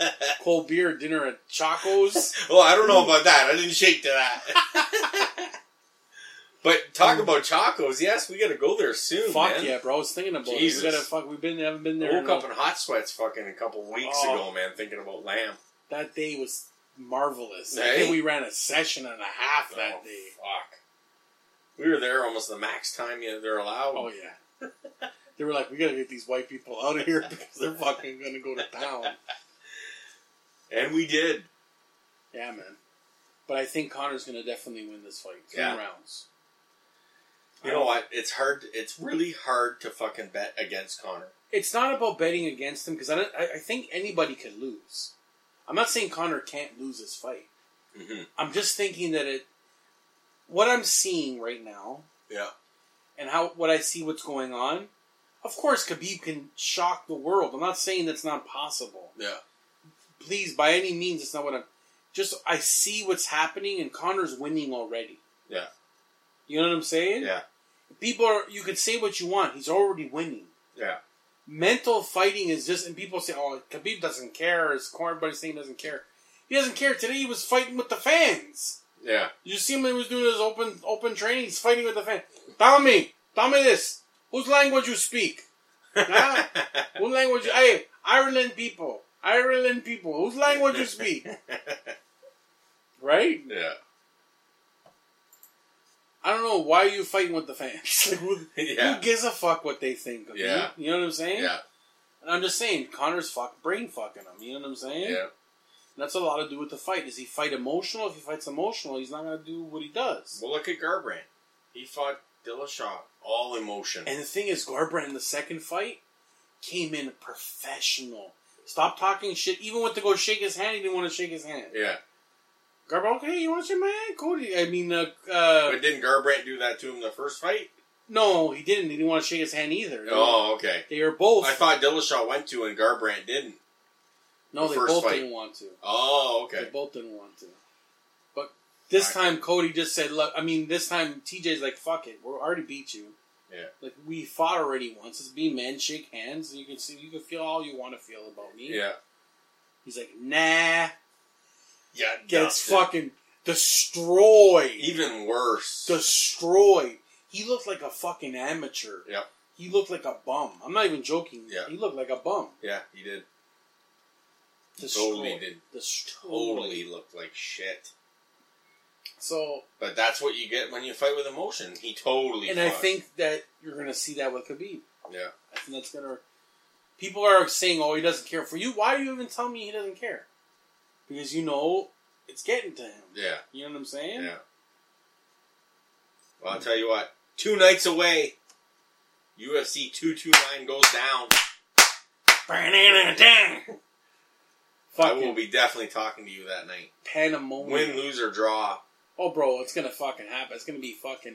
Speaker 3: Cold beer, dinner at Chaco's.
Speaker 2: well, I don't know about that. I didn't shake to that. but talk about Chacos. Yes, we got to go there soon.
Speaker 3: Mm. Fuck
Speaker 2: man.
Speaker 3: yeah, bro! I was thinking about
Speaker 2: Jesus.
Speaker 3: it. We gotta fuck. We've been haven't been
Speaker 2: I
Speaker 3: there.
Speaker 2: woke
Speaker 3: in a-
Speaker 2: up in hot sweats fucking a couple weeks
Speaker 3: Oh.
Speaker 2: ago, man, thinking about lamb.
Speaker 3: that day was marvelous. I
Speaker 2: Hey?
Speaker 3: think we ran a session and a half that
Speaker 2: Oh,
Speaker 3: day.
Speaker 2: Fuck. We were there almost the max time you they're allowed.
Speaker 3: Oh yeah. they were like, we gotta get these white people out of here because they're fucking gonna go to town.
Speaker 2: And we did.
Speaker 3: Yeah, man. But I think Connor's gonna definitely win this fight. Three
Speaker 2: Yeah.
Speaker 3: rounds.
Speaker 2: You
Speaker 3: Oh.
Speaker 2: know what? It's hard. It's really hard to fucking bet against Connor.
Speaker 3: It's not about betting against him because I, don't- I I think anybody could lose. I'm not saying Connor can't lose this fight.
Speaker 2: Mm-hmm.
Speaker 3: I'm just thinking that it, what I'm seeing right now,
Speaker 2: Yeah.
Speaker 3: and how what I see what's going on. Of course, Khabib can shock the world. I'm not saying that's not possible.
Speaker 2: Yeah.
Speaker 3: Please, by any means, it's not what I'm. Just I see what's happening, and Connor's winning already.
Speaker 2: Yeah.
Speaker 3: You know what I'm saying?
Speaker 2: Yeah.
Speaker 3: People are. You could say what you want. He's already winning.
Speaker 2: Yeah.
Speaker 3: Mental fighting is just, and people say, "Oh, Khabib doesn't care." His corn, everybody's saying he doesn't care. He doesn't care. Today he was fighting with the fans.
Speaker 2: Yeah.
Speaker 3: You see him when he was doing his open open training, he's fighting with the fan. Tell me, tell me this. Whose language you speak? Nah. Whose language you hey, Ireland people. Ireland people, whose language you speak? Right?
Speaker 2: yeah.
Speaker 3: I don't know why you fighting with the fans. Like, who,
Speaker 2: Yeah.
Speaker 3: who gives a fuck what they think of
Speaker 2: Yeah.
Speaker 3: you? You know what I'm saying?
Speaker 2: Yeah.
Speaker 3: And I'm just saying, Connor's fuck brain fucking him. You know what I'm saying?
Speaker 2: Yeah.
Speaker 3: And that's a lot to do with the fight. Is he fight emotional? If he fights emotional, he's not gonna do what he does.
Speaker 2: Well, look at Garbrandt. He fought Dillashaw. All emotion.
Speaker 3: And the thing is, Garbrandt in the second fight came in professional. Stop talking shit. Even went to go shake his hand, he didn't want to shake his hand.
Speaker 2: yeah.
Speaker 3: Garbrandt, okay, you want to shake my hand? Cool. I mean, uh, uh,
Speaker 2: But didn't Garbrandt do that to him in the first fight?
Speaker 3: no, he didn't. He didn't want to shake his hand either. They were-
Speaker 2: Oh, okay.
Speaker 3: They were both.
Speaker 2: I thought Dillashaw went to and Garbrandt didn't.
Speaker 3: no,
Speaker 2: the
Speaker 3: they
Speaker 2: first
Speaker 3: both
Speaker 2: fight.
Speaker 3: didn't want to.
Speaker 2: Oh,
Speaker 3: They
Speaker 2: okay.
Speaker 3: both didn't want to. But this
Speaker 2: All right.
Speaker 3: time, Cody just said, "Look, I mean, this time TJ's like, fuck it, we already beat you.
Speaker 2: Yeah.
Speaker 3: Like we fought already once. Let's be men, shake hands. And you can see, you can feel all you want to feel about me.
Speaker 2: Yeah.
Speaker 3: He's like, nah."
Speaker 2: Yeah.
Speaker 3: gets
Speaker 2: nothing.
Speaker 3: fucking destroyed.
Speaker 2: Even worse.
Speaker 3: destroyed. He looked like a fucking amateur.
Speaker 2: Yeah.
Speaker 3: He looked like a bum. I'm not even joking.
Speaker 2: Yeah.
Speaker 3: He looked like a bum.
Speaker 2: yeah, he did.
Speaker 3: Destroyed.
Speaker 2: Totally did.
Speaker 3: Destroyed.
Speaker 2: Totally looked like shit.
Speaker 3: So,
Speaker 2: But that's what you get when you fight with emotion. He totally.
Speaker 3: and I
Speaker 2: fucked.
Speaker 3: think that you're going to see that with Khabib.
Speaker 2: Yeah.
Speaker 3: I think that's going to. People are saying, oh, he doesn't care for you. Why are you even telling me he doesn't care? Because you know it's getting to him.
Speaker 2: Yeah.
Speaker 3: You know what I'm saying?
Speaker 2: Yeah. Well, I'll tell you what. Two nights away, UFC 229 goes down. I
Speaker 3: Fucking
Speaker 2: will be definitely talking to you that night.
Speaker 3: pandemonium.
Speaker 2: Win, lose, or draw.
Speaker 3: Oh, bro, it's gonna fucking happen. It's gonna be fucking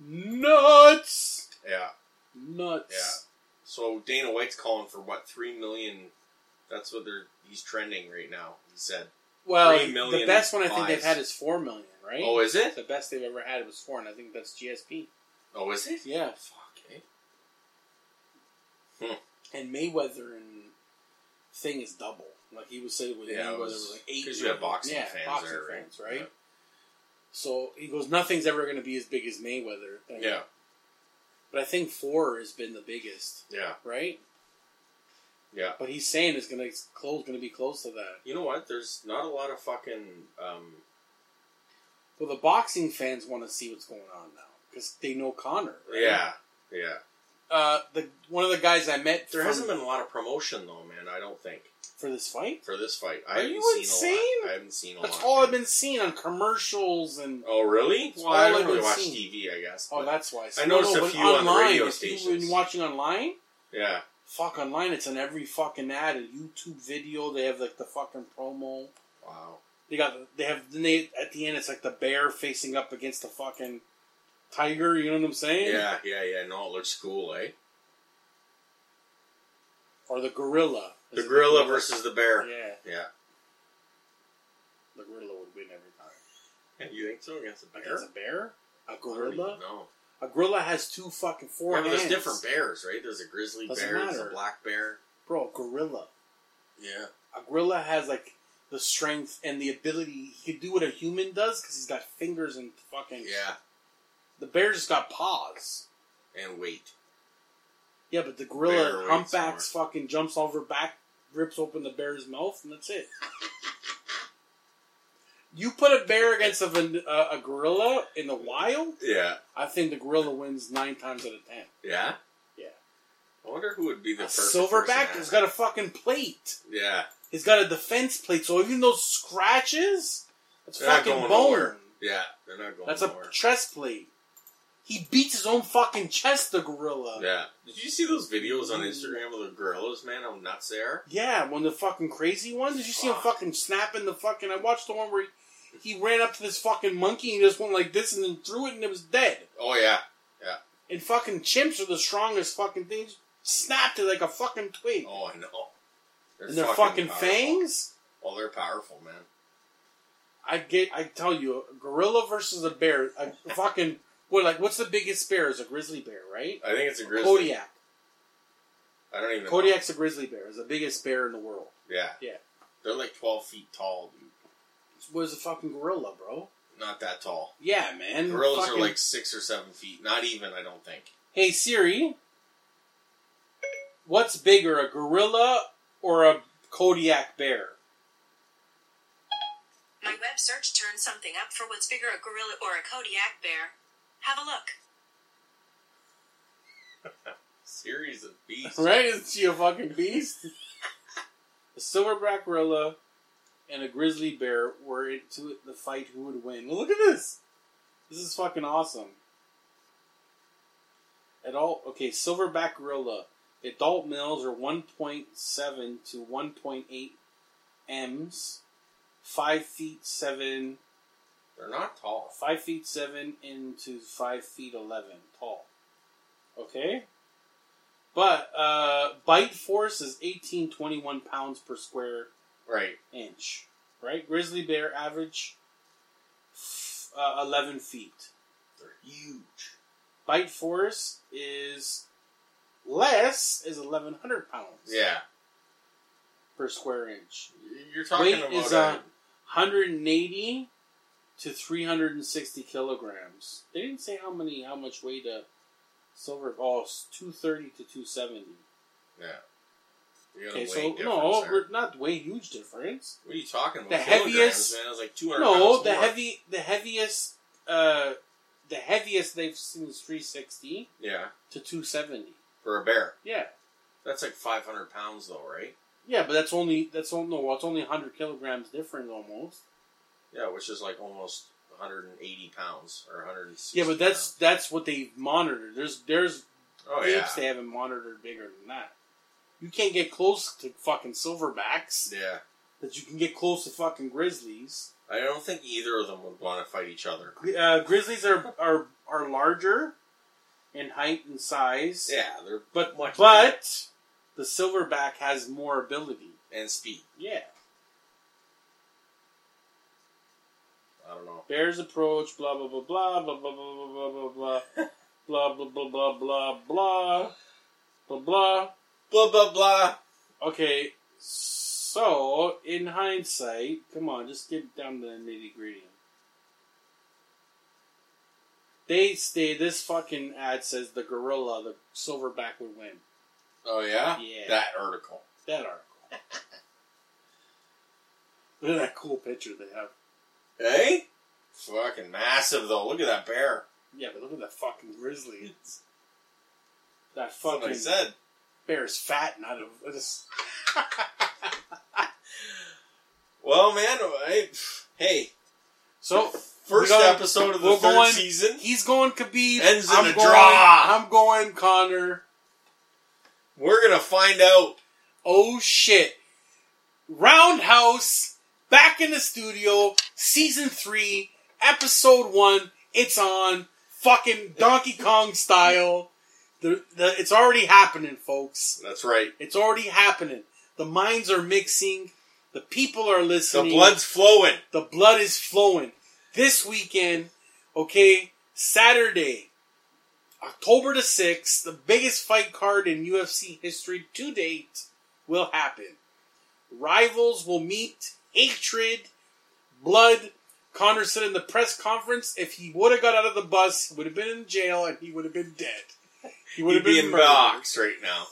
Speaker 3: nuts,
Speaker 2: Yeah.
Speaker 3: nuts.
Speaker 2: So Dana White's calling for what three million? That's what they're he's trending right now. He said.
Speaker 3: Well,
Speaker 2: Three million
Speaker 3: the best one I think
Speaker 2: buys.
Speaker 3: they've had is four million, right?
Speaker 2: Oh, is it?
Speaker 3: the best they've ever had was four, and I think that's GSP.
Speaker 2: Oh, is it?
Speaker 3: Yeah.
Speaker 2: Fuck.
Speaker 3: And Mayweather and thing is double. Like he was saying with
Speaker 2: Yeah,
Speaker 3: Mayweather
Speaker 2: it
Speaker 3: was,
Speaker 2: was-
Speaker 3: like eight.
Speaker 2: because you have boxing
Speaker 3: yeah,
Speaker 2: fans
Speaker 3: boxing
Speaker 2: there, right?
Speaker 3: fans, right? So he goes, nothing's ever going to be as big as Mayweather.
Speaker 2: Yeah.
Speaker 3: And-
Speaker 2: Yeah.
Speaker 3: But I think four has been the biggest,
Speaker 2: Yeah.
Speaker 3: right?
Speaker 2: Yeah.
Speaker 3: But he's saying it's going to close, going to be close to that.
Speaker 2: You know what? There's not a lot of fucking. Um,
Speaker 3: Well, the boxing fans want to see what's going on now because they know Connor. Right?
Speaker 2: yeah. Yeah.
Speaker 3: Uh, the one of the guys I met
Speaker 2: There
Speaker 3: from-
Speaker 2: hasn't been a lot of promotion though, man. I don't think
Speaker 3: for this fight.
Speaker 2: for this fight. I
Speaker 3: Are
Speaker 2: haven't
Speaker 3: you
Speaker 2: seen a
Speaker 3: insane?
Speaker 2: lot. I haven't seen a
Speaker 3: That's
Speaker 2: lot.
Speaker 3: all I've
Speaker 2: man.
Speaker 3: been seeing on commercials and
Speaker 2: Oh really?
Speaker 3: That's
Speaker 2: Well, I
Speaker 3: all
Speaker 2: don't
Speaker 3: I've
Speaker 2: really
Speaker 3: been
Speaker 2: watch
Speaker 3: seeing.
Speaker 2: TV. I guess.
Speaker 3: oh,
Speaker 2: but-
Speaker 3: that's why.
Speaker 2: I noticed a
Speaker 3: but
Speaker 2: few on the radio
Speaker 3: if you-
Speaker 2: stations.
Speaker 3: When watching online,
Speaker 2: yeah.
Speaker 3: fuck online, it's on every fucking ad, a YouTube video. They have like the fucking promo.
Speaker 2: Wow.
Speaker 3: They got they have then they at the end it's like the bear facing up against the fucking tiger. You know what I'm saying?
Speaker 2: Yeah. Yeah. Yeah. No, it looks cool, eh?
Speaker 3: Or the gorilla.
Speaker 2: The
Speaker 3: Is it
Speaker 2: gorilla versus the bear.
Speaker 3: Yeah.
Speaker 2: Yeah.
Speaker 3: The gorilla would win every time.
Speaker 2: You think so against a
Speaker 3: Against a bear? A gorilla?
Speaker 2: No.
Speaker 3: A gorilla has two fucking four
Speaker 2: Yeah, but there's
Speaker 3: hands.
Speaker 2: different bears, right? There's a grizzly
Speaker 3: Doesn't
Speaker 2: bear, there's a
Speaker 3: matter.
Speaker 2: black bear.
Speaker 3: Bro, gorilla.
Speaker 2: Yeah.
Speaker 3: A gorilla has like the strength and the ability. He can do what a human does because he's got fingers and fucking.
Speaker 2: Yeah.
Speaker 3: The bear just got paws.
Speaker 2: And weight.
Speaker 3: Yeah, but the gorilla
Speaker 2: Bear weighs
Speaker 3: humpbacks fucking jumps over back, rips open the bear's mouth, and that's it. you put a bear against a, van- uh, a gorilla in the wild,
Speaker 2: Yeah.
Speaker 3: I think the gorilla wins nine times out of ten.
Speaker 2: Yeah?
Speaker 3: Yeah.
Speaker 2: I wonder who would be the
Speaker 3: A
Speaker 2: first.
Speaker 3: silverback has got a fucking plate.
Speaker 2: Yeah.
Speaker 3: He's got a defense plate, so even those scratches, that's
Speaker 2: They're not
Speaker 3: fucking
Speaker 2: going
Speaker 3: bone.
Speaker 2: nowhere. Yeah. They're not going
Speaker 3: That's a
Speaker 2: nowhere.
Speaker 3: chest plate. He beats his own fucking chest, the gorilla.
Speaker 2: yeah. Did you see those videos on Instagram of the gorillas, man? How nuts they are?
Speaker 3: Yeah, when the fucking crazy one. Did you see him
Speaker 2: Fuck.
Speaker 3: fucking snapping the fucking? I watched the one where he, he ran up to this fucking monkey and just went like this and then threw it and it was dead.
Speaker 2: Oh, yeah.
Speaker 3: And fucking chimps are the strongest fucking things. Snapped it like a fucking twig.
Speaker 2: Oh, I know. They're
Speaker 3: and their fucking,
Speaker 2: powerful.
Speaker 3: fangs.
Speaker 2: Oh, they're powerful, man.
Speaker 3: I get. I tell you, a gorilla versus a bear. A fucking what? Like, what's the biggest bear? Is a grizzly bear, right?
Speaker 2: I think it's a grizzly.
Speaker 3: Kodiak.
Speaker 2: I don't even know.
Speaker 3: Kodiak's a grizzly bear. Is the biggest bear in the world.
Speaker 2: Yeah.
Speaker 3: Yeah.
Speaker 2: They're like 12 feet tall, dude.
Speaker 3: What is a fucking gorilla, bro?
Speaker 2: Not that tall.
Speaker 3: Yeah, man.
Speaker 2: Gorillas
Speaker 3: Fucking-
Speaker 2: are like six or seven feet. Not even, I don't think.
Speaker 3: Hey Siri, what's bigger, a gorilla or a Kodiak bear?
Speaker 5: My web search turned something up for what's bigger, a gorilla or a Kodiak bear. Have a look.
Speaker 2: Series of beasts.
Speaker 3: Right? Isn't she a fucking beast? a silverback gorilla and a grizzly bear were into the fight who would win. Look at this. This is fucking awesome. At all, okay, silverback gorilla. Adult males are 1.7 to 1.8 m's, 5 feet 7
Speaker 2: They're not tall.
Speaker 3: five feet seven into five feet eleven tall. Okay, but uh, bite force is eighteen twenty one pounds per square
Speaker 2: Right.
Speaker 3: inch. Right, grizzly bear average f- uh, eleven feet.
Speaker 2: They're huge.
Speaker 3: Bite force is less is eleven hundred pounds.
Speaker 2: Yeah.
Speaker 3: per square inch.
Speaker 2: You're talking
Speaker 3: Weight
Speaker 2: about
Speaker 3: is,
Speaker 2: a-
Speaker 3: uh, Hundred and eighty to three hundred and sixty kilograms. They didn't say how many, how much weight a silver. Oh, two thirty to two seventy.
Speaker 2: yeah. You got a
Speaker 3: Okay,
Speaker 2: weight
Speaker 3: so
Speaker 2: difference
Speaker 3: no,
Speaker 2: there.
Speaker 3: we're not way huge difference.
Speaker 2: what are you talking about?
Speaker 3: the
Speaker 2: Kilograms,
Speaker 3: heaviest-
Speaker 2: Man, it's like 200
Speaker 3: No,
Speaker 2: pounds
Speaker 3: the
Speaker 2: more.
Speaker 3: heavy, the heaviest, uh, the heaviest they've seen is three sixty
Speaker 2: Yeah.
Speaker 3: to two seventy.
Speaker 2: For a bear.
Speaker 3: Yeah,
Speaker 2: That's like 500 pounds, though, right?
Speaker 3: yeah, but that's only that's only no, it's only hundred kilograms different almost.
Speaker 2: Yeah, which is like almost 180 pounds or 160
Speaker 3: Yeah, but that's
Speaker 2: pounds.
Speaker 3: that's what they monitor. There's there's
Speaker 2: Oh, yeah.
Speaker 3: apes they haven't monitored bigger than that. You can't get close to fucking silverbacks
Speaker 2: Yeah.
Speaker 3: that you can get close to fucking grizzlies.
Speaker 2: I don't think either of them would want to fight each other.
Speaker 3: Gri- Uh, grizzlies are, are are larger in height and size,
Speaker 2: Yeah, they're
Speaker 3: but
Speaker 2: much bigger.
Speaker 3: but the silverback has more ability.
Speaker 2: and speed.
Speaker 3: Yeah,
Speaker 2: I don't know.
Speaker 3: bears approach. Blah blah blah blah blah blah blah blah blah blah. blah. Blah blah blah blah blah blah blah blah.
Speaker 2: Blah blah blah.
Speaker 3: Okay, so in hindsight, come on, just get down to the nitty gritty. They stay. This fucking ad says the gorilla, the silverback would win.
Speaker 2: Oh yeah,
Speaker 3: Yeah.
Speaker 2: that article.
Speaker 3: That article. Look at that cool picture they have.
Speaker 2: Hey, Eh? fucking massive though. Look at that bear.
Speaker 3: Yeah, but look at that fucking grizzly. That
Speaker 2: Fucking
Speaker 3: fucking
Speaker 2: said.
Speaker 3: bear is fat, not a. It's,
Speaker 2: Well, man, I, hey,
Speaker 3: so
Speaker 2: first
Speaker 3: We gotta-
Speaker 2: episode of the
Speaker 3: we're
Speaker 2: third
Speaker 3: going-
Speaker 2: season.
Speaker 3: he's going Khabib.
Speaker 2: Ends in
Speaker 3: I'm
Speaker 2: a
Speaker 3: going,
Speaker 2: draw.
Speaker 3: I'm going Connor.
Speaker 2: We're gonna find out.
Speaker 3: Oh shit! Roundhouse back in the studio, season three, episode one. It's on fucking Donkey Kong style. The, the, it's already happening, folks.
Speaker 2: That's right.
Speaker 3: It's already happening. The minds are mixing. The people are
Speaker 2: The
Speaker 3: listening.
Speaker 2: blood's flowing.
Speaker 3: The blood is flowing. This weekend, okay, Saturday, October the 6th, the biggest fight card in UFC history to date will happen. Rivals will meet, hatred, blood. Connor said in the press conference if he would have got out of the bus, he would have been in jail and he would have been dead. He would
Speaker 2: We'd
Speaker 3: have
Speaker 2: be
Speaker 3: been
Speaker 2: in
Speaker 3: murdered.
Speaker 2: box right now.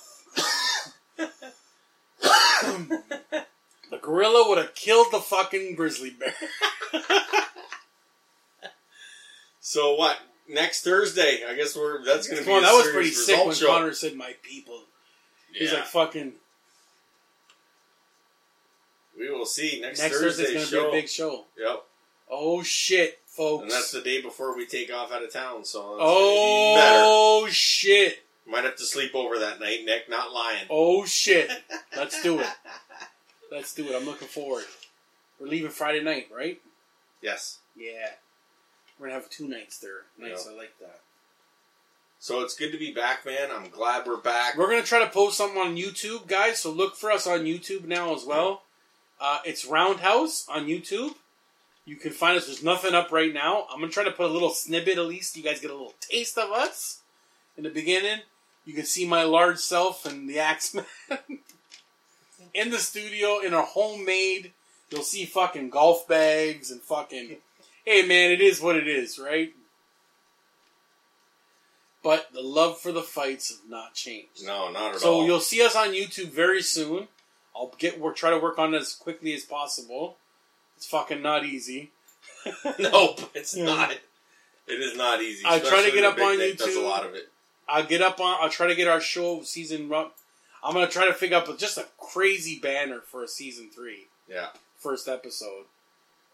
Speaker 3: The gorilla would have killed the fucking grizzly bear.
Speaker 2: So what? Next Thursday, I guess we're. That's gonna be.
Speaker 3: Well,
Speaker 2: a
Speaker 3: that was
Speaker 2: serious
Speaker 3: pretty sick
Speaker 2: result
Speaker 3: when
Speaker 2: show.
Speaker 3: Connor said, "My people." He's
Speaker 2: Yeah.
Speaker 3: like, "Fucking
Speaker 2: we will see next,
Speaker 3: next
Speaker 2: Thursday
Speaker 3: Thursday's gonna
Speaker 2: show.
Speaker 3: be a big show."
Speaker 2: yep.
Speaker 3: Oh shit, folks!
Speaker 2: And that's the day before we take off out of town, so that's gonna
Speaker 3: oh shit!
Speaker 2: be better. Might have to sleep over that night, Nick. Not lying.
Speaker 3: Oh shit! Let's do it. Let's do it. I'm looking forward. We're leaving Friday night, right?
Speaker 2: Yes.
Speaker 3: Yeah. We're gonna have two nights there. Nice,
Speaker 2: Yeah.
Speaker 3: I like that.
Speaker 2: So it's good to be back, man. I'm glad we're back.
Speaker 3: We're gonna try to post something on YouTube, guys. So look for us on YouTube now as well. Uh, it's Roundhouse on YouTube. You can find us. There's nothing up right now. I'm gonna try to put a little snippet at least. You guys get a little taste of us in the beginning. You can see my large self and the Axeman in the studio in our homemade. You'll see fucking golf bags and fucking. Hey man, it is what it is, right? But the love for the fights has not changed.
Speaker 2: No, not at
Speaker 3: So
Speaker 2: all.
Speaker 3: you'll see us on YouTube very soon. I'll get work try to work on it as quickly as possible. It's fucking not easy.
Speaker 2: nope, it's
Speaker 3: Yeah.
Speaker 2: not. It is not easy.
Speaker 3: I try to
Speaker 2: especially
Speaker 3: get
Speaker 2: when
Speaker 3: up
Speaker 2: Big
Speaker 3: on
Speaker 2: Nick Does a
Speaker 3: YouTube.
Speaker 2: lot of it.
Speaker 3: I'll get up on. I'll try to get our show season run. I'm gonna try to figure out just a crazy banner for a season three
Speaker 2: Yeah.
Speaker 3: first episode.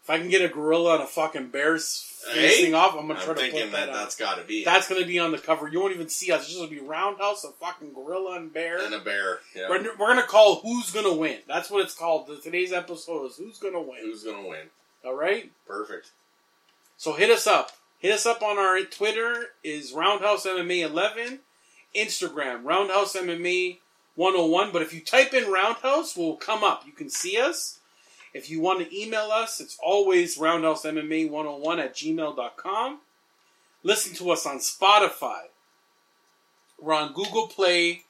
Speaker 3: If I can get a gorilla and a fucking bear s-
Speaker 2: Hey,
Speaker 3: facing off, I'm
Speaker 2: I'm,
Speaker 3: gonna try to
Speaker 2: thinking
Speaker 3: put that,
Speaker 2: that,
Speaker 3: on.
Speaker 2: that's got to be it.
Speaker 3: That's gonna be on the cover. You won't even see us. It's just gonna be roundhouse, a fucking gorilla and bear.
Speaker 2: and a bear. Yeah.
Speaker 3: we're, we're gonna call who's gonna win. That's what it's called. Today's episode is who's gonna win.
Speaker 2: Who's gonna win?
Speaker 3: All right.
Speaker 2: Perfect.
Speaker 3: So hit us up. Hit us up on our Twitter is Roundhouse MMA 11, Instagram Roundhouse MMA 101. But if you type in Roundhouse, we'll come up. You can see us. If you want to email us, it's always Roundhouse MMA 101 at gmail.com. Listen to us on Spotify. We're on Google Play.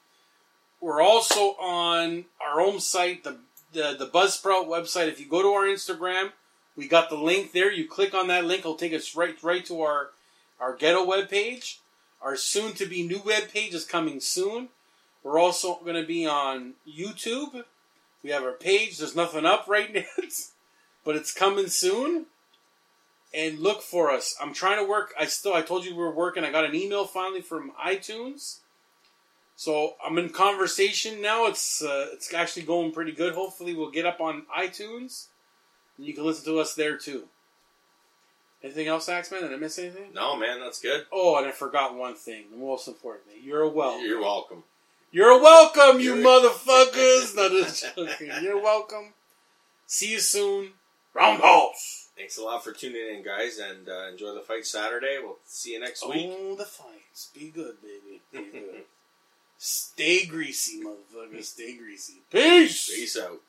Speaker 3: We're also on our own site, the, the, the Buzzsprout website. If you go to our Instagram, we got the link there. You click on that link, it'll take us right right to our our ghetto webpage. Our soon to be new webpage is coming soon. We're also going to be on YouTube. We have our page. There's nothing up right now, but it's coming soon. And look for us. I'm trying to work. I still I told you we were working. I got an email finally from iTunes. So I'm in conversation now. It's uh, it's actually going pretty good. Hopefully we'll get up on iTunes. And you can listen to us there too. Anything else, Axeman? Did I miss anything?
Speaker 2: No, man, that's good.
Speaker 3: Oh, and I forgot one thing. The most important thing. You're welcome.
Speaker 2: You're welcome.
Speaker 3: You're welcome, you
Speaker 2: You're-
Speaker 3: motherfuckers. no, just joking. You're welcome. See you soon. Roundhouse.
Speaker 2: Thanks a lot for tuning in, guys, and uh, enjoy the fight Saturday. We'll see you next week.
Speaker 3: All Oh, the fights. Be good, baby. Be good. Stay greasy, motherfucker. Stay greasy. Peace.
Speaker 2: Peace out.